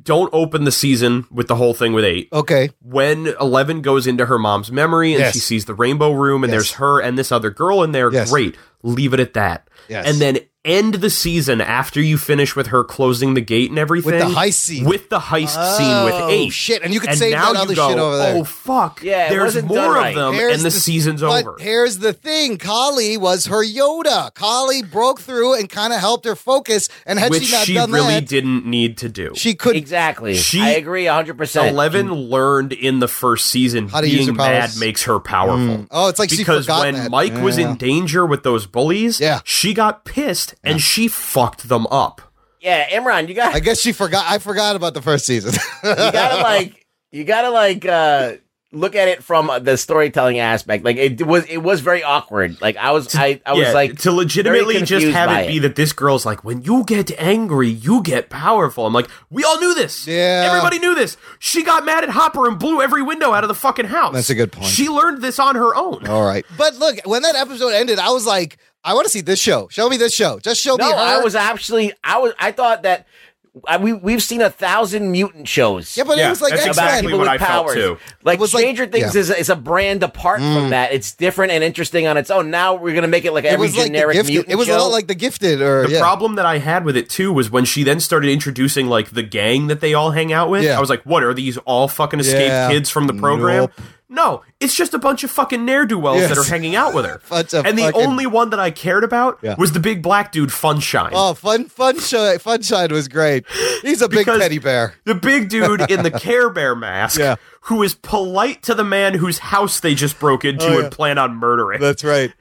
Speaker 4: don't open the season with the whole thing with eight.
Speaker 1: Okay.
Speaker 4: When Eleven goes into her mom's memory and
Speaker 1: Yes.
Speaker 4: she sees the rainbow room and
Speaker 1: Yes.
Speaker 4: there's her and this other girl in there,
Speaker 1: Yes.
Speaker 4: great. Leave it at that.
Speaker 1: Yes.
Speaker 4: And then end the season after you finish with her closing the gate and everything.
Speaker 1: heist scene.
Speaker 4: With the heist scene with
Speaker 1: Oh,
Speaker 4: eight.
Speaker 1: shit. And you could
Speaker 4: and
Speaker 1: save
Speaker 4: now
Speaker 1: that
Speaker 4: you
Speaker 1: other
Speaker 4: go,
Speaker 1: shit over there.
Speaker 4: Oh fuck.
Speaker 3: Yeah, it
Speaker 4: There's
Speaker 3: wasn't done
Speaker 4: more
Speaker 3: right.
Speaker 4: of them Um, and the
Speaker 1: s-
Speaker 4: season's
Speaker 1: but
Speaker 4: over.
Speaker 1: Here's the thing: Kali was her Yoda. Kali broke through and kind of helped her focus. And had
Speaker 4: Which
Speaker 1: she not
Speaker 4: she
Speaker 1: done
Speaker 4: really
Speaker 1: that,
Speaker 4: didn't need to do.
Speaker 1: she could.
Speaker 3: exactly.
Speaker 4: She-
Speaker 3: I agree 100. percent
Speaker 4: Eleven learned in the first season
Speaker 1: How to use
Speaker 4: being
Speaker 1: her powers.
Speaker 4: mad makes her powerful.
Speaker 1: Oh, it's like she
Speaker 4: because
Speaker 1: forgot
Speaker 4: when
Speaker 1: that.
Speaker 4: Mike was
Speaker 1: Yeah.
Speaker 4: in danger with those bullies,
Speaker 1: Yeah.
Speaker 4: she got pissed and she fucked them up.
Speaker 3: Yeah, Imran, you got
Speaker 1: I guess she forgot. I forgot about the first season.
Speaker 3: you gotta like you gotta like uh look at it from the storytelling aspect like it was it was very awkward like i was i i was
Speaker 4: Yeah,
Speaker 3: like
Speaker 4: to legitimately
Speaker 3: very
Speaker 4: just
Speaker 3: confused
Speaker 4: have
Speaker 3: by
Speaker 4: it be that this girl's like, when you get angry, you get powerful. I'm like, we all knew this.
Speaker 1: Yeah.
Speaker 4: everybody knew this. She got mad at Hopper and blew every window out of the fucking house.
Speaker 1: That's a good point.
Speaker 4: She learned this on her own.
Speaker 1: All right, but look, when that episode ended, I was like, I want to see this show. Show me this show. Just show me
Speaker 3: no
Speaker 1: her.
Speaker 3: i was actually i was i thought that I, we we've seen a thousand mutant shows
Speaker 1: yeah, but it
Speaker 4: Yeah,
Speaker 1: was like
Speaker 4: that's
Speaker 1: X
Speaker 3: about
Speaker 1: Men.
Speaker 4: exactly
Speaker 3: people
Speaker 4: what
Speaker 3: with
Speaker 4: I felt,
Speaker 3: powers.
Speaker 4: too.
Speaker 3: Like
Speaker 1: It was like-
Speaker 3: Stranger Things
Speaker 1: yeah. Mm.
Speaker 3: is, is a brand apart from that. It's different and interesting on its own. Now we're gonna make it like
Speaker 1: It
Speaker 3: every
Speaker 1: was like the
Speaker 3: generic
Speaker 1: gifted.
Speaker 3: mutant
Speaker 1: It was a
Speaker 3: show.
Speaker 1: lot like the gifted. Or
Speaker 4: The
Speaker 1: Oh, yeah.
Speaker 4: problem that I had with it too was when she then started introducing like the gang that they all hang out with.
Speaker 1: Yeah.
Speaker 4: I was like, what are these all fucking escaped
Speaker 1: Yeah.
Speaker 4: kids from the program?
Speaker 1: Nope.
Speaker 4: No, it's just a bunch of fucking ne'er do wells that
Speaker 1: Yes.
Speaker 4: are hanging out with her.
Speaker 1: Bunch of
Speaker 4: and the
Speaker 1: fucking-
Speaker 4: only one that I cared about
Speaker 1: Yeah.
Speaker 4: was the big black dude, Funshine.
Speaker 1: Oh, fun, fun shine, fun shine was great. He's a big
Speaker 4: Because-
Speaker 1: teddy bear.
Speaker 4: The big dude in the Care Bear mask,
Speaker 1: Yeah.
Speaker 4: who is polite to the man whose house they just broke into
Speaker 1: Oh, yeah.
Speaker 4: and plan on murdering.
Speaker 1: That's right.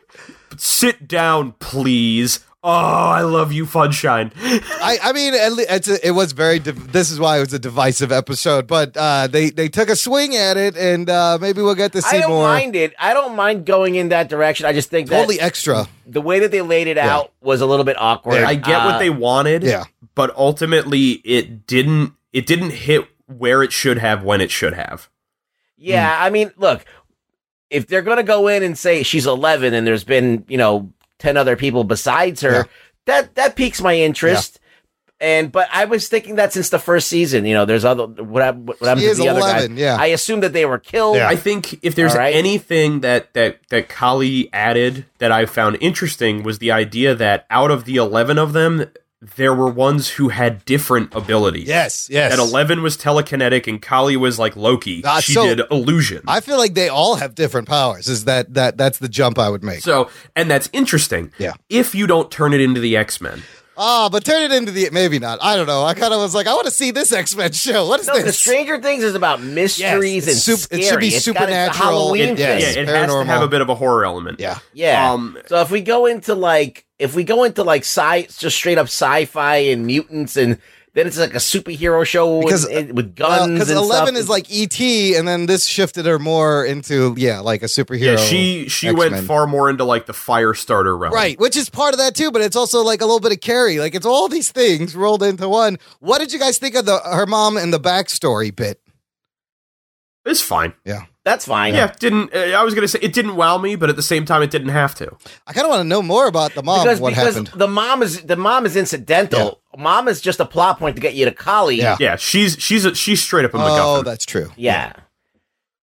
Speaker 4: Sit down, please. Oh, I love you, Funshine.
Speaker 1: I, I mean, at le- it's a, it was very. Div- this is why it was a divisive episode, but uh, they they took a swing at it, and uh, maybe we'll get to see
Speaker 3: I don't
Speaker 1: more.
Speaker 3: mind it. I don't mind going in that direction. I just think that
Speaker 1: Totally extra.
Speaker 3: the way that they laid it out was a little bit awkward.
Speaker 4: I get
Speaker 3: Uh,
Speaker 4: what they wanted,
Speaker 1: yeah.
Speaker 4: but ultimately it didn't it didn't hit where it should have when it should have.
Speaker 3: Yeah, I mean, look, if they're going to go in and say she's 11 and there's been, you know, 10 other people besides her,
Speaker 1: Yeah.
Speaker 3: that that piques my interest. And but I was thinking that since the first season, you know, there's other what, I, what happened to
Speaker 1: is
Speaker 3: the other
Speaker 1: 11,
Speaker 3: guys.
Speaker 1: yeah.
Speaker 3: I assume that they were killed.
Speaker 1: Yeah.
Speaker 4: I think if there's
Speaker 3: All right.
Speaker 4: anything that that that Kali added that I found interesting was the idea that out of the eleven of them, there were ones who had different abilities.
Speaker 1: Yes, yes.
Speaker 4: That eleven was telekinetic and Kali was like Loki.
Speaker 1: Ah,
Speaker 4: she
Speaker 1: so-
Speaker 4: did illusion.
Speaker 1: I feel like they all have different powers. Is that that that's the jump I would make?
Speaker 4: so and that's interesting.
Speaker 1: Yeah.
Speaker 4: If you don't turn it into the X Men.
Speaker 1: Ah, but turn it into the maybe not. I don't know. I kind of was like, I want to see this X Men show. What is
Speaker 3: No, because
Speaker 1: this?
Speaker 3: Stranger Things is about mysteries
Speaker 1: It's
Speaker 3: and
Speaker 1: sup- it should be
Speaker 3: scary. It's got its
Speaker 1: supernatural.
Speaker 3: Halloween
Speaker 1: It- yes.
Speaker 3: thing.
Speaker 4: yeah, it has to
Speaker 1: paranormal.
Speaker 4: have a bit of a horror element.
Speaker 1: yeah,
Speaker 3: Yeah.
Speaker 4: Um,
Speaker 3: so if we go into like if we go into like sci just straight up sci-fi and mutants and then it's like a superhero show
Speaker 1: Because,
Speaker 3: with, and- with guns
Speaker 1: because
Speaker 3: and
Speaker 1: eleven
Speaker 3: stuff.
Speaker 1: is like ET, and then this shifted her more into yeah, like a superhero.
Speaker 4: Yeah, she she
Speaker 1: X-Men.
Speaker 4: went far more into like the Firestarter realm.
Speaker 1: Right, which is part of that too, but it's also like a little bit of Carrie. Like it's all these things rolled into one. What did you guys think of the her mom and the backstory bit?
Speaker 4: It's fine.
Speaker 3: that's fine.
Speaker 4: Yeah, didn't uh, I was gonna say it didn't wow me, but at the same time, it didn't have to.
Speaker 1: I kind of want to know more about the mom.
Speaker 3: Because,
Speaker 1: what
Speaker 3: because
Speaker 1: happened?
Speaker 3: the mom is the mom is incidental. Mom is just a plot point to get you to Kali.
Speaker 1: Yeah.
Speaker 4: Yeah, she's she's a, she's straight up a
Speaker 1: Oh,
Speaker 4: MacGuffin.
Speaker 1: that's true.
Speaker 3: Yeah.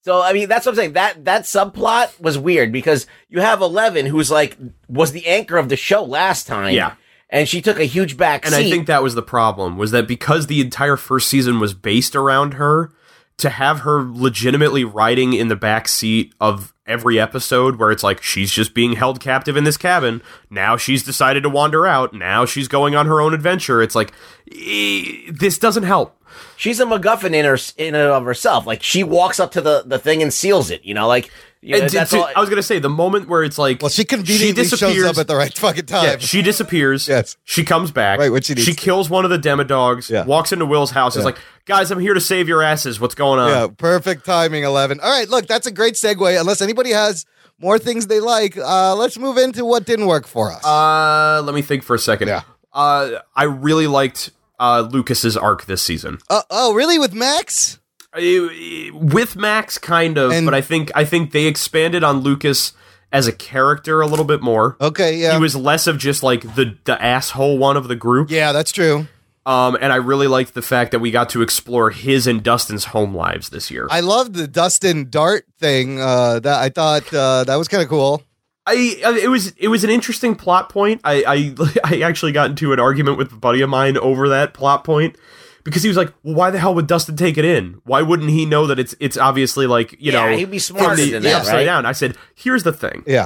Speaker 3: So I mean that's what I'm saying. That that subplot was weird because you have Eleven who's like was the anchor of the show last time.
Speaker 4: Yeah.
Speaker 3: And she took a huge back
Speaker 4: and I think that was the problem was that because the entire first season was based around her, to have her legitimately riding in the back seat of every episode where it's like she's just being held captive in this cabin. Now she's decided to wander out. Now she's going on her own adventure. It's like eh, this doesn't help.
Speaker 3: she's a MacGuffin in her in and of herself. Like she walks up to the, the thing and seals it. You know, like you know,
Speaker 4: And to-
Speaker 3: that's
Speaker 4: to-
Speaker 3: all.
Speaker 4: I was gonna say the moment where it's like
Speaker 1: Well, she conveniently shows up at the right fucking time.
Speaker 4: Yeah, she disappears.
Speaker 1: Yes.
Speaker 4: She comes back.
Speaker 1: Right, when she needs to.
Speaker 4: kills one of the demodogs,
Speaker 1: Yeah.
Speaker 4: walks into Will's house, is like, guys, I'm here to save your asses. What's going on?
Speaker 1: Yeah, perfect timing, 11. All right, look, that's a great segue. Unless anybody has more things they like, uh, let's move into what didn't work for us.
Speaker 4: Uh, let me think for a second.
Speaker 1: Yeah.
Speaker 4: Uh, I really liked uh, Lucas's arc this season.
Speaker 1: Uh, oh, really? With Max?
Speaker 4: I- with Max, kind of,
Speaker 1: And-
Speaker 4: but I think I think they expanded on Lucas as a character a little bit more.
Speaker 1: Okay, Oh, yeah.
Speaker 4: He was less of just like the the asshole one of the group.
Speaker 1: yeah, that's true.
Speaker 4: Um, and I really liked the fact that we got to explore his and Dustin's home lives this year.
Speaker 1: I loved the Dustin Dart thing. Uh, that I thought uh, that was kind of cool.
Speaker 4: I, I it was it was an interesting plot point. I, I I actually got into an argument with a buddy of mine over that plot point because he was like, well, "Why the hell would Dustin take it in? Why wouldn't he know that it's it's obviously like you
Speaker 3: Yeah,
Speaker 4: know
Speaker 3: he'd be
Speaker 4: from
Speaker 3: smarter
Speaker 4: the,
Speaker 3: than
Speaker 4: the
Speaker 3: that,
Speaker 4: upside
Speaker 3: right?
Speaker 4: down?" I said, "Here's the thing:
Speaker 1: Yeah.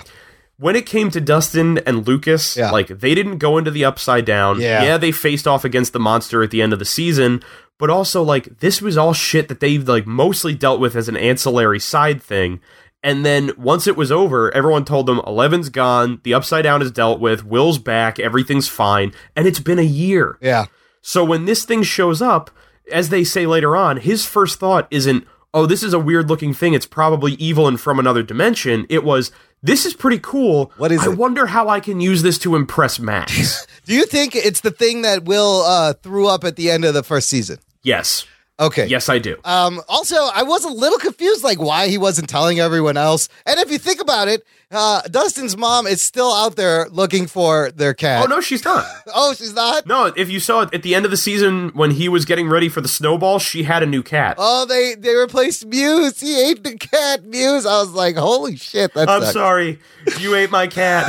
Speaker 4: when it came to Dustin and Lucas,
Speaker 1: Yeah.
Speaker 4: like they didn't go into the upside down.
Speaker 1: Yeah.
Speaker 4: they faced off against the monster at the end of the season, but also like this was all shit that they like mostly dealt with as an ancillary side thing. And then once it was over, everyone told them Eleven's gone, the upside down is dealt with, Will's back, everything's fine, and it's been a year.
Speaker 1: Yeah.
Speaker 4: So when this thing shows up, as they say later on, his first thought isn't, oh, this is a weird looking thing. It's probably evil and from another dimension. It was, this is pretty cool.
Speaker 1: What is
Speaker 4: I
Speaker 1: it?"
Speaker 4: wonder how I can use this to impress Max.
Speaker 1: Do you think it's the thing that Will uh, threw up at the end of the first season?
Speaker 4: yes.
Speaker 1: Okay.
Speaker 4: Yes, I do.
Speaker 1: Um, also, I was a little confused, like why he wasn't telling everyone else. And if you think about it, uh, Dustin's mom is still out there looking for their cat.
Speaker 4: Oh, no, she's not.
Speaker 1: Oh, she's not.
Speaker 4: No, if you saw it at the end of the season when he was getting ready for the snowball, she had a new cat.
Speaker 1: Oh, they they replaced Muse. He ate the cat, Muse. I was like, holy shit, that's
Speaker 4: I'm sorry. You ate my cat.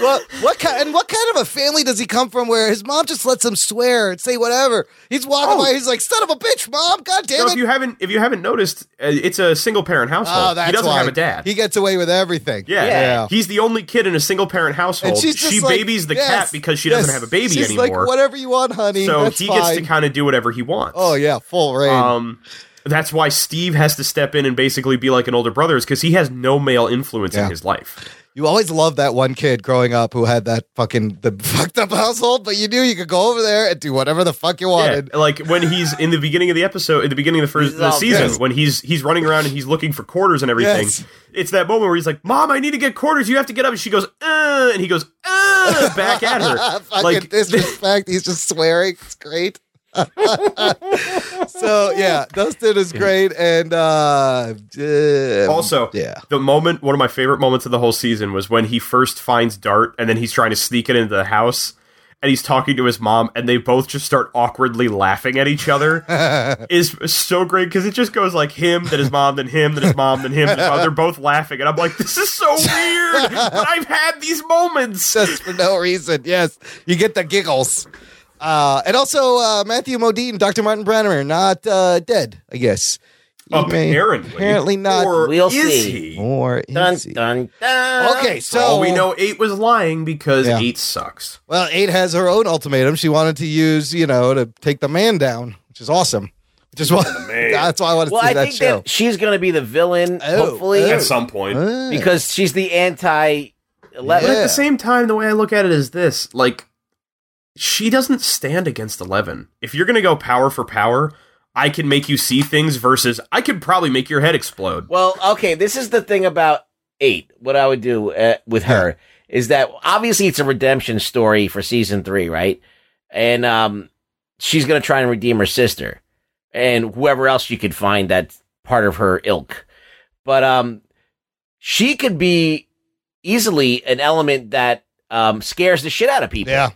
Speaker 1: What what kind and what kind of a family does he come from where his mom just lets him swear and say whatever? He's walking
Speaker 4: Oh.
Speaker 1: by, he's like, son of a bitch, mom. God damn
Speaker 4: No,
Speaker 1: it.
Speaker 4: if you haven't if you haven't noticed, uh, it's a single parent household.
Speaker 1: Oh, that's
Speaker 4: he doesn't
Speaker 1: why.
Speaker 4: have a dad.
Speaker 1: He gets away with everything.
Speaker 4: yeah. he's the only kid in a single parent household.
Speaker 1: And she's just
Speaker 4: she
Speaker 1: like,
Speaker 4: babies the
Speaker 1: yes,
Speaker 4: cat because she
Speaker 1: yes.
Speaker 4: doesn't have a baby
Speaker 1: She's
Speaker 4: anymore.
Speaker 1: Like whatever you want, honey.
Speaker 4: so
Speaker 1: that's
Speaker 4: he
Speaker 1: fine.
Speaker 4: gets to kind of do whatever he wants.
Speaker 1: Oh yeah, full reign.
Speaker 4: Um, that's why Steve has to step in and basically be like an older brother, is because he has no male influence
Speaker 1: Yeah.
Speaker 4: in his life.
Speaker 1: you always loved that one kid growing up who had that fucking the fucked up household, but you knew you could go over there and do whatever the fuck you
Speaker 4: Yeah,
Speaker 1: wanted.
Speaker 4: like when he's in the beginning of the episode, at the beginning of the first
Speaker 1: He's
Speaker 4: the
Speaker 1: all
Speaker 4: season,
Speaker 1: pissed.
Speaker 4: when he's he's running around and he's looking for quarters and everything.
Speaker 1: Yes.
Speaker 4: It's that moment where he's like, "Mom, I need to get quarters. You have to get up." And she goes, uh, and he goes, uh, back at her.
Speaker 1: Ah, fucking
Speaker 4: like
Speaker 1: disrespect. He's just swearing. It's great. so yeah, Dustin is great, and uh, um,
Speaker 4: also,
Speaker 1: yeah,
Speaker 4: the moment one of my favorite moments of the whole season was when he first finds Dart and then he's trying to sneak it into the house and he's talking to his mom and they both just start awkwardly laughing at each other is so great because it just goes like him then his mom then him then his mom then him then his mom. they're both laughing and i'm like this is so weird but i've had these moments
Speaker 1: just for no reason. Yes, you get the giggles. Uh, and also uh, Matthew Modine, Dr. Martin Brenner, not uh, dead, I guess. He may-
Speaker 4: Apparently.
Speaker 1: apparently not.
Speaker 4: Or
Speaker 3: We'll
Speaker 4: is
Speaker 3: see.
Speaker 4: he?
Speaker 1: Or
Speaker 3: Dun,
Speaker 1: is he?
Speaker 3: dun, dun.
Speaker 1: Okay,
Speaker 4: so
Speaker 1: so
Speaker 4: all we know eight was lying because
Speaker 1: Yeah.
Speaker 4: eight sucks
Speaker 1: Well, Eight has her own ultimatum. She wanted to use, you know, to take the man down, which is awesome. Which is why that's why I want to
Speaker 3: Well,
Speaker 1: see
Speaker 3: I
Speaker 1: that
Speaker 3: think
Speaker 1: show.
Speaker 3: that she's going to be the villain,
Speaker 1: Oh,
Speaker 3: hopefully,
Speaker 1: oh.
Speaker 4: at some point
Speaker 1: Ah.
Speaker 3: because she's the anti Eleven.
Speaker 4: But at
Speaker 1: Yeah.
Speaker 4: the same time, the way I look at it is this: like, she doesn't stand against Eleven. If you're gonna go power for power, I can make you see things versus I could probably make your head explode.
Speaker 3: Well, okay, this is the thing about eight. What I would do uh, with her is that obviously it's a redemption story for season three, right? And um, she's gonna try and redeem her sister and whoever else she could find that's part of her ilk. But um, she could be easily an element that um scares the shit out of people.
Speaker 1: yeah.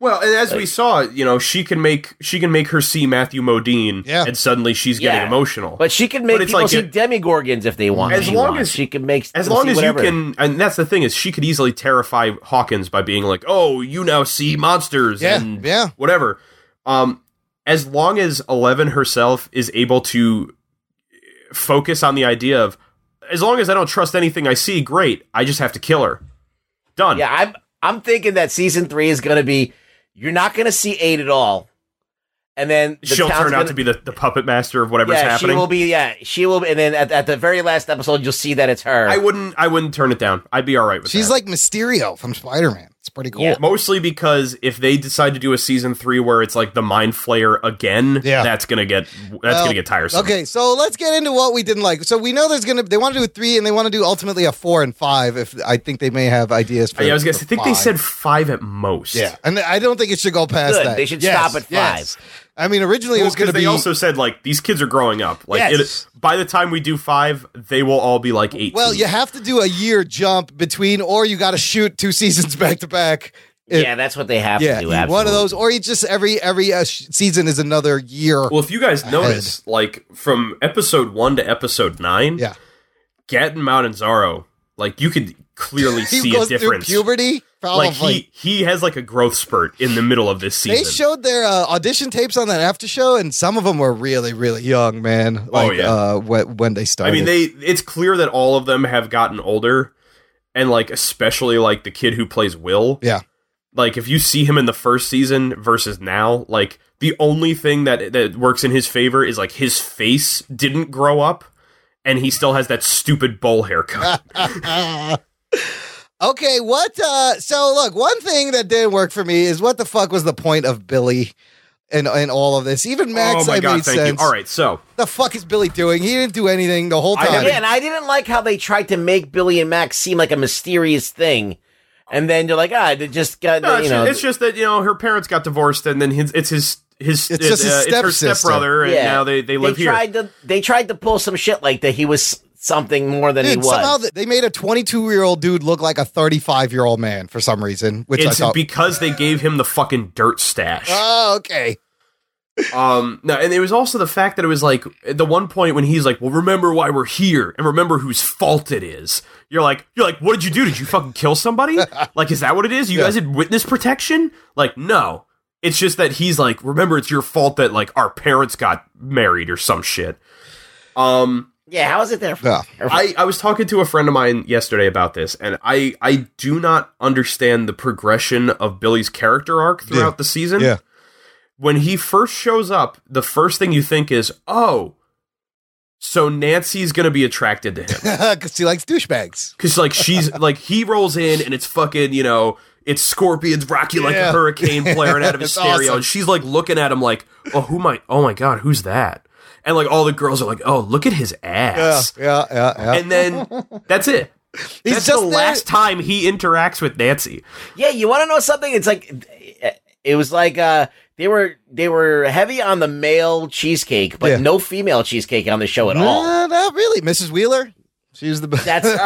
Speaker 4: Well, and as we saw, you know, she can make she can make her see Matthew Modine,
Speaker 1: Yeah.
Speaker 4: and suddenly she's
Speaker 3: Yeah.
Speaker 4: getting emotional.
Speaker 3: But she can make
Speaker 4: But it's
Speaker 3: people
Speaker 4: like
Speaker 3: see
Speaker 4: a-
Speaker 3: demigorgons if they want.
Speaker 4: As
Speaker 3: she
Speaker 4: long
Speaker 3: wants.
Speaker 4: as-
Speaker 3: she can make,
Speaker 4: as
Speaker 3: them
Speaker 4: long
Speaker 3: see
Speaker 4: as
Speaker 3: whatever.
Speaker 4: you can, and that's the thing is, she could easily terrify Hawkins by being like, "Oh, you now see monsters."
Speaker 1: Yeah,
Speaker 4: and
Speaker 1: yeah.
Speaker 4: whatever. Um, as long as Eleven herself is able to focus on the idea of, as long as I don't trust anything I see, great. I just have to kill her. Done.
Speaker 3: Yeah, I'm I'm thinking that season three is gonna be you're not gonna see eight at all. And then the
Speaker 4: she'll
Speaker 3: town's
Speaker 4: turn out
Speaker 3: gonna-
Speaker 4: to be the, the puppet master of whatever's
Speaker 3: yeah, She
Speaker 4: happening.
Speaker 3: will be yeah, she will be, and then at, at the very last episode you'll see that it's her.
Speaker 4: I wouldn't. I wouldn't turn it down. I'd be all right with
Speaker 1: She's
Speaker 4: that.
Speaker 1: like Mysterio from Spider Man. It's pretty cool.
Speaker 3: Yeah.
Speaker 4: Mostly because if they decide to do a season three where it's like the mind flayer again,
Speaker 1: Yeah.
Speaker 4: that's gonna get that's
Speaker 1: Well,
Speaker 4: gonna get tiresome.
Speaker 1: Okay, so let's get into what we didn't like. So we know there's gonna they want to do a three and they want to do ultimately a four and five. If I think they may have ideas for
Speaker 4: Oh, Yeah, I was gonna
Speaker 1: for
Speaker 4: say, I think they
Speaker 1: five.
Speaker 4: said five at most.
Speaker 1: Yeah, and I don't think it should go past
Speaker 3: Good,
Speaker 1: that.
Speaker 3: they should
Speaker 1: Yes,
Speaker 3: stop at
Speaker 1: yes. I mean, originally it was going
Speaker 4: because
Speaker 1: to
Speaker 4: they
Speaker 1: be
Speaker 4: also said like these kids are growing up. Like
Speaker 1: Yes.
Speaker 4: it, by the time we do five, they will all be like eighteen.
Speaker 1: Well, you have to do a year jump between, or you got to shoot two seasons back to back. It-
Speaker 3: yeah, that's what they have
Speaker 1: yeah,
Speaker 3: to do.
Speaker 1: you-
Speaker 3: Absolutely.
Speaker 1: one of those, or you just every every uh, sh- season is another year.
Speaker 4: Well, if you guys notice, like from episode one to episode nine,
Speaker 1: yeah,
Speaker 4: Gat and Mount and Zaro, like you could clearly
Speaker 1: he
Speaker 4: see a
Speaker 1: goes
Speaker 4: difference.
Speaker 1: through puberty. Probably.
Speaker 4: Like he he has like a growth spurt in the middle of this
Speaker 1: they
Speaker 4: season.
Speaker 1: showed their uh, audition tapes on that after show, and some of them were really, really young, man. Like,
Speaker 4: Oh, yeah.
Speaker 1: uh, when, when they
Speaker 4: I
Speaker 1: started.
Speaker 4: mean, they it's clear that all of them have gotten older, and like especially like the kid who plays Will.
Speaker 1: Yeah.
Speaker 4: Like if you see him in the first season versus now, like the only thing that that works in his favor is like his face didn't grow up, and he still has that stupid bowl haircut.
Speaker 1: Okay, what? uh So, look, one thing that didn't work for me is what the fuck was the point of Billy and and all of this? Even Max,
Speaker 4: oh my
Speaker 1: I
Speaker 4: god!
Speaker 1: made
Speaker 4: Thank
Speaker 1: sense.
Speaker 4: you. All right, so
Speaker 1: the fuck is Billy doing? He didn't do anything the whole
Speaker 4: I
Speaker 1: time.
Speaker 4: haven't-
Speaker 3: yeah, and I didn't like how they tried to make Billy and Max seem like a mysterious thing. And then you're like, ah, they just got
Speaker 4: no,
Speaker 3: you
Speaker 4: it's,
Speaker 3: know
Speaker 4: it's just that you know her parents got divorced, and then his, it's his his uh,
Speaker 1: It's just his
Speaker 4: her
Speaker 1: stepsister.
Speaker 4: stepbrother, and
Speaker 3: yeah.
Speaker 4: now they they live here.
Speaker 3: Tried to, they tried to pull some shit like that. He was something more than he
Speaker 1: Dude,
Speaker 3: was.
Speaker 1: somehow th- they made a 22 year old dude look like a 35 year old man for some reason, which I
Speaker 4: it's
Speaker 1: thought.
Speaker 4: because they gave him the fucking dirt stash.
Speaker 1: oh, okay.
Speaker 4: Um, no, and it was also the fact that it was like at the one point when he's like, "Well, remember why we're here, and remember whose fault it is." You're like, "You're like, what did you do? Did you fucking kill somebody? like, is that what it is? You guys had witness protection? Like, no, It's just that he's like, remember, it's your fault that like our parents got married or some shit. Um.
Speaker 3: Yeah, how is it there?
Speaker 1: Yeah.
Speaker 4: I, I was talking to a friend of mine yesterday about this, and I, I do not understand the progression of Billy's character arc throughout the season.
Speaker 1: Yeah.
Speaker 4: When he first shows up, the first thing you think is, oh, so Nancy's going to be attracted to him.
Speaker 1: Because she likes douchebags.
Speaker 4: Because like she's like he rolls in and it's fucking you know it's scorpions rocky like
Speaker 1: Yeah.
Speaker 4: a hurricane blaring out of his
Speaker 1: It's
Speaker 4: stereo
Speaker 1: awesome.
Speaker 4: and she's like looking at him like oh who my oh my god who's that and like all the girls are like oh look at his
Speaker 1: Yeah,
Speaker 4: ass
Speaker 1: yeah, yeah, yeah.
Speaker 4: and then that's it.
Speaker 1: He's
Speaker 4: that's
Speaker 1: just
Speaker 4: the
Speaker 1: there-
Speaker 4: last time he interacts with Nancy.
Speaker 3: Yeah, you want to know something? It's like eh, it was like uh they were they were heavy on the male cheesecake, but
Speaker 1: Yeah.
Speaker 3: no female cheesecake on the show at all.
Speaker 1: Nah, not really. Mrs. Wheeler, she was the best.
Speaker 3: That's
Speaker 1: That's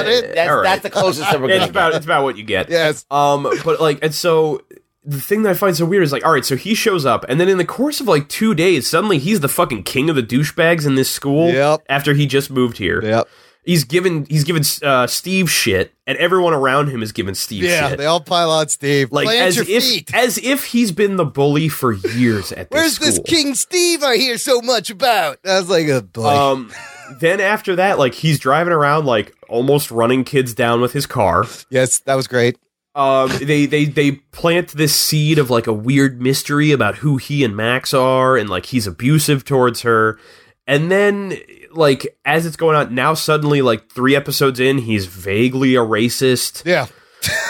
Speaker 1: about it.
Speaker 3: That's,
Speaker 4: All right.
Speaker 3: that's the closest that we're
Speaker 4: It's
Speaker 3: gonna
Speaker 4: about
Speaker 3: get.
Speaker 4: it's about what you get.
Speaker 1: Yes.
Speaker 4: Um, but like, and so the thing that I find so weird is like, all right, so he shows up, and then in the course of like two days, suddenly he's the fucking king of the douchebags in this school.
Speaker 1: Yep.
Speaker 4: After he just moved here.
Speaker 1: Yep.
Speaker 4: He's given he's given uh, Steve shit, and everyone around him is given Steve
Speaker 1: Yeah,
Speaker 4: shit.
Speaker 1: they all pile on Steve.
Speaker 4: like
Speaker 1: Plant
Speaker 4: as
Speaker 1: your
Speaker 4: if
Speaker 1: feet.
Speaker 4: as if he's been the bully for years at this
Speaker 1: Where's this
Speaker 4: school.
Speaker 1: King Steve I hear so much about? I was like, oh boy.
Speaker 4: Um, then after that, like he's driving around, like almost running kids down with his car.
Speaker 1: yes, that was great.
Speaker 4: Um, they they they plant this seed of like a weird mystery about who he and Max are, and like he's abusive towards her. And then, like as it's going on, now suddenly, like three episodes in, he's vaguely a racist.
Speaker 1: Yeah,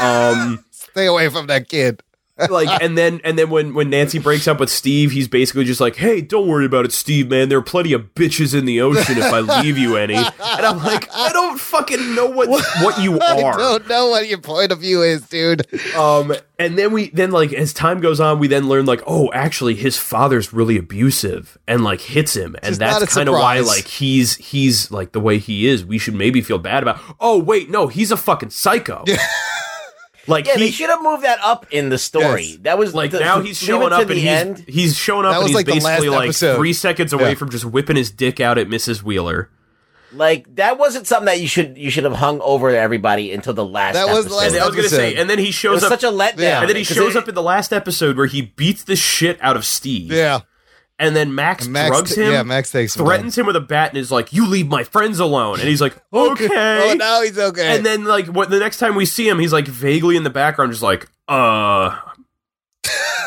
Speaker 4: Um,
Speaker 1: stay away from that kid.
Speaker 4: like and then and then when when Nancy breaks up with Steve, he's basically just like, "Hey, don't worry about it, Steve, man. There are plenty of bitches in the ocean if I leave you any." And I'm like, I don't fucking know what what you
Speaker 1: I
Speaker 4: are.
Speaker 1: don't know what your point of view is, dude.
Speaker 4: Um, and then we then like as time goes on, we then learn like, oh, actually, his father's really abusive and like hits him, and
Speaker 1: It's not
Speaker 4: that's
Speaker 1: a
Speaker 4: kind of why
Speaker 1: surprise.
Speaker 4: like he's he's like the way he is. We should maybe feel bad about. Oh wait, no, he's a fucking psycho. Like
Speaker 3: Yeah, they
Speaker 4: he,
Speaker 3: should have moved that up in the story.
Speaker 1: Yes.
Speaker 3: That was
Speaker 4: like
Speaker 3: the-
Speaker 4: now he's
Speaker 3: leave it
Speaker 4: showing
Speaker 3: to
Speaker 4: up and
Speaker 3: the
Speaker 4: he's
Speaker 3: end.
Speaker 4: he's showing up
Speaker 1: That
Speaker 4: and
Speaker 1: was,
Speaker 4: he's
Speaker 1: like, the
Speaker 4: basically
Speaker 1: last
Speaker 4: like
Speaker 1: episode.
Speaker 4: three seconds away
Speaker 1: Yeah.
Speaker 4: from just whipping his dick out at Mrs. Wheeler.
Speaker 3: Like that wasn't something that you should you should have hung over everybody until the last.
Speaker 1: That was the last
Speaker 4: And I
Speaker 3: episode.
Speaker 4: was gonna say, and then he
Speaker 3: It was
Speaker 4: shows up,
Speaker 3: such a letdown.
Speaker 1: Yeah.
Speaker 4: and then he
Speaker 3: 'cause
Speaker 4: shows
Speaker 3: it-
Speaker 4: up in the last episode where he beats the shit out of Steve.
Speaker 1: Yeah,
Speaker 4: and then Max,
Speaker 1: And Max
Speaker 4: drugs
Speaker 1: t-
Speaker 4: him.
Speaker 1: yeah, Max takes him
Speaker 4: threatens him with a bat and is like, "You leave my friends alone." And he's like, "Okay."
Speaker 1: Oh, now he's okay.
Speaker 4: And then like what the next time we see him, he's like vaguely in the background, just like, "Uh."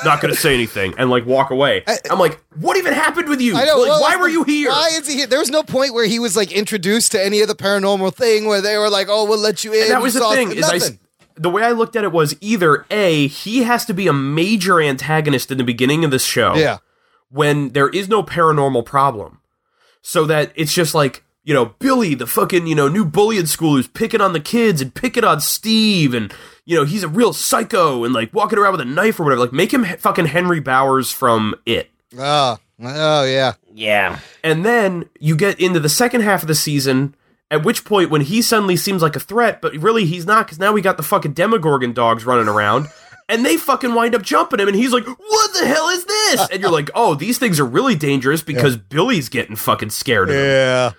Speaker 4: not gonna say anything and like walk away. I, am like, what even happened with you?
Speaker 1: I know.
Speaker 4: Like,
Speaker 1: well,
Speaker 4: why
Speaker 1: that's
Speaker 4: were
Speaker 1: the-
Speaker 4: you here?
Speaker 1: Why is he here? There was no point where he was like introduced to any of the paranormal thing where they were like, "Oh, we'll let you in."
Speaker 4: And that was the
Speaker 1: Saw-
Speaker 4: thing. Is I,
Speaker 1: nothing.
Speaker 4: the way I looked at it was either a he has to be a major antagonist in the beginning of this show.
Speaker 1: yeah,
Speaker 4: when there is no paranormal problem. So that it's just like, you know, Billy, the fucking, you know, new bully in school who's picking on the kids and picking on Steve and, you know, he's a real psycho and like walking around with a knife or whatever. Like, make him he- fucking Henry Bowers from it.
Speaker 1: oh, oh yeah,
Speaker 3: yeah,
Speaker 4: And then you get into the second half of the season, at which point when he suddenly seems like a threat, but really he's not because now we got the fucking Demogorgon dogs running around. And they fucking wind up jumping him, and he's like, "What the hell is this?" And you're like, "Oh, these things are really dangerous because Billy's getting fucking scared of them."
Speaker 1: yeah.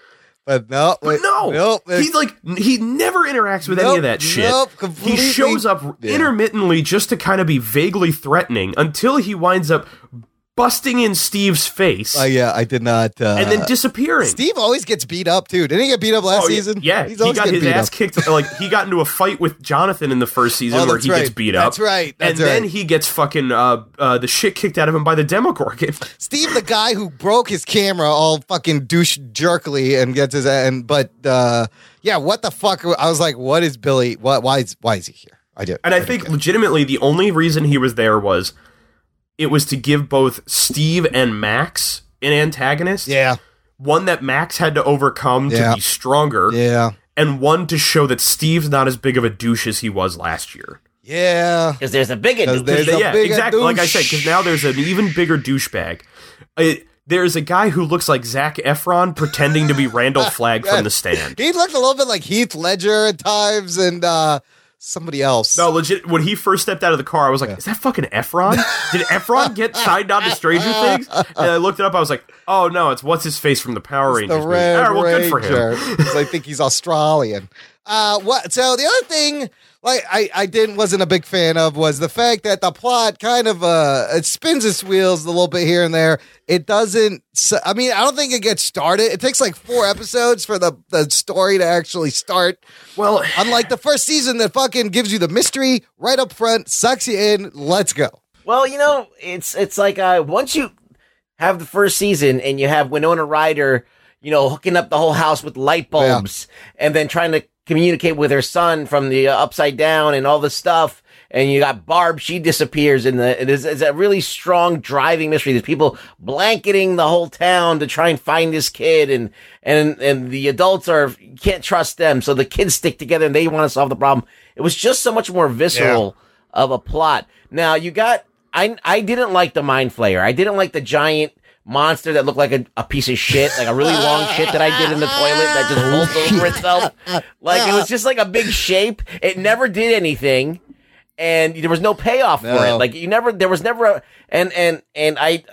Speaker 1: But no,
Speaker 4: But
Speaker 1: wait,
Speaker 4: no,
Speaker 1: nope.
Speaker 4: he's like, he never interacts with any
Speaker 1: Nope,
Speaker 4: of that shit.
Speaker 1: nope,
Speaker 4: he
Speaker 1: completely-
Speaker 4: shows up
Speaker 1: Yeah.
Speaker 4: intermittently just to kind of be vaguely threatening until he winds up busting in Steve's face
Speaker 1: Uh, yeah, I did not. Uh,
Speaker 4: and then disappearing.
Speaker 1: Steve always gets beat up too. Didn't he get beat up last
Speaker 4: Oh, yeah-
Speaker 1: season?
Speaker 4: Yeah,
Speaker 1: he's
Speaker 4: he
Speaker 1: always
Speaker 4: got
Speaker 1: getting
Speaker 4: his
Speaker 1: beat
Speaker 4: ass
Speaker 1: up.
Speaker 4: kicked. Like he got into a fight with Jonathan in the first season
Speaker 1: Oh,
Speaker 4: where
Speaker 1: that's
Speaker 4: he gets
Speaker 1: right.
Speaker 4: beat up.
Speaker 1: That's right. That's
Speaker 4: and then
Speaker 1: right.
Speaker 4: he gets fucking uh, uh, the shit kicked out of him by the Demogorgon.
Speaker 1: Steve, the guy who broke his camera all fucking douche jerkily and gets his and but uh yeah, what the fuck? I was like, what is Billy? What? Why is why is he here? I did.
Speaker 4: And I think legitimately the only reason he was there was it was to give both Steve and Max an antagonist.
Speaker 1: yeah,
Speaker 4: One that Max had to overcome
Speaker 1: Yeah.
Speaker 4: to be stronger,
Speaker 1: yeah,
Speaker 4: and one to show that Steve's not as big of a douche as he was last year.
Speaker 1: yeah.
Speaker 3: because there's a big
Speaker 1: Because there's
Speaker 4: Th-
Speaker 1: a
Speaker 4: yeah,
Speaker 1: big
Speaker 4: exactly. Like I said,
Speaker 1: douche.
Speaker 4: because now there's an even bigger douchebag. It- there's a guy who looks like Zach Efron pretending to be Randall Flagg from the stand.
Speaker 1: He looked a little bit like Heath Ledger at times and uh somebody else.
Speaker 4: No, legit. When he first stepped out of the car, I was like, "Is that fucking Efron? Did Efron get signed on to Stranger Things?" And I looked it up. I was like, "Oh no, it's what's his face from the Power
Speaker 1: the
Speaker 4: Rangers." movie."
Speaker 1: Red
Speaker 4: All right, well, good for him.
Speaker 1: Ranger. 'Cause I think he's Australian. Uh, what? So the other thing, like I, I didn't wasn't a big fan of was the fact that the plot kind of uh it spins its wheels a little bit here and there. It doesn't. s- I mean, I don't think it gets started. It takes like four episodes for the the story to actually start.
Speaker 4: Well,
Speaker 1: unlike the first season that fucking gives you the mystery right up front, sucks you in. Let's go.
Speaker 3: Well, you know, it's it's like uh, once you have the first season and you have Winona Ryder, you know, hooking up the whole house with light bulbs and then trying to communicate with her son from the uh, upside down and all this stuff. And you got Barb; she disappears, and the it is, it's a really strong driving mystery. There's people blanketing the whole town to try and find this kid, and and and the adults are you can't trust them, so the kids stick together and they want to solve the problem. It was just so much more visceral of a plot. Now you got I I didn't like the mind flayer. I didn't like the giant monster that looked like a, a piece of shit, like a really long shit that I did in the toilet that just rolled over itself. Like it was just like a big shape. It never did anything. And there was no payoff for it.
Speaker 1: No.
Speaker 3: Like you never there was never a and and and I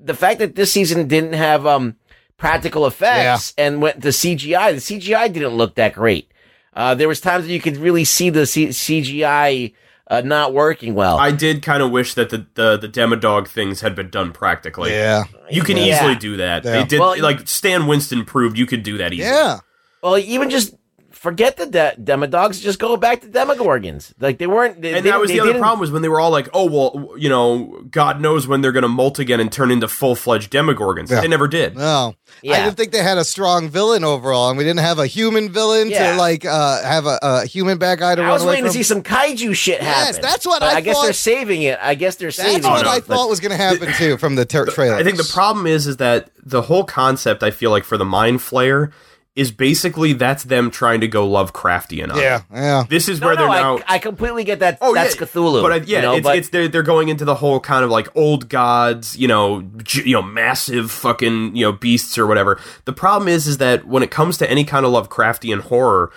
Speaker 3: the fact that this season didn't have um practical effects and went to CGI, the CGI didn't look that great. Uh, there was times that you could really see the C- CGI uh, not working well.
Speaker 4: I did kind of wish that the, the the Demodog things had been done practically.
Speaker 1: Yeah.
Speaker 4: you can
Speaker 3: Yeah.
Speaker 4: easily do that.
Speaker 1: Yeah.
Speaker 4: They did
Speaker 3: Well,
Speaker 4: like Stan Winston proved you could do that easily.
Speaker 1: Yeah.
Speaker 3: Well, even just forget the de- Demodogs, just go back to Demogorgons. Like they weren't. They,
Speaker 4: And
Speaker 3: they-
Speaker 4: that was
Speaker 3: they
Speaker 4: the other
Speaker 3: didn't-
Speaker 4: problem was when they were all like, "Oh well, w- you know, God knows when they're going to molt again and turn into full fledged Demogorgons."
Speaker 1: Yeah.
Speaker 4: They never did.
Speaker 1: No. Oh. I
Speaker 3: Yeah.
Speaker 1: didn't think they had a strong villain overall, and we didn't have a human villain
Speaker 3: Yeah.
Speaker 1: to like uh, have a, a human bad guy to
Speaker 3: I
Speaker 1: run
Speaker 3: was
Speaker 1: away
Speaker 3: waiting
Speaker 1: from.
Speaker 3: to see some kaiju shit
Speaker 1: Yes,
Speaker 3: happen.
Speaker 1: that's what
Speaker 3: But
Speaker 1: I
Speaker 3: guess they're
Speaker 1: thought-
Speaker 3: saving it. I guess they're saving
Speaker 1: That's what
Speaker 3: it.
Speaker 1: I
Speaker 4: no, but-
Speaker 1: thought was going to happen too from the ter- trailer.
Speaker 4: I think the problem is is that the whole concept I feel like for the Mind Flayer is basically that's them trying to go Lovecraftian on. it.
Speaker 1: yeah, yeah,
Speaker 4: This is
Speaker 3: No,
Speaker 4: where
Speaker 3: no,
Speaker 4: they're
Speaker 3: I,
Speaker 4: now
Speaker 3: I completely get that. that's Cthulhu.
Speaker 4: But I, Oh, yeah,
Speaker 3: you know,
Speaker 4: it's,
Speaker 3: but-
Speaker 4: it's they're, they're going into the whole kind of like old gods, you know, g- you know, massive fucking you know beasts or whatever. The problem is, is that when it comes to any kind of Lovecraftian horror.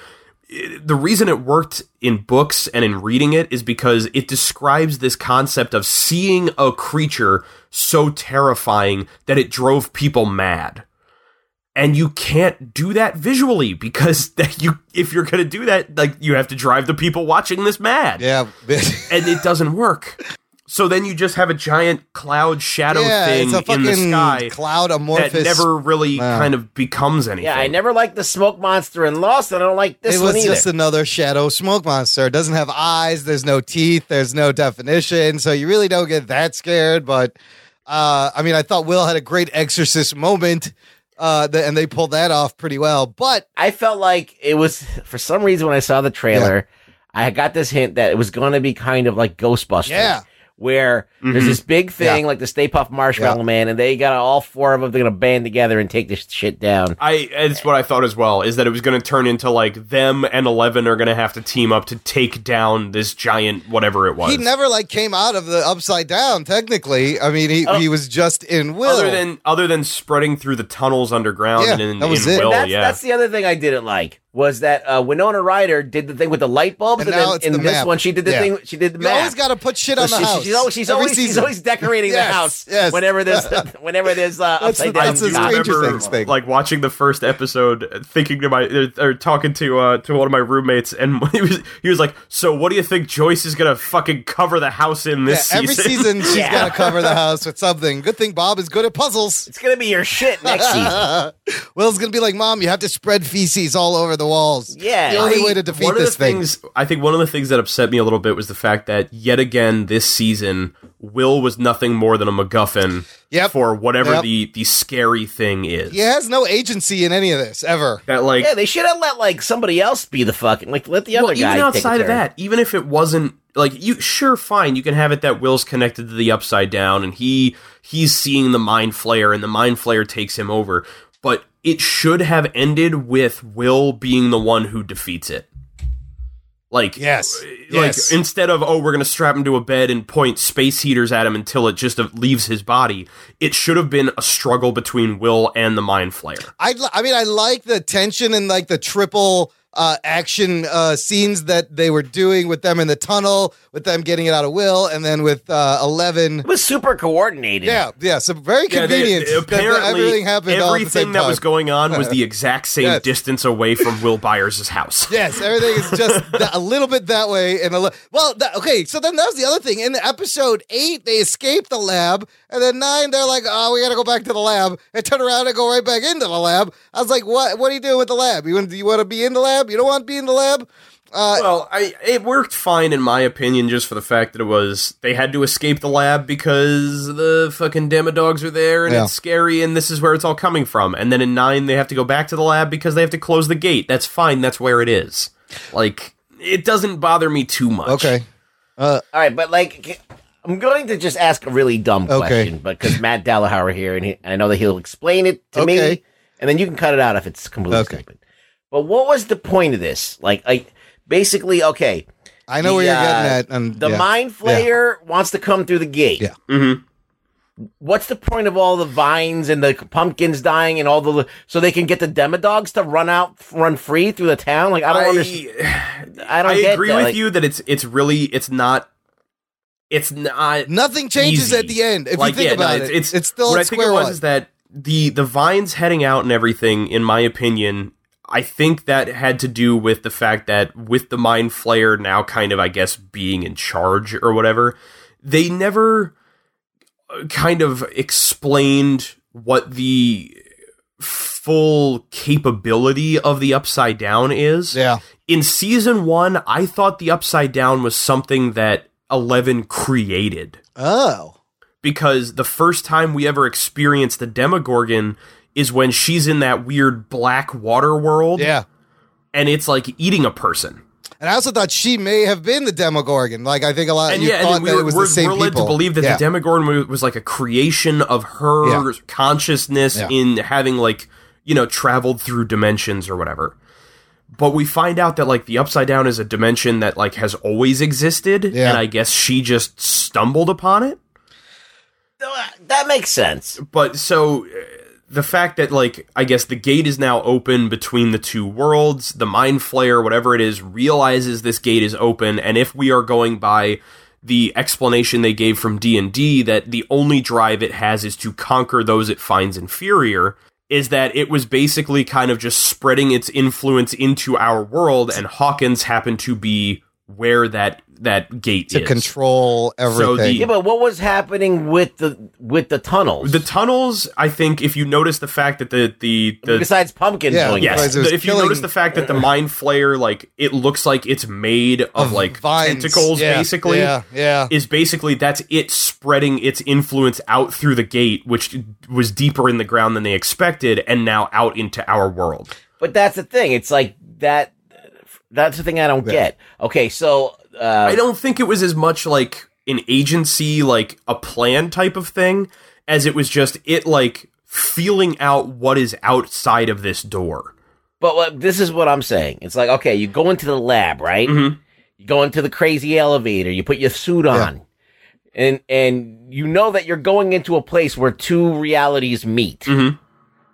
Speaker 4: i- The reason it worked in books and in reading it is because it describes this concept of seeing a creature so terrifying that it drove people mad and you can't do that visually because that you if you're going to do that like you have to drive the people watching this mad
Speaker 1: yeah.
Speaker 4: and it doesn't work so then you just have a giant cloud shadow
Speaker 1: yeah,
Speaker 4: thing
Speaker 1: it's a
Speaker 4: in the sky
Speaker 1: fucking cloud
Speaker 4: that
Speaker 1: amorphous.
Speaker 4: never really
Speaker 1: Wow.
Speaker 4: kind of becomes anything
Speaker 3: yeah, I never liked the smoke monster in Lost, and I don't like this
Speaker 1: it
Speaker 3: one
Speaker 1: was
Speaker 3: either.
Speaker 1: just another shadow smoke monster. It doesn't have eyes. There's no teeth. There's no definition. So you really don't get that scared. But uh, I mean, I thought Will had a great exorcist moment, uh, th- and they pulled that off pretty well. But
Speaker 3: I felt like it was for some reason when I saw the trailer, I got this hint that it was going to be kind of like Ghostbusters.
Speaker 1: Yeah. Mm-hmm.
Speaker 3: Where there's this big thing
Speaker 1: Yeah.
Speaker 3: like the Stay Puft Marshmallow Man, and they got all four of them. They're gonna band together and take this shit down.
Speaker 4: I it's what I thought as well is that it was going to turn into like them and 11 are going to have to team up to take down this giant whatever it was
Speaker 1: He never like came out of the upside down. Technically, I mean, he,
Speaker 3: Oh.
Speaker 1: he was just in Will.
Speaker 4: other than other than spreading through the tunnels underground
Speaker 1: Yeah,
Speaker 4: and in,
Speaker 1: that was
Speaker 4: in
Speaker 1: it.
Speaker 4: Will,
Speaker 3: That's
Speaker 4: Oh, yeah.
Speaker 3: that's the other thing I didn't like was that uh, Winona Ryder did the thing with the light bulbs,
Speaker 1: And
Speaker 3: and,
Speaker 1: now
Speaker 3: then
Speaker 1: it's
Speaker 3: in
Speaker 1: the
Speaker 3: this
Speaker 1: map.
Speaker 3: one she did the
Speaker 1: Yeah.
Speaker 3: thing. She did the
Speaker 1: you
Speaker 3: map.
Speaker 1: always got to put shit on
Speaker 3: So
Speaker 1: the
Speaker 3: she-
Speaker 1: house.
Speaker 3: She's always she's
Speaker 1: Every
Speaker 3: always she's
Speaker 1: season.
Speaker 3: always decorating the
Speaker 1: Yes,
Speaker 3: house.
Speaker 1: yes.
Speaker 3: Whenever there's whenever there's uh,
Speaker 1: That's the-
Speaker 3: upside down.
Speaker 1: that's the
Speaker 3: cops.
Speaker 4: I
Speaker 1: Stranger
Speaker 4: remember,
Speaker 1: Things thing.
Speaker 4: like watching the first episode, uh, thinking to my or, or talking to uh, to one of my roommates, and he was he was like, "So what do you think Joyce is gonna fucking cover the house in
Speaker 1: yeah,
Speaker 4: this
Speaker 1: every
Speaker 4: season?"
Speaker 1: season she's
Speaker 3: Yeah.
Speaker 1: got to cover the house with something. Good thing Bob is good at puzzles.
Speaker 3: It's gonna be your shit next season.
Speaker 1: Will's gonna be like, "Mom, you have to spread feces all over the walls."
Speaker 3: Yeah.
Speaker 1: the only
Speaker 4: I-
Speaker 1: way to defeat
Speaker 4: one of
Speaker 1: this
Speaker 4: the
Speaker 1: thing.
Speaker 4: things I think one of the things that upset me a little bit was the fact that yet again this season Will was nothing more than a MacGuffin
Speaker 1: Yep.
Speaker 4: for whatever
Speaker 1: Yep.
Speaker 4: the the scary thing is.
Speaker 1: He has no agency in any of this ever.
Speaker 4: that like
Speaker 3: Yeah, they should have let like somebody else be the fucking like let the other
Speaker 4: well,
Speaker 3: guy.
Speaker 4: even
Speaker 3: take a
Speaker 4: outside of
Speaker 3: turn.
Speaker 4: that, even if it wasn't like you, sure, fine, you can have it that Will's connected to the Upside Down, and he he's seeing the Mind Flayer, and the Mind Flayer takes him over. But it should have ended with Will being the one who defeats it. Like
Speaker 1: Yes.
Speaker 4: like
Speaker 1: Yes.
Speaker 4: instead of oh we're gonna strap him to a bed and point space heaters at him until it just uh, leaves his body. It should have been a struggle between Will and the Mind Flayer.
Speaker 1: I, I mean, I like the tension and like the triple uh, action uh, scenes that they were doing with them in the tunnel, with them getting it out of Will, and then with uh, Eleven. It
Speaker 3: was super coordinated.
Speaker 1: Yeah, yeah. So very
Speaker 4: Yeah, they-
Speaker 1: convenient. that
Speaker 4: apparently,
Speaker 1: everything happened. all at the
Speaker 4: everything
Speaker 1: same
Speaker 4: that was
Speaker 1: time.
Speaker 4: going on was the exact same
Speaker 1: Yes.
Speaker 4: distance away from Will Byers' house.
Speaker 1: Yes, everything is just that, a little bit that way, and a li- well, that, okay. So then that was the other thing. In episode eight, they escape the lab, and then nine, they're like, "Oh, we got to go back to the lab," and turn around and go right back into the lab. I was like, "What? What are you doing with the lab? You want you want to be in the lab? You don't want to be in the lab?" Uh,
Speaker 4: well, I it worked fine in my opinion, just for the fact that it was they had to escape the lab because the fucking demodogs are there and
Speaker 1: Yeah.
Speaker 4: it's scary and this is where it's all coming from. And then in nine, they have to go back to the lab because they have to close the gate. That's fine. That's where it is. Like it doesn't bother me too much.
Speaker 1: Okay.
Speaker 3: All right, but like, c- I'm going to just ask a really dumb question, but because Matt Dallahauer here, and he, I know that he'll explain it to me,
Speaker 1: Okay.
Speaker 3: and then you can cut it out if it's completely
Speaker 1: Okay.
Speaker 3: stupid. But what was the point of this? Like, I basically, okay,
Speaker 1: I know where you're getting at, and
Speaker 3: the
Speaker 1: yeah.
Speaker 3: mind
Speaker 1: Yeah.
Speaker 3: flayer wants to come through the gate.
Speaker 1: Yeah.
Speaker 4: Mm-hmm.
Speaker 3: What's the point of all the vines and the pumpkins dying and all the so they can get the demodogs to run out, run free through the town? Like, I don't
Speaker 4: I-
Speaker 3: understand. I don't.
Speaker 4: I
Speaker 3: get
Speaker 4: agree
Speaker 3: that.
Speaker 4: with
Speaker 3: Like,
Speaker 4: you that it's it's really it's not it's not
Speaker 1: Nothing changes
Speaker 4: easy.
Speaker 1: at the end. If you think about it, it's, still
Speaker 4: what
Speaker 1: at
Speaker 4: I think
Speaker 1: square
Speaker 4: it was
Speaker 1: one.
Speaker 4: is that the the vines heading out and everything. In my opinion, I think that had to do with the fact that with the mind flayer now kind of I guess being in charge or whatever, they never uh, kind of explained what the full capability of the upside down is.
Speaker 1: Yeah.
Speaker 4: In season 1, I thought the upside down was something that 11 created
Speaker 1: oh,
Speaker 4: because the first time we ever experience the Demogorgon is when she's in that weird black water world.
Speaker 1: Yeah.
Speaker 4: And it's like eating a person.
Speaker 1: and I also thought she may have been the Demogorgon. Like I think a lot
Speaker 4: and
Speaker 1: you
Speaker 4: yeah,
Speaker 1: thought
Speaker 4: and we
Speaker 1: that
Speaker 4: were,
Speaker 1: it was
Speaker 4: we're,
Speaker 1: the same
Speaker 4: we're led
Speaker 1: people.
Speaker 4: to believe that
Speaker 1: Yeah.
Speaker 4: the Demogorgon wa- was like a creation of her
Speaker 1: Yeah.
Speaker 4: consciousness
Speaker 1: Yeah.
Speaker 4: in having like, you know, traveled through dimensions or whatever. But we find out that like the upside down is a dimension that like has always existed,
Speaker 1: Yeah.
Speaker 4: and I guess she just stumbled upon it. uh,
Speaker 3: that makes sense.
Speaker 4: But so uh, the fact that like I guess the gate is now open between the two worlds, the mind flayer, whatever it is, realizes this gate is open, and if we are going by the explanation they gave from D and D that the only drive it has is to conquer those it finds inferior. Is that it was basically kind of just spreading its influence into our world, and Hawkins happened to be where that that gate
Speaker 1: to
Speaker 4: is.
Speaker 1: control everything.
Speaker 3: yeah, but what was happening with the with the tunnels?
Speaker 4: The tunnels, I think, if you notice the fact that the the, the
Speaker 3: Besides pumpkins,
Speaker 4: yeah,
Speaker 3: going
Speaker 4: yes,
Speaker 3: crazy.
Speaker 1: it was
Speaker 4: the- if you
Speaker 1: killing-
Speaker 4: notice the fact that the mind flayer, like it looks like it's made of, like
Speaker 1: vines.
Speaker 4: tentacles,
Speaker 1: Yeah,
Speaker 4: basically.
Speaker 1: yeah, yeah.
Speaker 4: is basically that's it spreading its influence out through the gate, which was deeper in the ground than they expected, and now out into our world.
Speaker 3: But that's the thing. It's like that. That's the thing I don't get. Okay, so uh,
Speaker 4: I don't think it was as much like an agency, like a plan type of thing, as it was just it like feeling out what is outside of this door.
Speaker 3: But what, this is what I'm saying. It's like okay, you go into the lab, right?
Speaker 1: Mm-hmm.
Speaker 3: You go into the crazy elevator. You put your suit on, and and you know that you're going into a place where two realities meet.
Speaker 1: Mm-hmm.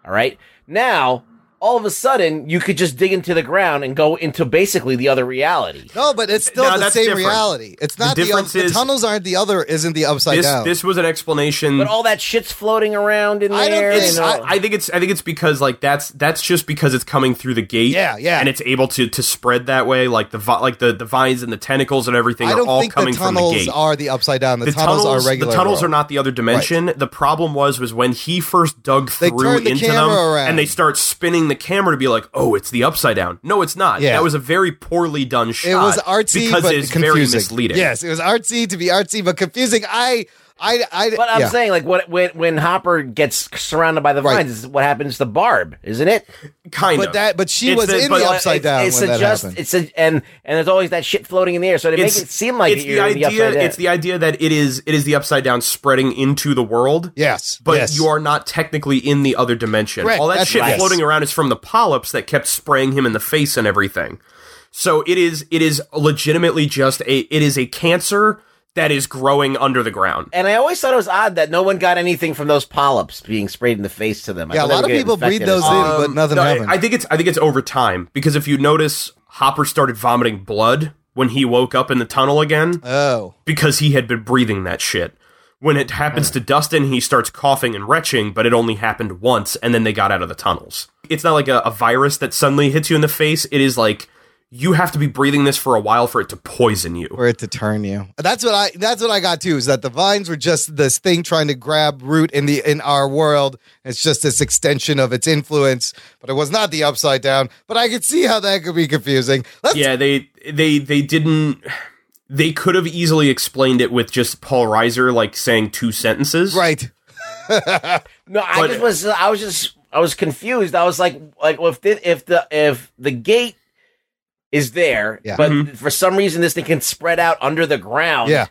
Speaker 3: All right. Now, all of a sudden, you could just dig into the ground and go into basically the other reality.
Speaker 1: No, but it's still
Speaker 4: No,
Speaker 1: the
Speaker 4: that's
Speaker 1: same
Speaker 4: different.
Speaker 1: reality. It's
Speaker 4: The
Speaker 1: not the,
Speaker 4: difference
Speaker 1: the
Speaker 4: is-
Speaker 1: tunnels aren't the other isn't the upside
Speaker 4: this
Speaker 1: down.
Speaker 4: this was an explanation.
Speaker 3: But all that shit's floating around in
Speaker 1: I don't
Speaker 3: there.
Speaker 1: think
Speaker 4: It's-
Speaker 3: and all-
Speaker 4: I, I think it's I think it's because like that's that's just because it's coming through the gate,
Speaker 1: Yeah, yeah.
Speaker 4: and it's able to to spread that way, like the vi- like the, the vines and the tentacles and everything
Speaker 1: I
Speaker 4: are
Speaker 1: don't
Speaker 4: all
Speaker 1: think the
Speaker 4: coming from the
Speaker 1: tunnels
Speaker 4: gate.
Speaker 1: are the upside down. The,
Speaker 4: the
Speaker 1: tunnels, are regular.
Speaker 4: the tunnels
Speaker 1: world.
Speaker 4: are not the other dimension. The problem was was when he first dug
Speaker 1: They
Speaker 4: through
Speaker 1: turned the
Speaker 4: into them,
Speaker 1: camera around.
Speaker 4: and they start spinning the camera to be like, "Oh, it's the upside down." No, it's not.
Speaker 1: Yeah.
Speaker 4: That was a very poorly done shot.
Speaker 1: It was artsy,
Speaker 4: because
Speaker 1: but
Speaker 4: it's
Speaker 1: confusing.
Speaker 4: very misleading.
Speaker 1: Yes, it was artsy to be artsy, but confusing. I, I, I.
Speaker 3: But I'm
Speaker 1: yeah.
Speaker 3: saying, like, what when when Hopper gets surrounded by the
Speaker 1: Right.
Speaker 3: vines, is what happens to Barb, isn't it?
Speaker 4: kind
Speaker 1: but
Speaker 4: of.
Speaker 1: that, but she
Speaker 4: It's
Speaker 1: was
Speaker 4: the-
Speaker 1: in
Speaker 4: but
Speaker 1: the
Speaker 4: it's-
Speaker 1: upside down
Speaker 3: It's
Speaker 1: when that
Speaker 3: suggest-
Speaker 1: happened.
Speaker 3: it's a, and and there's always that shit floating in the air, so they make it seem like
Speaker 4: it's
Speaker 3: you're
Speaker 4: the
Speaker 3: in
Speaker 4: idea.
Speaker 3: upside down.
Speaker 4: it's the idea that it is it is the upside down spreading into the world.
Speaker 1: yes,
Speaker 4: but
Speaker 1: yes.
Speaker 4: you are not technically in the other dimension.
Speaker 1: Correct,
Speaker 4: All that
Speaker 1: that's
Speaker 4: shit
Speaker 1: right.
Speaker 4: floating around is from the polyps that kept spraying him in the face and everything. So it is it is legitimately just a it is a cancer that is growing under the ground.
Speaker 3: And I always thought it was odd that no one got anything from those polyps being sprayed in the face to them. I
Speaker 1: Yeah, a
Speaker 3: thought they
Speaker 1: lot
Speaker 3: would
Speaker 1: of
Speaker 3: get
Speaker 1: people breathe
Speaker 3: infected or
Speaker 1: those in,
Speaker 3: something.
Speaker 1: but nothing
Speaker 4: Um, no, I-
Speaker 1: happened.
Speaker 4: I think it's I think it's over time because if you notice, Hopper started vomiting blood when he woke up in the tunnel again.
Speaker 1: Oh,
Speaker 4: because he had been breathing that shit. When it happens to Dustin, he starts coughing and retching, but it only happened once, and then they got out of the tunnels. It's not like a, a virus that suddenly hits you in the face. It is like you have to be breathing this for a while for it to poison you.
Speaker 1: for it to turn you. That's what I. That's what I got too. Is that the vines were just this thing trying to grab root in the in our world. It's just this extension of its influence, but it was not the upside down. But I could see how that could be confusing. Let's
Speaker 4: yeah, they they they didn't. They could have easily explained it with just Paul Reiser like saying two sentences,
Speaker 1: right?
Speaker 3: No, I
Speaker 4: But-
Speaker 3: just was. I was just. I was confused. I was like, like well, if the, if the if the gate is there,
Speaker 1: Yeah.
Speaker 3: but for some reason this thing can spread out under the ground.
Speaker 1: Yeah.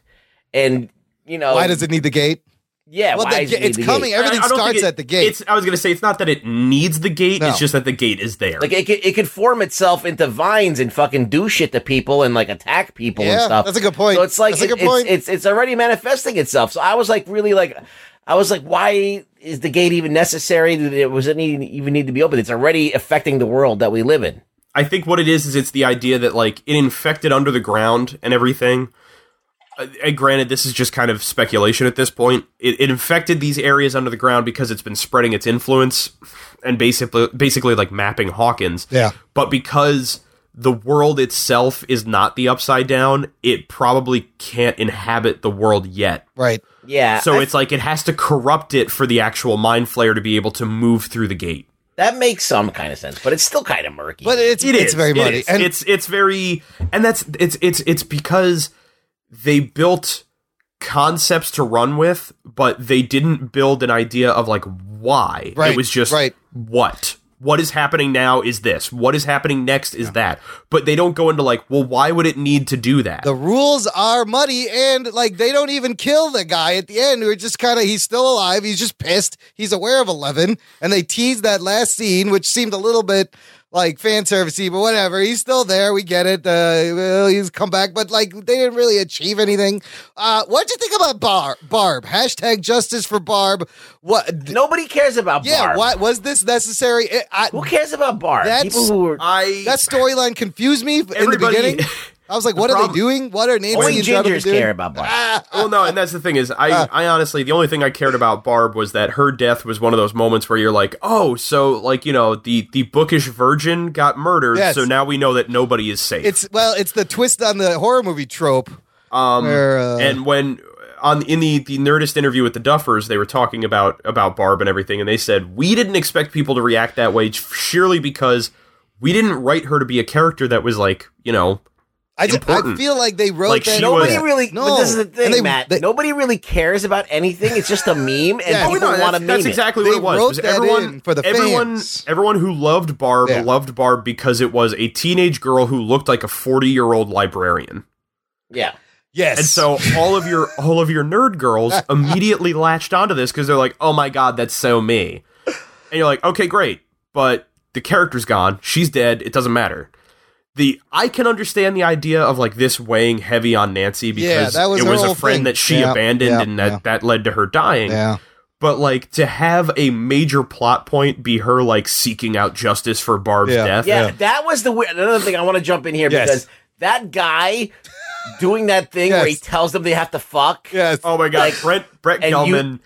Speaker 3: and you know
Speaker 1: Why does it need the gate?
Speaker 3: Yeah,
Speaker 1: Well,
Speaker 3: why
Speaker 1: the
Speaker 3: is
Speaker 1: ga-
Speaker 3: it need
Speaker 1: it's
Speaker 3: the
Speaker 1: coming-
Speaker 3: Gate?
Speaker 1: Everything
Speaker 4: I- I don't think
Speaker 1: starts
Speaker 4: it-
Speaker 1: at the gate.
Speaker 4: It's, I was gonna say it's not that it needs the gate;
Speaker 1: No.
Speaker 4: it's just that the gate is there.
Speaker 3: Like it could, it could form itself into vines and fucking do shit to people and like attack people and
Speaker 1: Yeah,
Speaker 3: stuff.
Speaker 1: that's a good point.
Speaker 3: So it's like
Speaker 1: That's a good
Speaker 3: it- it's,
Speaker 1: point.
Speaker 3: it's it's already manifesting itself. So I was like really like I was like why is the gate even necessary? Did It was it need- even need to be open. It's already affecting the world that we live in.
Speaker 4: I think what it is is it's the idea that like it infected under the ground and everything. Uh, and granted, this is just kind of speculation at this point. It, it infected these areas under the ground because it's been spreading its influence and basically basically like mapping Hawkins.
Speaker 1: Yeah.
Speaker 4: But because the world itself is not the upside down, it probably can't inhabit the world yet.
Speaker 1: Right.
Speaker 3: Yeah.
Speaker 4: So
Speaker 3: Uh, I-
Speaker 4: it's like it has to corrupt it for the actual mind flayer to be able to move through the gate.
Speaker 3: that makes some kind of sense, but it's still kind of murky.
Speaker 1: But it's
Speaker 4: It
Speaker 1: it's
Speaker 4: is.
Speaker 1: very
Speaker 4: It
Speaker 1: muddy.
Speaker 4: is. it's it's very and that's it's it's it's because they built concepts to run with, but they didn't build an idea of like why.
Speaker 1: Right,
Speaker 4: It was just
Speaker 1: right.
Speaker 4: what what is happening now is this. What is happening next is that. But they don't go into like, well, why would it need to do that?
Speaker 1: the rules are muddy and like they don't even kill the guy at the end. We're just kind of he's still alive. He's just pissed. He's aware of Eleven, and they tease that last scene, which seemed a little bit like fan servicey, but whatever. He's still there. We get it. Uh, well, he's come back, but like they didn't really achieve anything. Uh, what'd you think about Bar- Barb? Hashtag justice for Barb. What? d-
Speaker 3: nobody cares about
Speaker 1: yeah.
Speaker 3: Barb.
Speaker 1: Why was this necessary? It- I,
Speaker 3: Who cares about Barb?
Speaker 1: That's-
Speaker 3: People who are
Speaker 4: I
Speaker 1: that storyline confused me in the
Speaker 4: Everybody-
Speaker 1: beginning. I was like,
Speaker 4: The
Speaker 1: what are they
Speaker 4: problem-
Speaker 1: doing? What are Nancy
Speaker 3: only
Speaker 1: and Jonathan
Speaker 3: gingers
Speaker 1: doing?
Speaker 3: care about Barb.
Speaker 4: well, no, and that's the thing is, I,
Speaker 1: Uh.
Speaker 4: I honestly, the only thing I cared about Barb was that her death was one of those moments where you're like, oh, so like you know, the the bookish virgin got murdered,
Speaker 1: Yes.
Speaker 4: so now we know that nobody is safe.
Speaker 1: It's well, it's the twist on the horror movie trope.
Speaker 4: um,
Speaker 1: where, uh,
Speaker 4: and when on in the the Nerdist interview with the Duffers, they were talking about about Barb and everything, and they said we didn't expect people to react that way, surely because we didn't write her to be a character that was like you know
Speaker 1: I just, I
Speaker 4: important.
Speaker 1: feel like they wrote
Speaker 4: Like,
Speaker 1: that.
Speaker 4: she
Speaker 3: Nobody
Speaker 4: was-
Speaker 3: really.
Speaker 1: No.
Speaker 3: but this is the thing,
Speaker 1: And they-
Speaker 3: Matt.
Speaker 1: they-
Speaker 3: Nobody really cares about anything. It's just a meme, and
Speaker 1: Yeah. Oh,
Speaker 3: people
Speaker 4: that's,
Speaker 3: want to meme
Speaker 4: that's
Speaker 3: it.
Speaker 4: exactly
Speaker 1: They
Speaker 4: what it was.
Speaker 1: wrote
Speaker 4: was
Speaker 1: that
Speaker 4: everyone,
Speaker 1: in for the
Speaker 4: everyone,
Speaker 1: fans.
Speaker 4: everyone who loved Barb
Speaker 1: Yeah.
Speaker 4: loved Barb because it was a teenage girl who looked like a forty-year-old librarian,
Speaker 3: Yeah.
Speaker 1: yes,
Speaker 4: and so all of your all of your nerd girls immediately latched onto this because they're like, "Oh my god, that's so me," and you're like, "Okay, great," but the character's gone. She's dead. It doesn't matter. The I can understand the idea of like this weighing heavy on Nancy
Speaker 1: Yeah,
Speaker 4: because
Speaker 1: that was
Speaker 4: it
Speaker 1: her
Speaker 4: was
Speaker 1: whole
Speaker 4: a friend
Speaker 1: thing.
Speaker 4: that she
Speaker 1: Yeah,
Speaker 4: abandoned
Speaker 1: yeah,
Speaker 4: and that
Speaker 1: yeah.
Speaker 4: that led to her dying
Speaker 1: yeah,
Speaker 4: but like to have a major plot point be her like seeking out justice for Barb's
Speaker 1: Yeah.
Speaker 4: death.
Speaker 3: yeah, That was the weird. Another thing I want to jump in here
Speaker 1: Yes.
Speaker 3: because that guy doing that thing where he
Speaker 1: Yes.
Speaker 3: tells them they have to fuck.
Speaker 1: yes.
Speaker 4: Oh my god, Brett Brett
Speaker 3: and you-
Speaker 4: Gelman.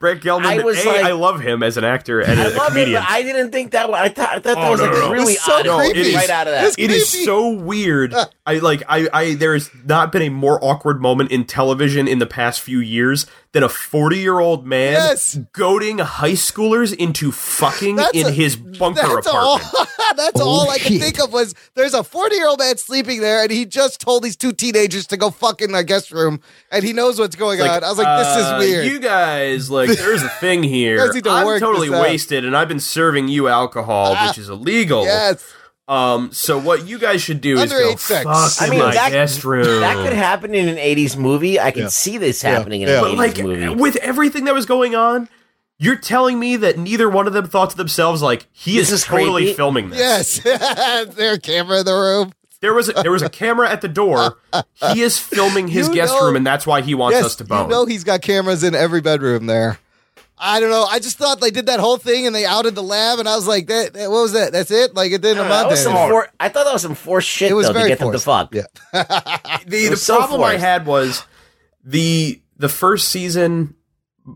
Speaker 4: Brett Gelman.
Speaker 3: I
Speaker 4: I,
Speaker 3: was
Speaker 4: a,
Speaker 3: like-
Speaker 4: I love him as an actor and
Speaker 3: I
Speaker 4: as a
Speaker 3: love it,
Speaker 4: comedian.
Speaker 3: but I didn't think that. Was, I thought, I thought that
Speaker 4: Oh,
Speaker 3: was like
Speaker 4: no, no, no.
Speaker 3: really
Speaker 1: It's so
Speaker 3: odd.
Speaker 1: creepy.
Speaker 4: No, it is-
Speaker 3: right out of
Speaker 1: It's
Speaker 3: that.
Speaker 4: it is
Speaker 1: creepy.
Speaker 4: so weird. I like I, I there has not been a more awkward moment in television in the past few years than a 40-year-old man
Speaker 1: Yes.
Speaker 4: goading high schoolers into fucking
Speaker 1: That's
Speaker 4: in
Speaker 1: a-
Speaker 4: his bunker
Speaker 1: that's all.
Speaker 4: apartment.
Speaker 1: that's all I could
Speaker 5: shit.
Speaker 1: think of was there's a 40 year old man sleeping there, and he just told these two teenagers to go fuck in their guest room, and he knows what's going on. I was like,
Speaker 4: uh,
Speaker 1: this is weird.
Speaker 4: You guys, like, there's a thing here.
Speaker 1: Guys need to
Speaker 4: I'm
Speaker 1: work
Speaker 4: totally
Speaker 1: this out.
Speaker 4: wasted, and I've been serving you alcohol,
Speaker 1: Ah,
Speaker 4: which is illegal.
Speaker 1: yes,
Speaker 4: Um. So what you guys should do is
Speaker 1: Underage
Speaker 4: go
Speaker 1: sex.
Speaker 4: fuck
Speaker 1: I
Speaker 4: in
Speaker 1: mean,
Speaker 4: my
Speaker 3: that-
Speaker 4: guest room.
Speaker 3: That could happen in an '80s movie. I can
Speaker 1: Yeah.
Speaker 3: see this happening
Speaker 1: Yeah.
Speaker 3: in
Speaker 4: But
Speaker 3: an
Speaker 4: like,
Speaker 3: '80s movie.
Speaker 4: with everything that was going on, you're telling me that neither one of them thought to themselves, like, he
Speaker 3: This
Speaker 4: is,
Speaker 3: is
Speaker 4: totally
Speaker 3: creepy.
Speaker 4: filming this.
Speaker 1: yes. There's a camera in the room.
Speaker 4: There was a, there was a camera at the door. He is filming his
Speaker 1: You
Speaker 4: guest
Speaker 1: know-
Speaker 4: room, and that's why he wants
Speaker 1: yes,
Speaker 4: us to bone.
Speaker 1: You know he's got cameras in every bedroom there. I don't know. I just thought they did that whole thing and they outed the lab, and I was like, "That, that what was that? That's it? Like it didn't
Speaker 3: I, don't know, that
Speaker 1: amount to
Speaker 3: was some
Speaker 1: anything."
Speaker 3: for- I thought that was some forced shit
Speaker 1: It was
Speaker 3: though to
Speaker 1: very
Speaker 3: get them to fuck.
Speaker 4: the
Speaker 3: It
Speaker 4: the
Speaker 3: was so
Speaker 4: problem I
Speaker 3: forced.
Speaker 4: had was the the first season,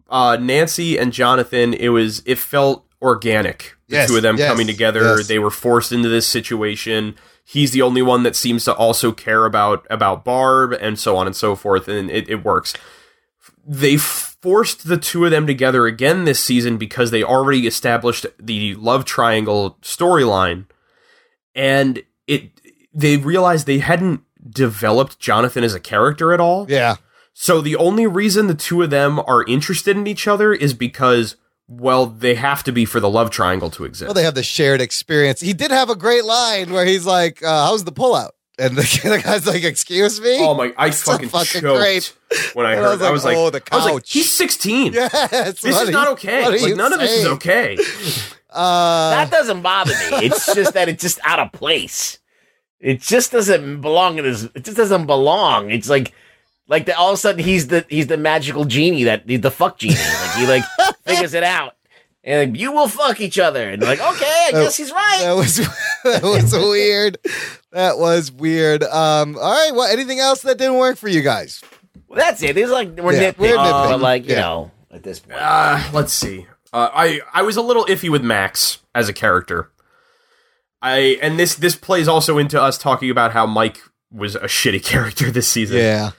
Speaker 4: uh, Nancy and Jonathan. It was it felt organic. The
Speaker 1: Yes,
Speaker 4: two of them
Speaker 1: yes,
Speaker 4: coming together.
Speaker 1: yes.
Speaker 4: They were forced into this situation. He's the only one that seems to also care about about Barb and so on and so forth, and it, it works. They forced the two of them together again this season because they already established the love triangle storyline and it they realized they hadn't developed Jonathan as a character at all.
Speaker 1: Yeah.
Speaker 4: So the only reason the two of them are interested in each other is because well, they have to be for the love triangle to exist.
Speaker 1: Well, they have the shared experience. He did have a great line where he's like, uh, "How's the pullout?" And the, the guy's like, "Excuse me."
Speaker 4: oh my! I
Speaker 1: It's so
Speaker 4: fucking, choked
Speaker 1: great.
Speaker 4: when I
Speaker 1: And
Speaker 4: heard.
Speaker 1: I
Speaker 4: I
Speaker 1: was
Speaker 4: was,
Speaker 1: like,
Speaker 4: like,
Speaker 1: oh, the
Speaker 4: I was like,
Speaker 1: couch.
Speaker 4: he's sixteen.
Speaker 1: Yes,
Speaker 4: this
Speaker 1: what
Speaker 4: is
Speaker 1: are
Speaker 4: not
Speaker 1: you-
Speaker 4: okay.
Speaker 1: what are
Speaker 4: Like
Speaker 1: you
Speaker 4: none of this is
Speaker 1: saying?
Speaker 4: okay.
Speaker 1: Uh,
Speaker 3: that doesn't bother me. It's just that it's just out of place. It just doesn't belong in his. It just doesn't belong. It's like, like the, all of a sudden he's the he's the magical genie that he's the fuck genie. Like he like figures it out, and like, you will fuck each other. And like, okay, I
Speaker 1: That-
Speaker 3: guess he's right.
Speaker 1: that was that was weird. That was weird. Um, all right. Well, anything else that didn't work for you guys?
Speaker 3: Well, that's it. It's like we're
Speaker 1: Yeah,
Speaker 3: nitpicking,
Speaker 1: we're nitpicking.
Speaker 3: but like you
Speaker 1: Yeah.
Speaker 3: know, at this point,
Speaker 4: Uh, let's see. Uh, I I was a little iffy with Max as a character. I and this this plays also into us talking about how Mike was a shitty character this season.
Speaker 1: Yeah.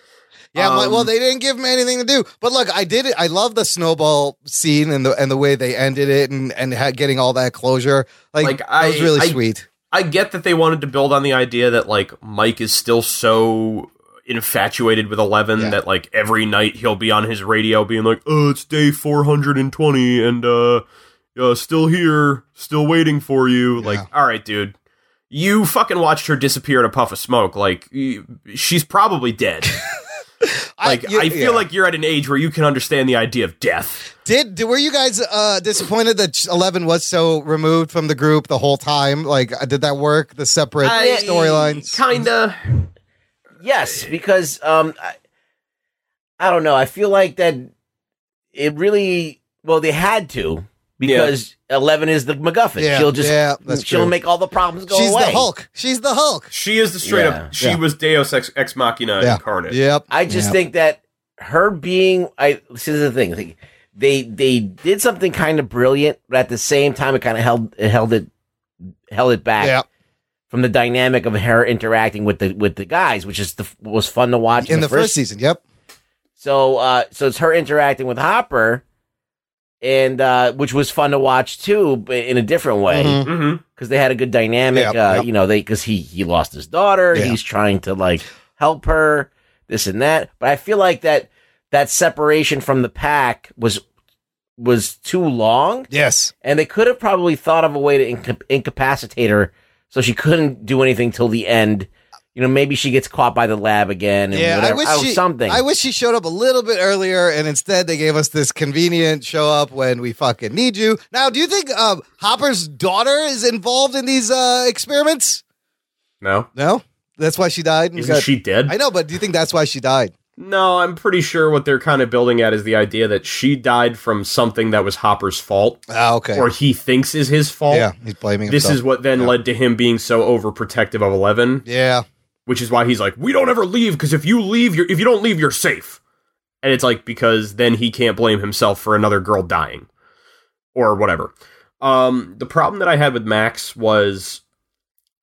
Speaker 1: Yeah, I'm like,
Speaker 4: Um,
Speaker 1: well, they didn't give him anything to do. But look, I did it. I love the snowball scene and the and the way they ended it and and had, getting all that closure. Like,
Speaker 4: Like,
Speaker 1: that was
Speaker 4: I-
Speaker 1: really
Speaker 4: I-
Speaker 1: sweet.
Speaker 4: I get that they wanted to build on the idea that like Mike is still so infatuated with Eleven
Speaker 1: Yeah.
Speaker 4: that like every night he'll be on his radio being like, "Oh, it's day 420 and uh, uh still here, still waiting for you." Like, all right, dude. You fucking watched her disappear in a puff of smoke. Like y- she's probably dead. like I,
Speaker 1: you-
Speaker 4: feel
Speaker 1: yeah.
Speaker 4: like you're at an age where you can understand the idea of death.
Speaker 1: Did, did were you guys uh, disappointed that Eleven was so removed from the group the whole time? Like, uh, did that work? The separate
Speaker 4: I-
Speaker 1: storylines.
Speaker 4: Kinda.
Speaker 3: yes, because um, I, I don't know. I feel like that it really well they had to because Eleven is the MacGuffin.
Speaker 1: Yeah,
Speaker 3: she'll just
Speaker 1: yeah, that's
Speaker 3: she'll
Speaker 1: true.
Speaker 3: make all the problems go
Speaker 1: She's
Speaker 3: away.
Speaker 1: the Hulk. She's the Hulk.
Speaker 4: She is the straight
Speaker 3: Yeah.
Speaker 4: up. She
Speaker 1: Yeah.
Speaker 4: was Deus ex, ex machina
Speaker 1: Yeah.
Speaker 4: incarnate.
Speaker 1: Yep.
Speaker 3: I just
Speaker 1: Yep.
Speaker 3: think that her being I this is the thing. Like, they they did something kind of brilliant, but at the same time it kind of held it held it held it back
Speaker 1: Yep.
Speaker 3: from the dynamic of her interacting with the with the guys, which is the was fun to watch
Speaker 1: in the first season. Yep.
Speaker 3: So uh so it's her interacting with Hopper and uh which was fun to watch too, but in a different way
Speaker 1: Mhm.
Speaker 4: Mm-hmm.
Speaker 3: because they had a good dynamic.
Speaker 1: Yep,
Speaker 3: uh,
Speaker 1: yep.
Speaker 3: You know, they because he he lost his daughter.
Speaker 1: Yeah.
Speaker 3: He's trying to like help her, this and that. But I feel like that that separation from the pack was was too long,
Speaker 1: Yes.
Speaker 3: and they could have probably thought of a way to inca- incapacitate her so she couldn't do anything till the end. You know, maybe she gets caught by the lab again, and whatever, oh,
Speaker 1: she,
Speaker 3: something.
Speaker 1: I wish she showed up a little bit earlier, and instead they gave us this convenient show up when we fucking need you. Now, do you think uh, Hopper's daughter is involved in these uh, experiments?
Speaker 4: No.
Speaker 1: No, that's why she died. and
Speaker 4: Isn't
Speaker 1: got-
Speaker 4: she dead?
Speaker 1: I know, but do you think that's why she died?
Speaker 4: no, I'm pretty sure what they're kind of building at is the idea that she died from something that was Hopper's fault,
Speaker 1: Ah, okay.
Speaker 4: or he thinks is his fault.
Speaker 1: yeah, he's blaming.
Speaker 4: This is
Speaker 1: himself.
Speaker 4: what then led to him being so overprotective of Eleven,
Speaker 1: Yeah,
Speaker 4: which is why he's like, "We don't ever leave because if you leave, you're, if you don't leave, you're safe." And it's like because then he can't blame himself for another girl dying, or whatever. Um, the problem that I had with Max was,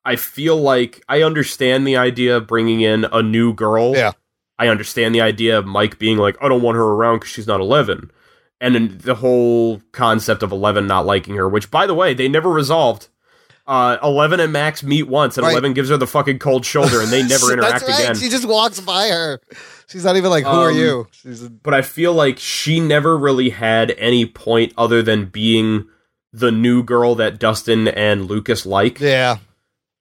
Speaker 4: I feel like I understand the idea of bringing in a new girl.
Speaker 1: yeah.
Speaker 4: I understand the idea of Mike being like, I don't want her around because she's not 11. And then the whole concept of 11 not liking her, which, by the way, they never resolved. Uh, 11 and Max meet once, and
Speaker 1: Right.
Speaker 4: 11 gives her the fucking cold shoulder, and they never interact
Speaker 1: That's right.
Speaker 4: again.
Speaker 1: She just walks by her. She's not even like, "Who are
Speaker 4: Um,
Speaker 1: you?" She's a,
Speaker 4: But I feel like she never really had any point other than being the new girl that Dustin and Lucas like.
Speaker 1: yeah,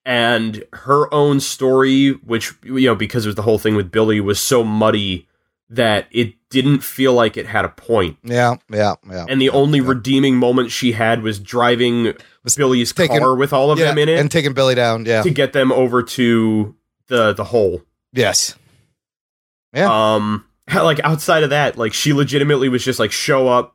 Speaker 4: and her own story, which you know, because it was the whole thing with Billy, was so muddy that it didn't feel like it had a point.
Speaker 1: Yeah, yeah, yeah.
Speaker 4: And the only redeeming moment she had was driving Billy's
Speaker 1: taking-
Speaker 4: car with all of
Speaker 1: yeah,
Speaker 4: them in it
Speaker 1: and taking Billy down. Yeah,
Speaker 4: to get them over to the the hole.
Speaker 1: Yes.
Speaker 4: Yeah. Um like outside of that, like she legitimately was just like show up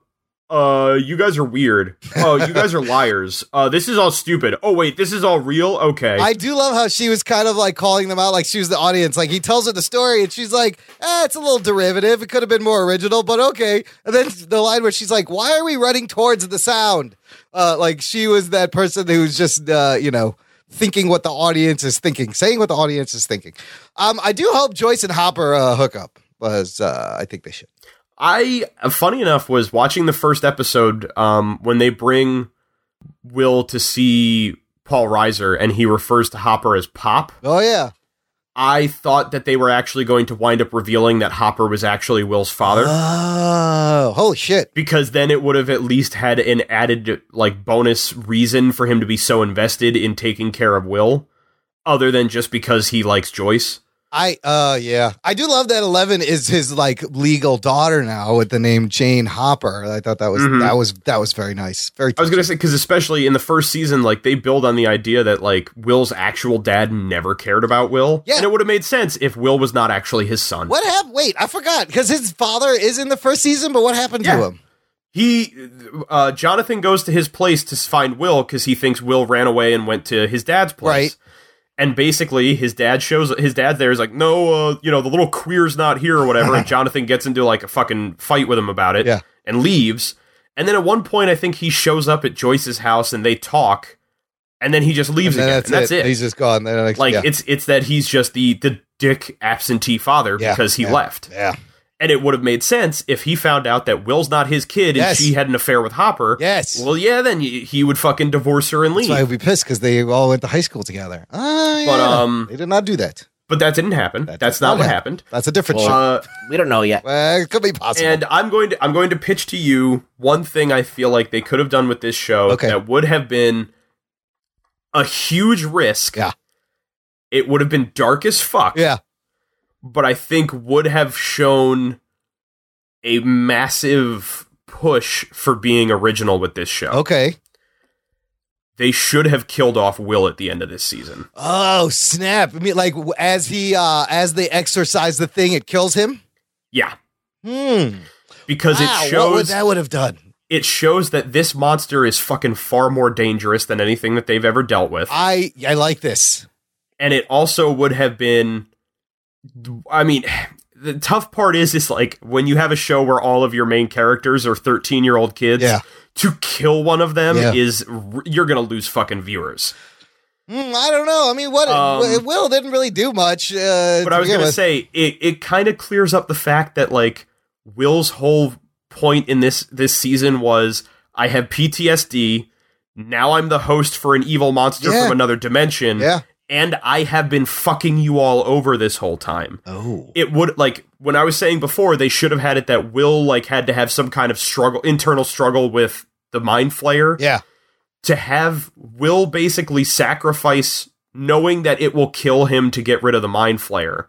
Speaker 4: uh you guys are weird. Oh, you guys are liars. Uh this is all stupid. Oh wait, this is all real. Okay.
Speaker 1: I do love how she was kind of like calling them out, like she was the audience. Like he tells her the story, and she's like, "Ah, it's a little derivative. It could have been more original, but okay." And then the line where she's like, "Why are we running towards the sound?" Uh, like she was that person who's just, uh, you know, thinking what the audience is thinking, saying what the audience is thinking. Um, I do hope Joyce and Hopper uh, hook up, because uh, I think they should.
Speaker 4: I funny enough was watching the first episode um when they bring Will to see Paul Reiser and he refers to Hopper as Pop.
Speaker 1: Oh yeah.
Speaker 4: I thought that they were actually going to wind up revealing that Hopper was actually Will's father.
Speaker 1: Oh, holy shit.
Speaker 4: Because then it would have at least had an added like bonus reason for him to be so invested in taking care of Will other than just because he likes Joyce.
Speaker 1: I uh yeah. I do love that Eleven is his like legal daughter now with the name Jane Hopper. I thought that was
Speaker 4: Mhm.
Speaker 1: that was that was very nice. Very
Speaker 4: I was gonna say because especially in the first season, like they build on the idea that like Will's actual dad never cared about Will, yeah. and it would have made sense if Will was not actually his son.
Speaker 1: What happened? Wait, I forgot because his father is in the first season, but what happened to
Speaker 4: Yeah.
Speaker 1: him?
Speaker 4: He, uh, Jonathan goes to his place to find Will because he thinks Will ran away and went to his dad's place. Right. And basically, his dad shows his dad there is like, no, uh, you know, the little queer's not here or whatever. and Jonathan gets into like a fucking fight with him about it
Speaker 1: Yeah.
Speaker 4: and leaves. And then at one point, I think he shows up at Joyce's house and they talk. And then he just leaves
Speaker 1: And
Speaker 4: again.
Speaker 1: that's,
Speaker 4: and that's
Speaker 1: it.
Speaker 4: it.
Speaker 1: He's just gone. Then, like,
Speaker 4: like
Speaker 1: yeah.
Speaker 4: it's it's that he's just the the dick absentee father
Speaker 1: Yeah,
Speaker 4: because he
Speaker 1: yeah,
Speaker 4: left.
Speaker 1: Yeah.
Speaker 4: And it would have made sense if he found out that Will's not his kid
Speaker 1: Yes.
Speaker 4: and she had an affair with Hopper.
Speaker 1: Yes.
Speaker 4: Well, yeah, then y- he would fucking divorce her and
Speaker 1: That's
Speaker 4: leave.
Speaker 1: why I'd be pissed because they all went to high school together. Ah,
Speaker 4: But,
Speaker 1: yeah.
Speaker 4: um,
Speaker 1: they did not do that.
Speaker 4: but that didn't happen. That's not
Speaker 1: not
Speaker 4: what
Speaker 1: happen.
Speaker 4: happened.
Speaker 1: That's a different show.
Speaker 4: Uh,
Speaker 3: we don't know yet.
Speaker 1: Well, it could be possible.
Speaker 4: And I'm going to I'm going to pitch to you one thing I feel like they could have done with this show
Speaker 1: Okay.
Speaker 4: that would have been a huge risk.
Speaker 1: Yeah.
Speaker 4: It would have been dark as fuck.
Speaker 1: yeah.
Speaker 4: but I think would have shown a massive push for being original with this show.
Speaker 1: Okay.
Speaker 4: They should have killed off Will at the end of this season.
Speaker 1: Oh snap! I mean, like w- as he uh as they exercise the thing, it kills him.
Speaker 4: Yeah,
Speaker 1: Hmm.
Speaker 4: because
Speaker 1: Wow,
Speaker 4: it
Speaker 1: what would
Speaker 4: shows
Speaker 1: that would have done.
Speaker 4: it shows that this monster is fucking far more dangerous than anything that they've ever dealt with.
Speaker 1: I I like this.
Speaker 4: and it also would have been i mean the tough part is is like when you have a show where all of your main characters are 13 year old kids
Speaker 1: Yeah.
Speaker 4: to kill one of them
Speaker 1: Yeah.
Speaker 4: is r- you're gonna lose fucking viewers
Speaker 1: Mm, I don't know. I mean, what
Speaker 4: Um,
Speaker 1: w- Will didn't really do much. Uh,
Speaker 4: but i was
Speaker 1: begin
Speaker 4: gonna
Speaker 1: with.
Speaker 4: say it, it kind of clears up the fact that like will's whole point in this this season was i have ptsd now i'm the host for an evil monster
Speaker 1: Yeah.
Speaker 4: from another dimension
Speaker 1: yeah.
Speaker 4: and i have been fucking you all over this whole time
Speaker 1: Oh,
Speaker 4: it would like when I was saying before they should have had it that Will like had to have some kind of struggle internal struggle with the mind flayer
Speaker 1: yeah,
Speaker 4: to have Will basically sacrifice knowing that it will kill him to get rid of the mind flayer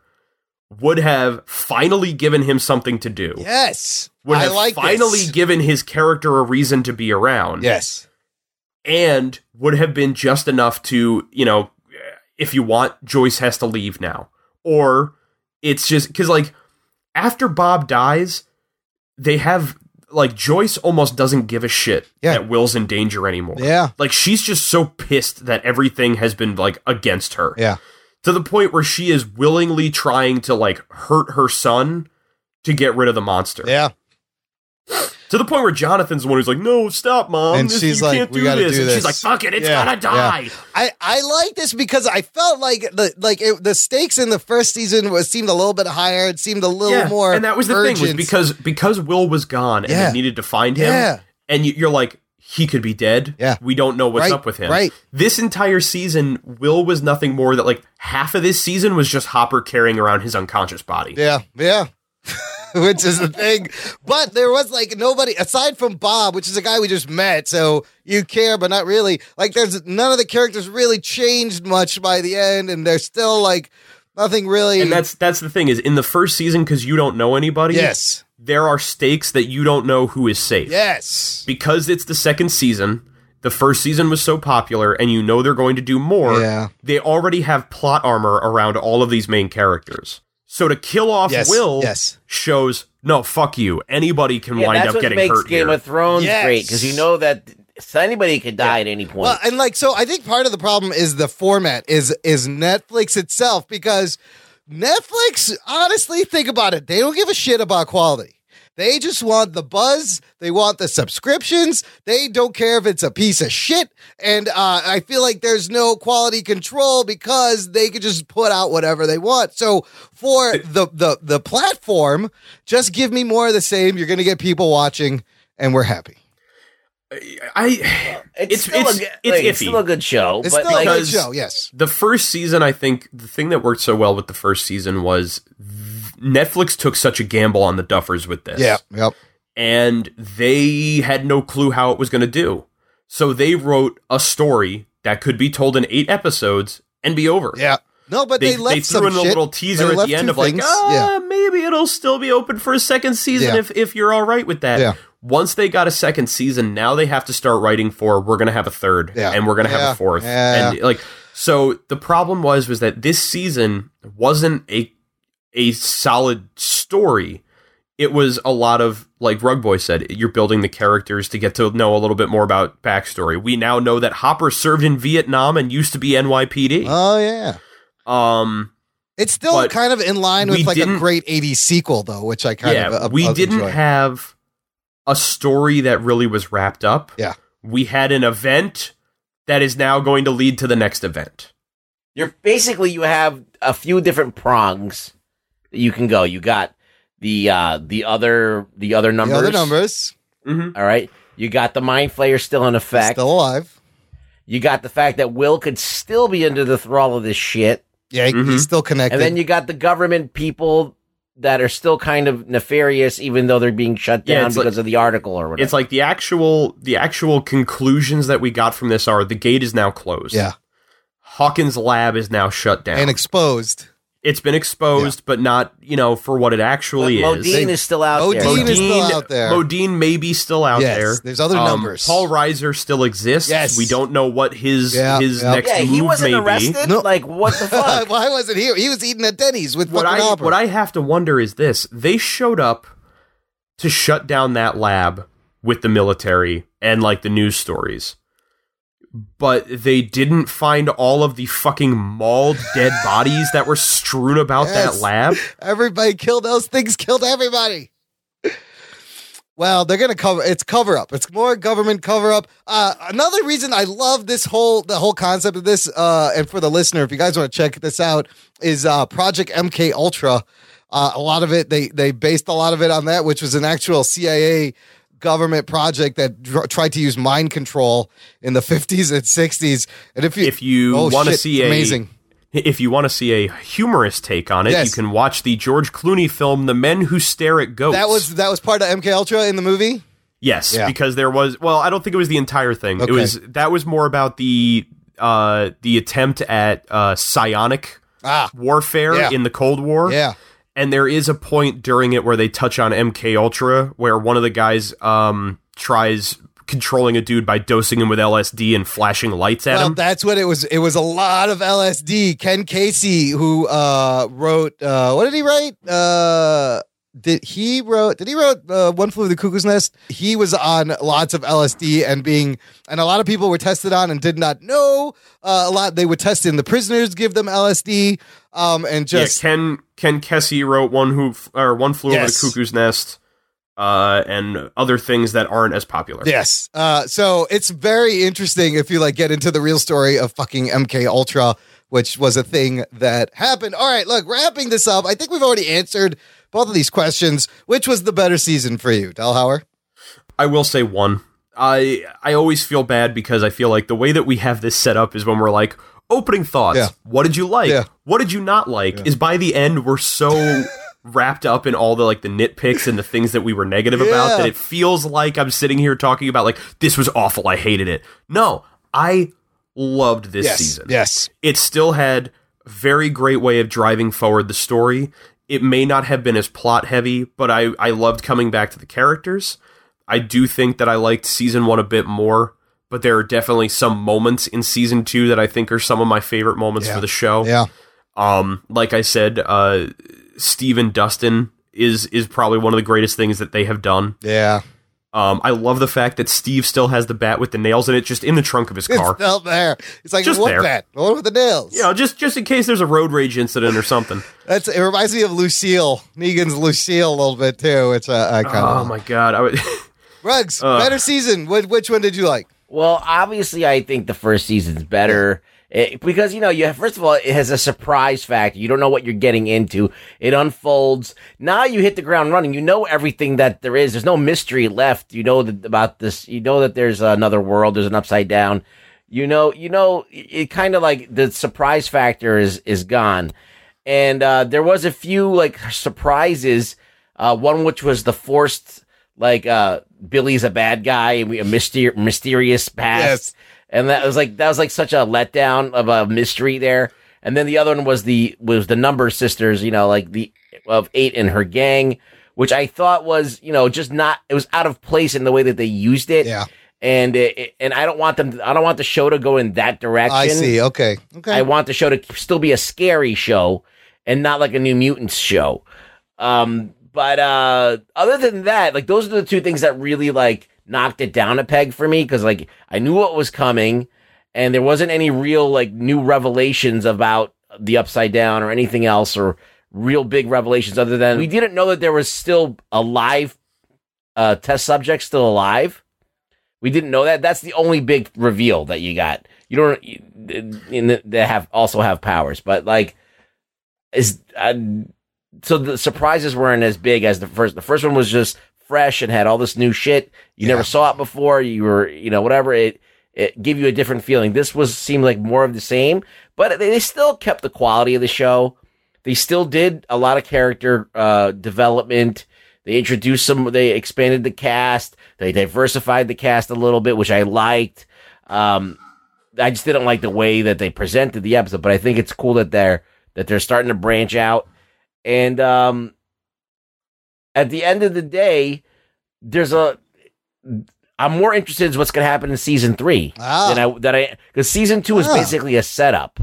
Speaker 4: would have finally given him something to do.
Speaker 1: yes.
Speaker 4: Would
Speaker 1: I
Speaker 4: have
Speaker 1: like
Speaker 4: finally
Speaker 1: This.
Speaker 4: given his character a reason to be around
Speaker 1: yes.
Speaker 4: and would have been just enough to, you know, if you want, Joyce has to leave now. Or it's just because, like, after Bob dies, they have, like, Joyce almost doesn't give a shit
Speaker 1: Yeah.
Speaker 4: that Will's in danger anymore.
Speaker 1: Yeah.
Speaker 4: Like, she's just so pissed that everything has been, like, against her
Speaker 1: Yeah.
Speaker 4: to the point where she is willingly trying to, like, hurt her son to get rid of the monster.
Speaker 1: Yeah.
Speaker 4: To the point where Jonathan's the one who's like, "No, stop, mom!"
Speaker 1: And
Speaker 4: This-
Speaker 1: she's
Speaker 4: you
Speaker 1: like,
Speaker 4: can't
Speaker 1: "We
Speaker 4: do
Speaker 1: gotta
Speaker 4: this."
Speaker 1: do
Speaker 4: And
Speaker 1: this.
Speaker 4: she's like, "Fuck it, it's
Speaker 1: Yeah,
Speaker 4: gonna die."
Speaker 1: I I like this because I felt like the like it, the stakes in the first season was seemed a little bit higher. It seemed a little more.
Speaker 4: and that was the thing was
Speaker 1: urgent.
Speaker 4: because because Will was gone and
Speaker 1: Yeah.
Speaker 4: they needed to find him.
Speaker 1: Yeah.
Speaker 4: and you, you're like, he could be dead.
Speaker 1: Yeah.
Speaker 4: we don't know what's
Speaker 1: Right,
Speaker 4: up with him.
Speaker 1: right.
Speaker 4: This entire season, Will was nothing more that like half of this season was just Hopper carrying around his unconscious body.
Speaker 1: Yeah, yeah. which is the thing. But there was like nobody aside from Bob, which is a guy we just met, so you care, but not really. Like there's none of the characters really changed much by the end, and they're still like Nothing really.
Speaker 4: And that's that's the thing is in the first season because you don't know anybody.
Speaker 1: Yes.
Speaker 4: There are stakes that you don't know who is safe.
Speaker 1: Yes.
Speaker 4: Because it's the second season. The first season was so popular, and you know they're going to do more.
Speaker 1: Yeah.
Speaker 4: They already have plot armor around all of these main characters. So to kill off
Speaker 1: Yes,
Speaker 4: Will
Speaker 1: yes.
Speaker 4: shows no fuck you. Anybody can
Speaker 3: Yeah,
Speaker 4: wind
Speaker 3: that's
Speaker 4: up
Speaker 3: what
Speaker 4: getting
Speaker 3: makes
Speaker 4: hurt
Speaker 3: Game
Speaker 4: here.
Speaker 3: of Thrones
Speaker 1: Yes.
Speaker 3: great because you know that so anybody could die at any point.
Speaker 1: Well, and like so, I think part of the problem is the format is is Netflix itself because Netflix, honestly, think about it, they don't give a shit about quality. They just want the buzz. They want the subscriptions. They don't care if it's a piece of shit. And uh, I feel like there's no quality control because they could just put out whatever they want. So for the the the platform, just give me more of the same. You're going to get people watching, and we're happy.
Speaker 4: I it's it's
Speaker 3: still a
Speaker 4: it's,
Speaker 3: good- like, it's
Speaker 4: iffy.
Speaker 3: still a good show,
Speaker 1: It's
Speaker 3: but
Speaker 1: still
Speaker 3: like,
Speaker 1: a good
Speaker 4: because-
Speaker 1: show. Yes.
Speaker 4: The first season, I think, the thing that worked so well with the first season was Netflix took such a gamble on the Duffers with this.
Speaker 1: Yeah. Yep.
Speaker 4: and they had no clue how it was going to do. So they wrote a story that could be told in eight episodes and be over.
Speaker 1: Yeah. No, but they,
Speaker 4: They,
Speaker 1: left
Speaker 4: they threw
Speaker 1: some
Speaker 4: in a
Speaker 1: shit.
Speaker 4: little
Speaker 1: They
Speaker 4: teaser at
Speaker 1: left
Speaker 4: the end
Speaker 1: two
Speaker 4: of like,
Speaker 1: things.
Speaker 4: ah, maybe it'll still be open for a second season
Speaker 1: Yeah.
Speaker 4: if, if you're all right with that.
Speaker 1: Yeah.
Speaker 4: Once they got a second season, now they have to start writing for we're going to have a third
Speaker 1: Yeah.
Speaker 4: and we're going to
Speaker 1: Yeah.
Speaker 4: have a fourth.
Speaker 1: Yeah.
Speaker 4: And like so the problem was was that this season wasn't a a solid story it was a lot of like Rug Boy said, you're building the characters to get to know a little bit more about backstory. We now know that Hopper served in Vietnam and used to be NYPD.
Speaker 1: Oh yeah.
Speaker 4: um,
Speaker 1: It's still
Speaker 4: But
Speaker 1: kind of in line
Speaker 4: we
Speaker 1: with like a
Speaker 4: didn't-
Speaker 1: great 80s sequel though, which I kind
Speaker 4: yeah,
Speaker 1: of uh,
Speaker 4: we
Speaker 1: uh,
Speaker 4: didn't
Speaker 1: enjoy.
Speaker 4: have a story that really was wrapped up.
Speaker 1: Yeah.
Speaker 4: we had an event that is now going to lead to the next event.
Speaker 3: you're basically you have a few different prongs that you can go. You got the uh the other the other
Speaker 1: the
Speaker 3: numbers.
Speaker 1: other numbers
Speaker 4: Mm-hmm.
Speaker 3: All right. You got the mind flayer still in effect.
Speaker 1: still alive.
Speaker 3: you got the fact that Will could still be under the thrall of this shit.
Speaker 1: Yeah, he-
Speaker 4: Mhm.
Speaker 1: he's still connected.
Speaker 3: And then you got the government people that are still kind of nefarious even though they're being shut
Speaker 4: Yeah,
Speaker 3: down
Speaker 4: it's
Speaker 3: because
Speaker 4: like-
Speaker 3: of the article or whatever.
Speaker 4: It's like the actual the actual conclusions that we got from this are the gate is now closed.
Speaker 1: yeah,
Speaker 4: Hawkins' lab is now shut down.
Speaker 1: and exposed.
Speaker 4: it's been exposed, but not you know for what it actually
Speaker 3: But
Speaker 4: is.
Speaker 3: Modine is still out there.
Speaker 1: Modine is still out there.
Speaker 4: Modine may be still out
Speaker 1: Yes,
Speaker 4: there. Um,
Speaker 1: there's other numbers.
Speaker 4: Paul Reiser still exists.
Speaker 1: Yes.
Speaker 4: we don't know what his
Speaker 1: Yeah,
Speaker 4: his
Speaker 1: yeah.
Speaker 4: next
Speaker 3: yeah,
Speaker 4: move
Speaker 3: he wasn't
Speaker 4: may
Speaker 3: arrested.
Speaker 1: No.
Speaker 3: Like what the fuck?
Speaker 1: Why wasn't he? He was eating at Denny's with
Speaker 4: be. What
Speaker 1: fucking
Speaker 4: I
Speaker 1: Hopper.
Speaker 4: what I have to wonder is this: they showed up to shut down that lab with the military and like the news stories. But they didn't find all of the fucking mauled dead bodies that were strewn about
Speaker 1: Yes.
Speaker 4: that lab.
Speaker 1: everybody killed those things. Killed everybody. Well, they're gonna cover. It's cover up. It's more government cover up. Uh, another reason I love this whole the whole concept of this, uh, and for the listener, if you guys want to check this out, is uh, Project MK Ultra. Uh, a lot of it they they based a lot of it on that, which was an actual CIA government project that dr- tried to use mind control in the 50s and 60s. And if you
Speaker 4: If you
Speaker 1: oh,
Speaker 4: wanna
Speaker 1: shit,
Speaker 4: see
Speaker 1: it's
Speaker 4: a-
Speaker 1: amazing,
Speaker 4: If you want to see a humorous take on it,
Speaker 1: Yes.
Speaker 4: you can watch the George Clooney film "The Men Who Stare at Goats."
Speaker 1: that was that was part of MK Ultra in the movie.
Speaker 4: yes,
Speaker 1: Yeah.
Speaker 4: because there was. Well, I don't think it was the entire thing.
Speaker 1: Okay.
Speaker 4: It was that was more about the uh, the attempt at uh, psionic
Speaker 1: Ah,
Speaker 4: warfare
Speaker 1: Yeah.
Speaker 4: in the Cold War.
Speaker 1: yeah.
Speaker 4: and there is a point during it where they touch on MK Ultra, where one of the guys um, tries controlling a dude by dosing him with LSD and flashing lights at
Speaker 1: Well,
Speaker 4: him.
Speaker 1: that's what it was. It was a lot of LSD. Ken Casey, who uh, wrote, uh, what did he write? Uh, did he wrote? Did he wrote uh, One Flew Over the Cuckoo's Nest? He was on lots of LSD and being, and a lot of people were tested on and did not know. Uh, a lot they were tested. And the prisoners give them LSD, um, and just
Speaker 4: yeah, Ken Ken Kesey wrote one who f- or one flew
Speaker 1: Yes.
Speaker 4: over the cuckoo's nest, uh, and other things that aren't as popular.
Speaker 1: Yes. Uh, so it's very interesting if you like get into the real story of fucking MK Ultra, which was a thing that happened. All right, look, wrapping this up, I think we've already answered both of these questions. Which was the better season for you, Delhauer?
Speaker 4: I will say one. I I always feel bad because I feel like the way that we have this set up is when we're like opening thoughts.
Speaker 1: Yeah.
Speaker 4: What did you like?
Speaker 1: Yeah.
Speaker 4: What did you not like? Is by the end we're so wrapped up in all the like the nitpicks and the things that we were negative
Speaker 1: Yeah.
Speaker 4: about that it feels like I'm sitting here talking about like this was awful. I hated it. No, I loved this
Speaker 1: yes.
Speaker 4: season.
Speaker 1: Yes.
Speaker 4: it still had very great way of driving forward the story. It may not have been as plot heavy, but I, I loved coming back to the characters. I do think that I liked season one a bit more, but there are definitely some moments in season two that I think are some of my favorite moments
Speaker 1: Yeah.
Speaker 4: for the show.
Speaker 1: Yeah.
Speaker 4: Um, like I said, uh, Steve and Dustin is is probably one of the greatest things that they have done.
Speaker 1: Yeah.
Speaker 4: Um, I love the fact that Steve still has the bat with the nails in it, just in the trunk of his car.
Speaker 1: It's still there. It's like
Speaker 4: Just
Speaker 1: what
Speaker 4: there.
Speaker 1: that? What with the nails?
Speaker 4: you know, just just in case there's a road rage incident or something.
Speaker 1: That's it. Reminds me of Lucille Negan's Lucille a little bit too, which uh, I kind
Speaker 4: oh
Speaker 1: of
Speaker 4: my god! I would,
Speaker 1: Rugs
Speaker 4: Uh.
Speaker 3: Ugh.
Speaker 1: better season. Which, which one did you like?
Speaker 3: Well, obviously, I think the first season's better It- because you know, you first of all, it has a surprise factor. You don't know what you're getting into. It unfolds. Now you hit the ground running. You know everything that there is. There's no mystery left. You know that about this. You know that there's another world. There's an upside down. You know. You know. It, kind of like the surprise factor is is gone. And uh, there was a few like surprises. Uh, one which was the forced like uh Billy's a bad guy and we a myster- mysterious past.
Speaker 1: Yes.
Speaker 3: And that was like that was like such a letdown of a mystery there. And then the other one was the was the number sisters, you know, like the of eight and her gang, which I thought was, you know, just not it was out of place in the way that they used it. Yeah. And it, it- and I don't want them I don't want the show to go in that direction.
Speaker 1: I see. Okay. Okay.
Speaker 3: I want the show to still be a scary show and not like a New Mutants show. Um, but uh, other than that, like those are the two things that really like knocked it down a peg for me because like I knew what was coming, and there wasn't any real like new revelations about the Upside Down or anything else or real big revelations other than we didn't know that there was still a live uh, test subject still alive. We didn't know that. That's the only big reveal that you got. You don't you- in the, they have also have powers, but like is uh, so the surprises weren't as big as the first. The first one was just fresh and had all this new shit. You never saw it before. You were you know whatever it it gave you a different feeling. This was seemed like more of the same, but they, they still kept the quality of the show. They still did a lot of character uh, development. They introduced some. They expanded the cast. They diversified the cast a little bit, which I liked. Um, I just didn't like the way that they presented the episode, but I think it's cool that they're that they're starting to branch out. And um, at the end of the day, there's a. I'm more interested in what's going to happen in season three
Speaker 1: Ah,
Speaker 3: than I that I because season two is
Speaker 2: Ah.
Speaker 3: basically a setup.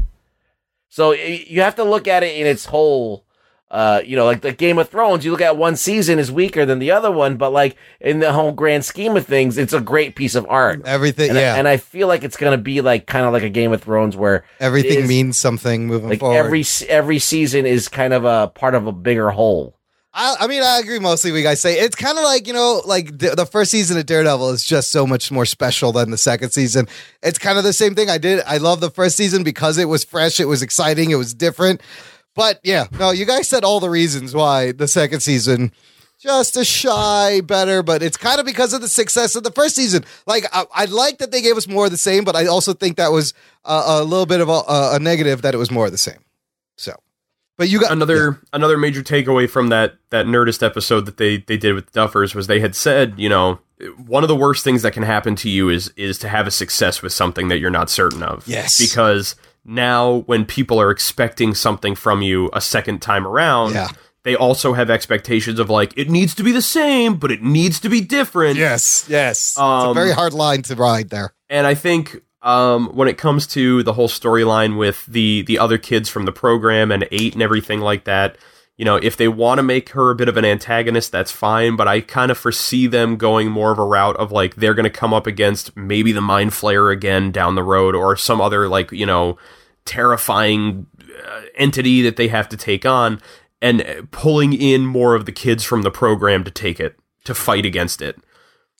Speaker 3: So y- you have to look at it in its whole. Uh, you know, like the Game of Thrones, you look at one season is weaker than the other one, but like in the whole grand scheme of things, it's a great piece of art.
Speaker 1: Everything,
Speaker 3: and I-
Speaker 1: yeah.
Speaker 3: and I feel like it's gonna be like kind of like a Game of Thrones where
Speaker 1: Everything
Speaker 3: is-
Speaker 1: means something moving
Speaker 3: like
Speaker 1: forward.
Speaker 3: every s- every season is kind of a part of a bigger whole.
Speaker 1: I, I mean, I agree mostly with you guys say. It's kind of like, you know, like the, the first season of Daredevil is just so much more special than the second season. It's kind of the same thing. I did, I love the first season because it was fresh, it was exciting, it was different. But yeah, no, you guys said all the reasons why the second season just a shy better, but it's kind of because of the success of the first season. Like, I, I like that they gave us more of the same, but I also think that was uh, a little bit of a, a, a negative that it was more of the same. So, but you got
Speaker 4: another another major takeaway from that that Nerdist episode that they they did with Duffers was they had said, you know, one of the worst things that can happen to you is is to have a success with something that you're not certain of.
Speaker 1: Yes.
Speaker 4: because now when people are expecting something from you a second time around,
Speaker 1: Yeah.
Speaker 4: they also have expectations of like it needs to be the same, but it needs to be different.
Speaker 1: Yes, yes, it's a
Speaker 4: Um,
Speaker 1: very hard line to ride there.
Speaker 4: and I think um, when it comes to the whole storyline with the the other kids from the program and eight and everything like that, you know, if they want to make her a bit of an antagonist, that's fine. But I kind of foresee them going more of a route of like they're going to come up against maybe the mind flayer again down the road or some other like you know terrifying uh, entity that they have to take on and uh, pulling in more of the kids from the program to take it to fight against it.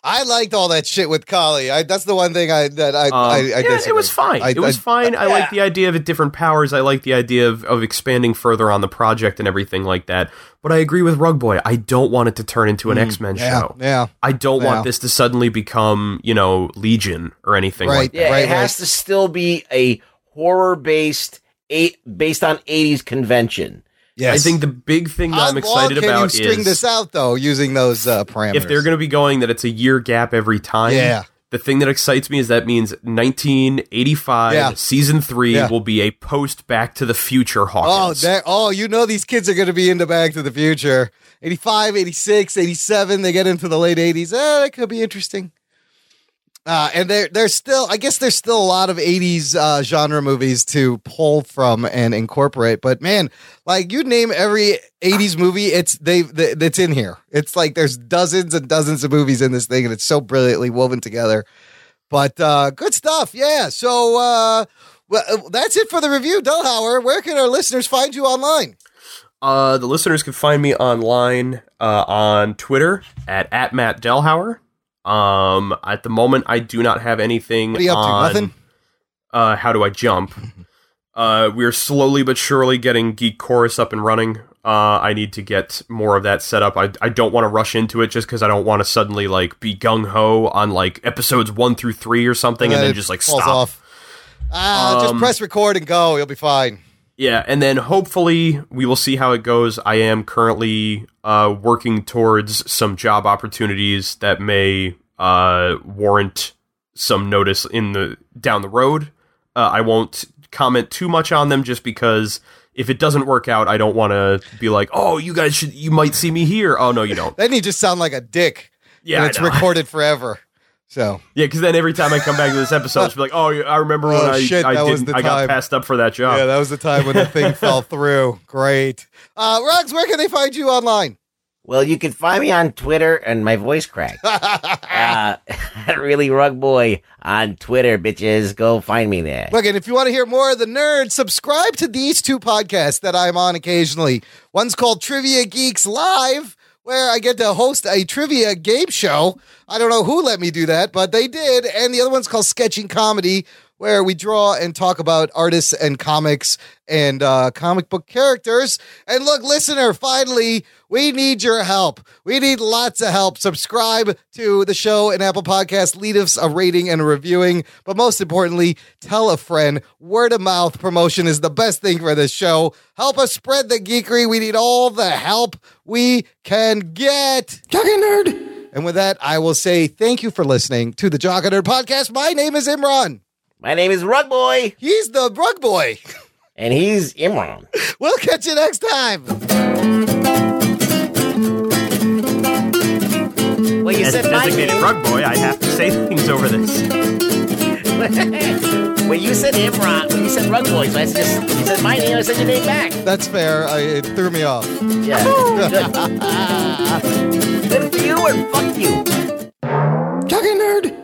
Speaker 1: I liked all that shit with Kali. I, that's the one thing I that I I, I
Speaker 4: Um, yeah,
Speaker 1: disagree.
Speaker 4: it was fine.
Speaker 1: I-
Speaker 4: it was
Speaker 1: I-
Speaker 4: fine. I like the idea of it different powers. I like the idea of, of expanding further on the project and everything like that. But I agree with Rug Boy. I don't want it to turn into an X Men
Speaker 1: Mm, yeah,
Speaker 4: show.
Speaker 1: yeah.
Speaker 4: I don't
Speaker 1: Yeah.
Speaker 4: want this to suddenly become you know Legion or anything like that.
Speaker 3: yeah, it has to still be a horror based eight based on eighties convention.
Speaker 4: I think the big thing that I'm excited
Speaker 1: Well, can
Speaker 4: about
Speaker 1: you string
Speaker 4: is
Speaker 1: this out though using those uh, parameters?
Speaker 4: if they're going to be going that it's a year gap every time.
Speaker 1: Yeah.
Speaker 4: The thing that excites me is that means 1985
Speaker 1: Yeah.
Speaker 4: season three
Speaker 1: Yeah.
Speaker 4: will be a post Back to the Future
Speaker 1: Oh,
Speaker 4: Hawkins.
Speaker 1: that, oh, you know these kids are going to be into Back to the Future. 85, 86, 87, they get into the late 80s. Eh, that could be interesting. Uh, and there, there's still, I guess there's still a lot of 80s uh, genre movies to pull from and incorporate. But man, like you name every 80s movie, it's they've th- it's in here. It's like there's dozens and dozens of movies in this thing, and it's so brilliantly woven together. But uh, good stuff, yeah. So uh, well, uh, that's it for the review, Dullhauer. Where can our listeners find you online?
Speaker 4: Uh, the listeners can find me online uh, on Twitter at, at Matt Delhauer. Um, at the moment, I do not have anything.
Speaker 1: What are you up to?
Speaker 4: on,
Speaker 1: Nothing?
Speaker 4: Uh, how do I jump? uh, we're slowly but surely getting Geek Chorus up and running. Uh, I need to get more of that set up. I, I don't want to rush into it just because I don't want to suddenly like be gung ho on like episodes one through three or something, and
Speaker 1: Uh,
Speaker 4: then just like
Speaker 1: falls
Speaker 4: stop.
Speaker 1: off. Ah, just
Speaker 4: Um,
Speaker 1: press record and go. You'll be fine.
Speaker 4: Yeah, and then hopefully we will see how it goes. I am currently uh, working towards some job opportunities that may uh, warrant some notice in the down the road. Uh, I won't comment too much on them just because if it doesn't work out, I don't want to be like, "Oh, you guys should, you might see me here." Oh no, you don't.
Speaker 1: Then you just sound like a dick.
Speaker 4: Yeah,
Speaker 1: and
Speaker 4: I
Speaker 1: it's
Speaker 4: know.
Speaker 1: recorded forever. So
Speaker 4: Yeah, because then every time I come back to this episode, it's be like, "Oh, yeah, I remember when
Speaker 1: Oh,
Speaker 4: I
Speaker 1: shit,
Speaker 4: I,
Speaker 1: that was
Speaker 4: didn't-
Speaker 1: the
Speaker 4: I
Speaker 1: time."
Speaker 4: got passed up for that job."
Speaker 1: yeah, that was the time when the thing fell through. Great. Uh, Rugs, where can they find you online?
Speaker 3: Well, you can find me on Twitter and my voice cracked. uh, really rug boy on Twitter, bitches. Go find me there.
Speaker 1: Look, and if you want to hear more of the nerd, subscribe to these two podcasts that I'm on occasionally. One's called Trivia Geeks Live, where I get to host a trivia game show. I don't know who let me do that, but they did. And the other one's called Sketching Comedy, where we draw and talk about artists and comics and uh, comic book characters. And look, listener, finally, we need your help. We need lots of help. Subscribe to the show and Apple Podcasts. Lead us a rating and a reviewing. But most importantly, tell a friend. Word of mouth promotion is the best thing for this show. Help us spread the geekery. We need all the help we can get. Jock and Nerd. And with that, I will say thank you for listening to the Jock and Nerd podcast. My name is Imran.
Speaker 3: My name is Rug Boy.
Speaker 1: He's the Rug Boy.
Speaker 3: And he's Imran.
Speaker 1: We'll catch you next time.
Speaker 3: Well, you
Speaker 4: As
Speaker 3: said my
Speaker 4: designated
Speaker 3: name.
Speaker 4: rug boy, I have to say things over this.
Speaker 3: when you said Imran, when you said Rug Boy, so I just you said my name. I said your name back.
Speaker 1: That's fair. I, it threw me off.
Speaker 3: Yeah. Good. Good for you and fuck you.
Speaker 5: Jock and Nerd.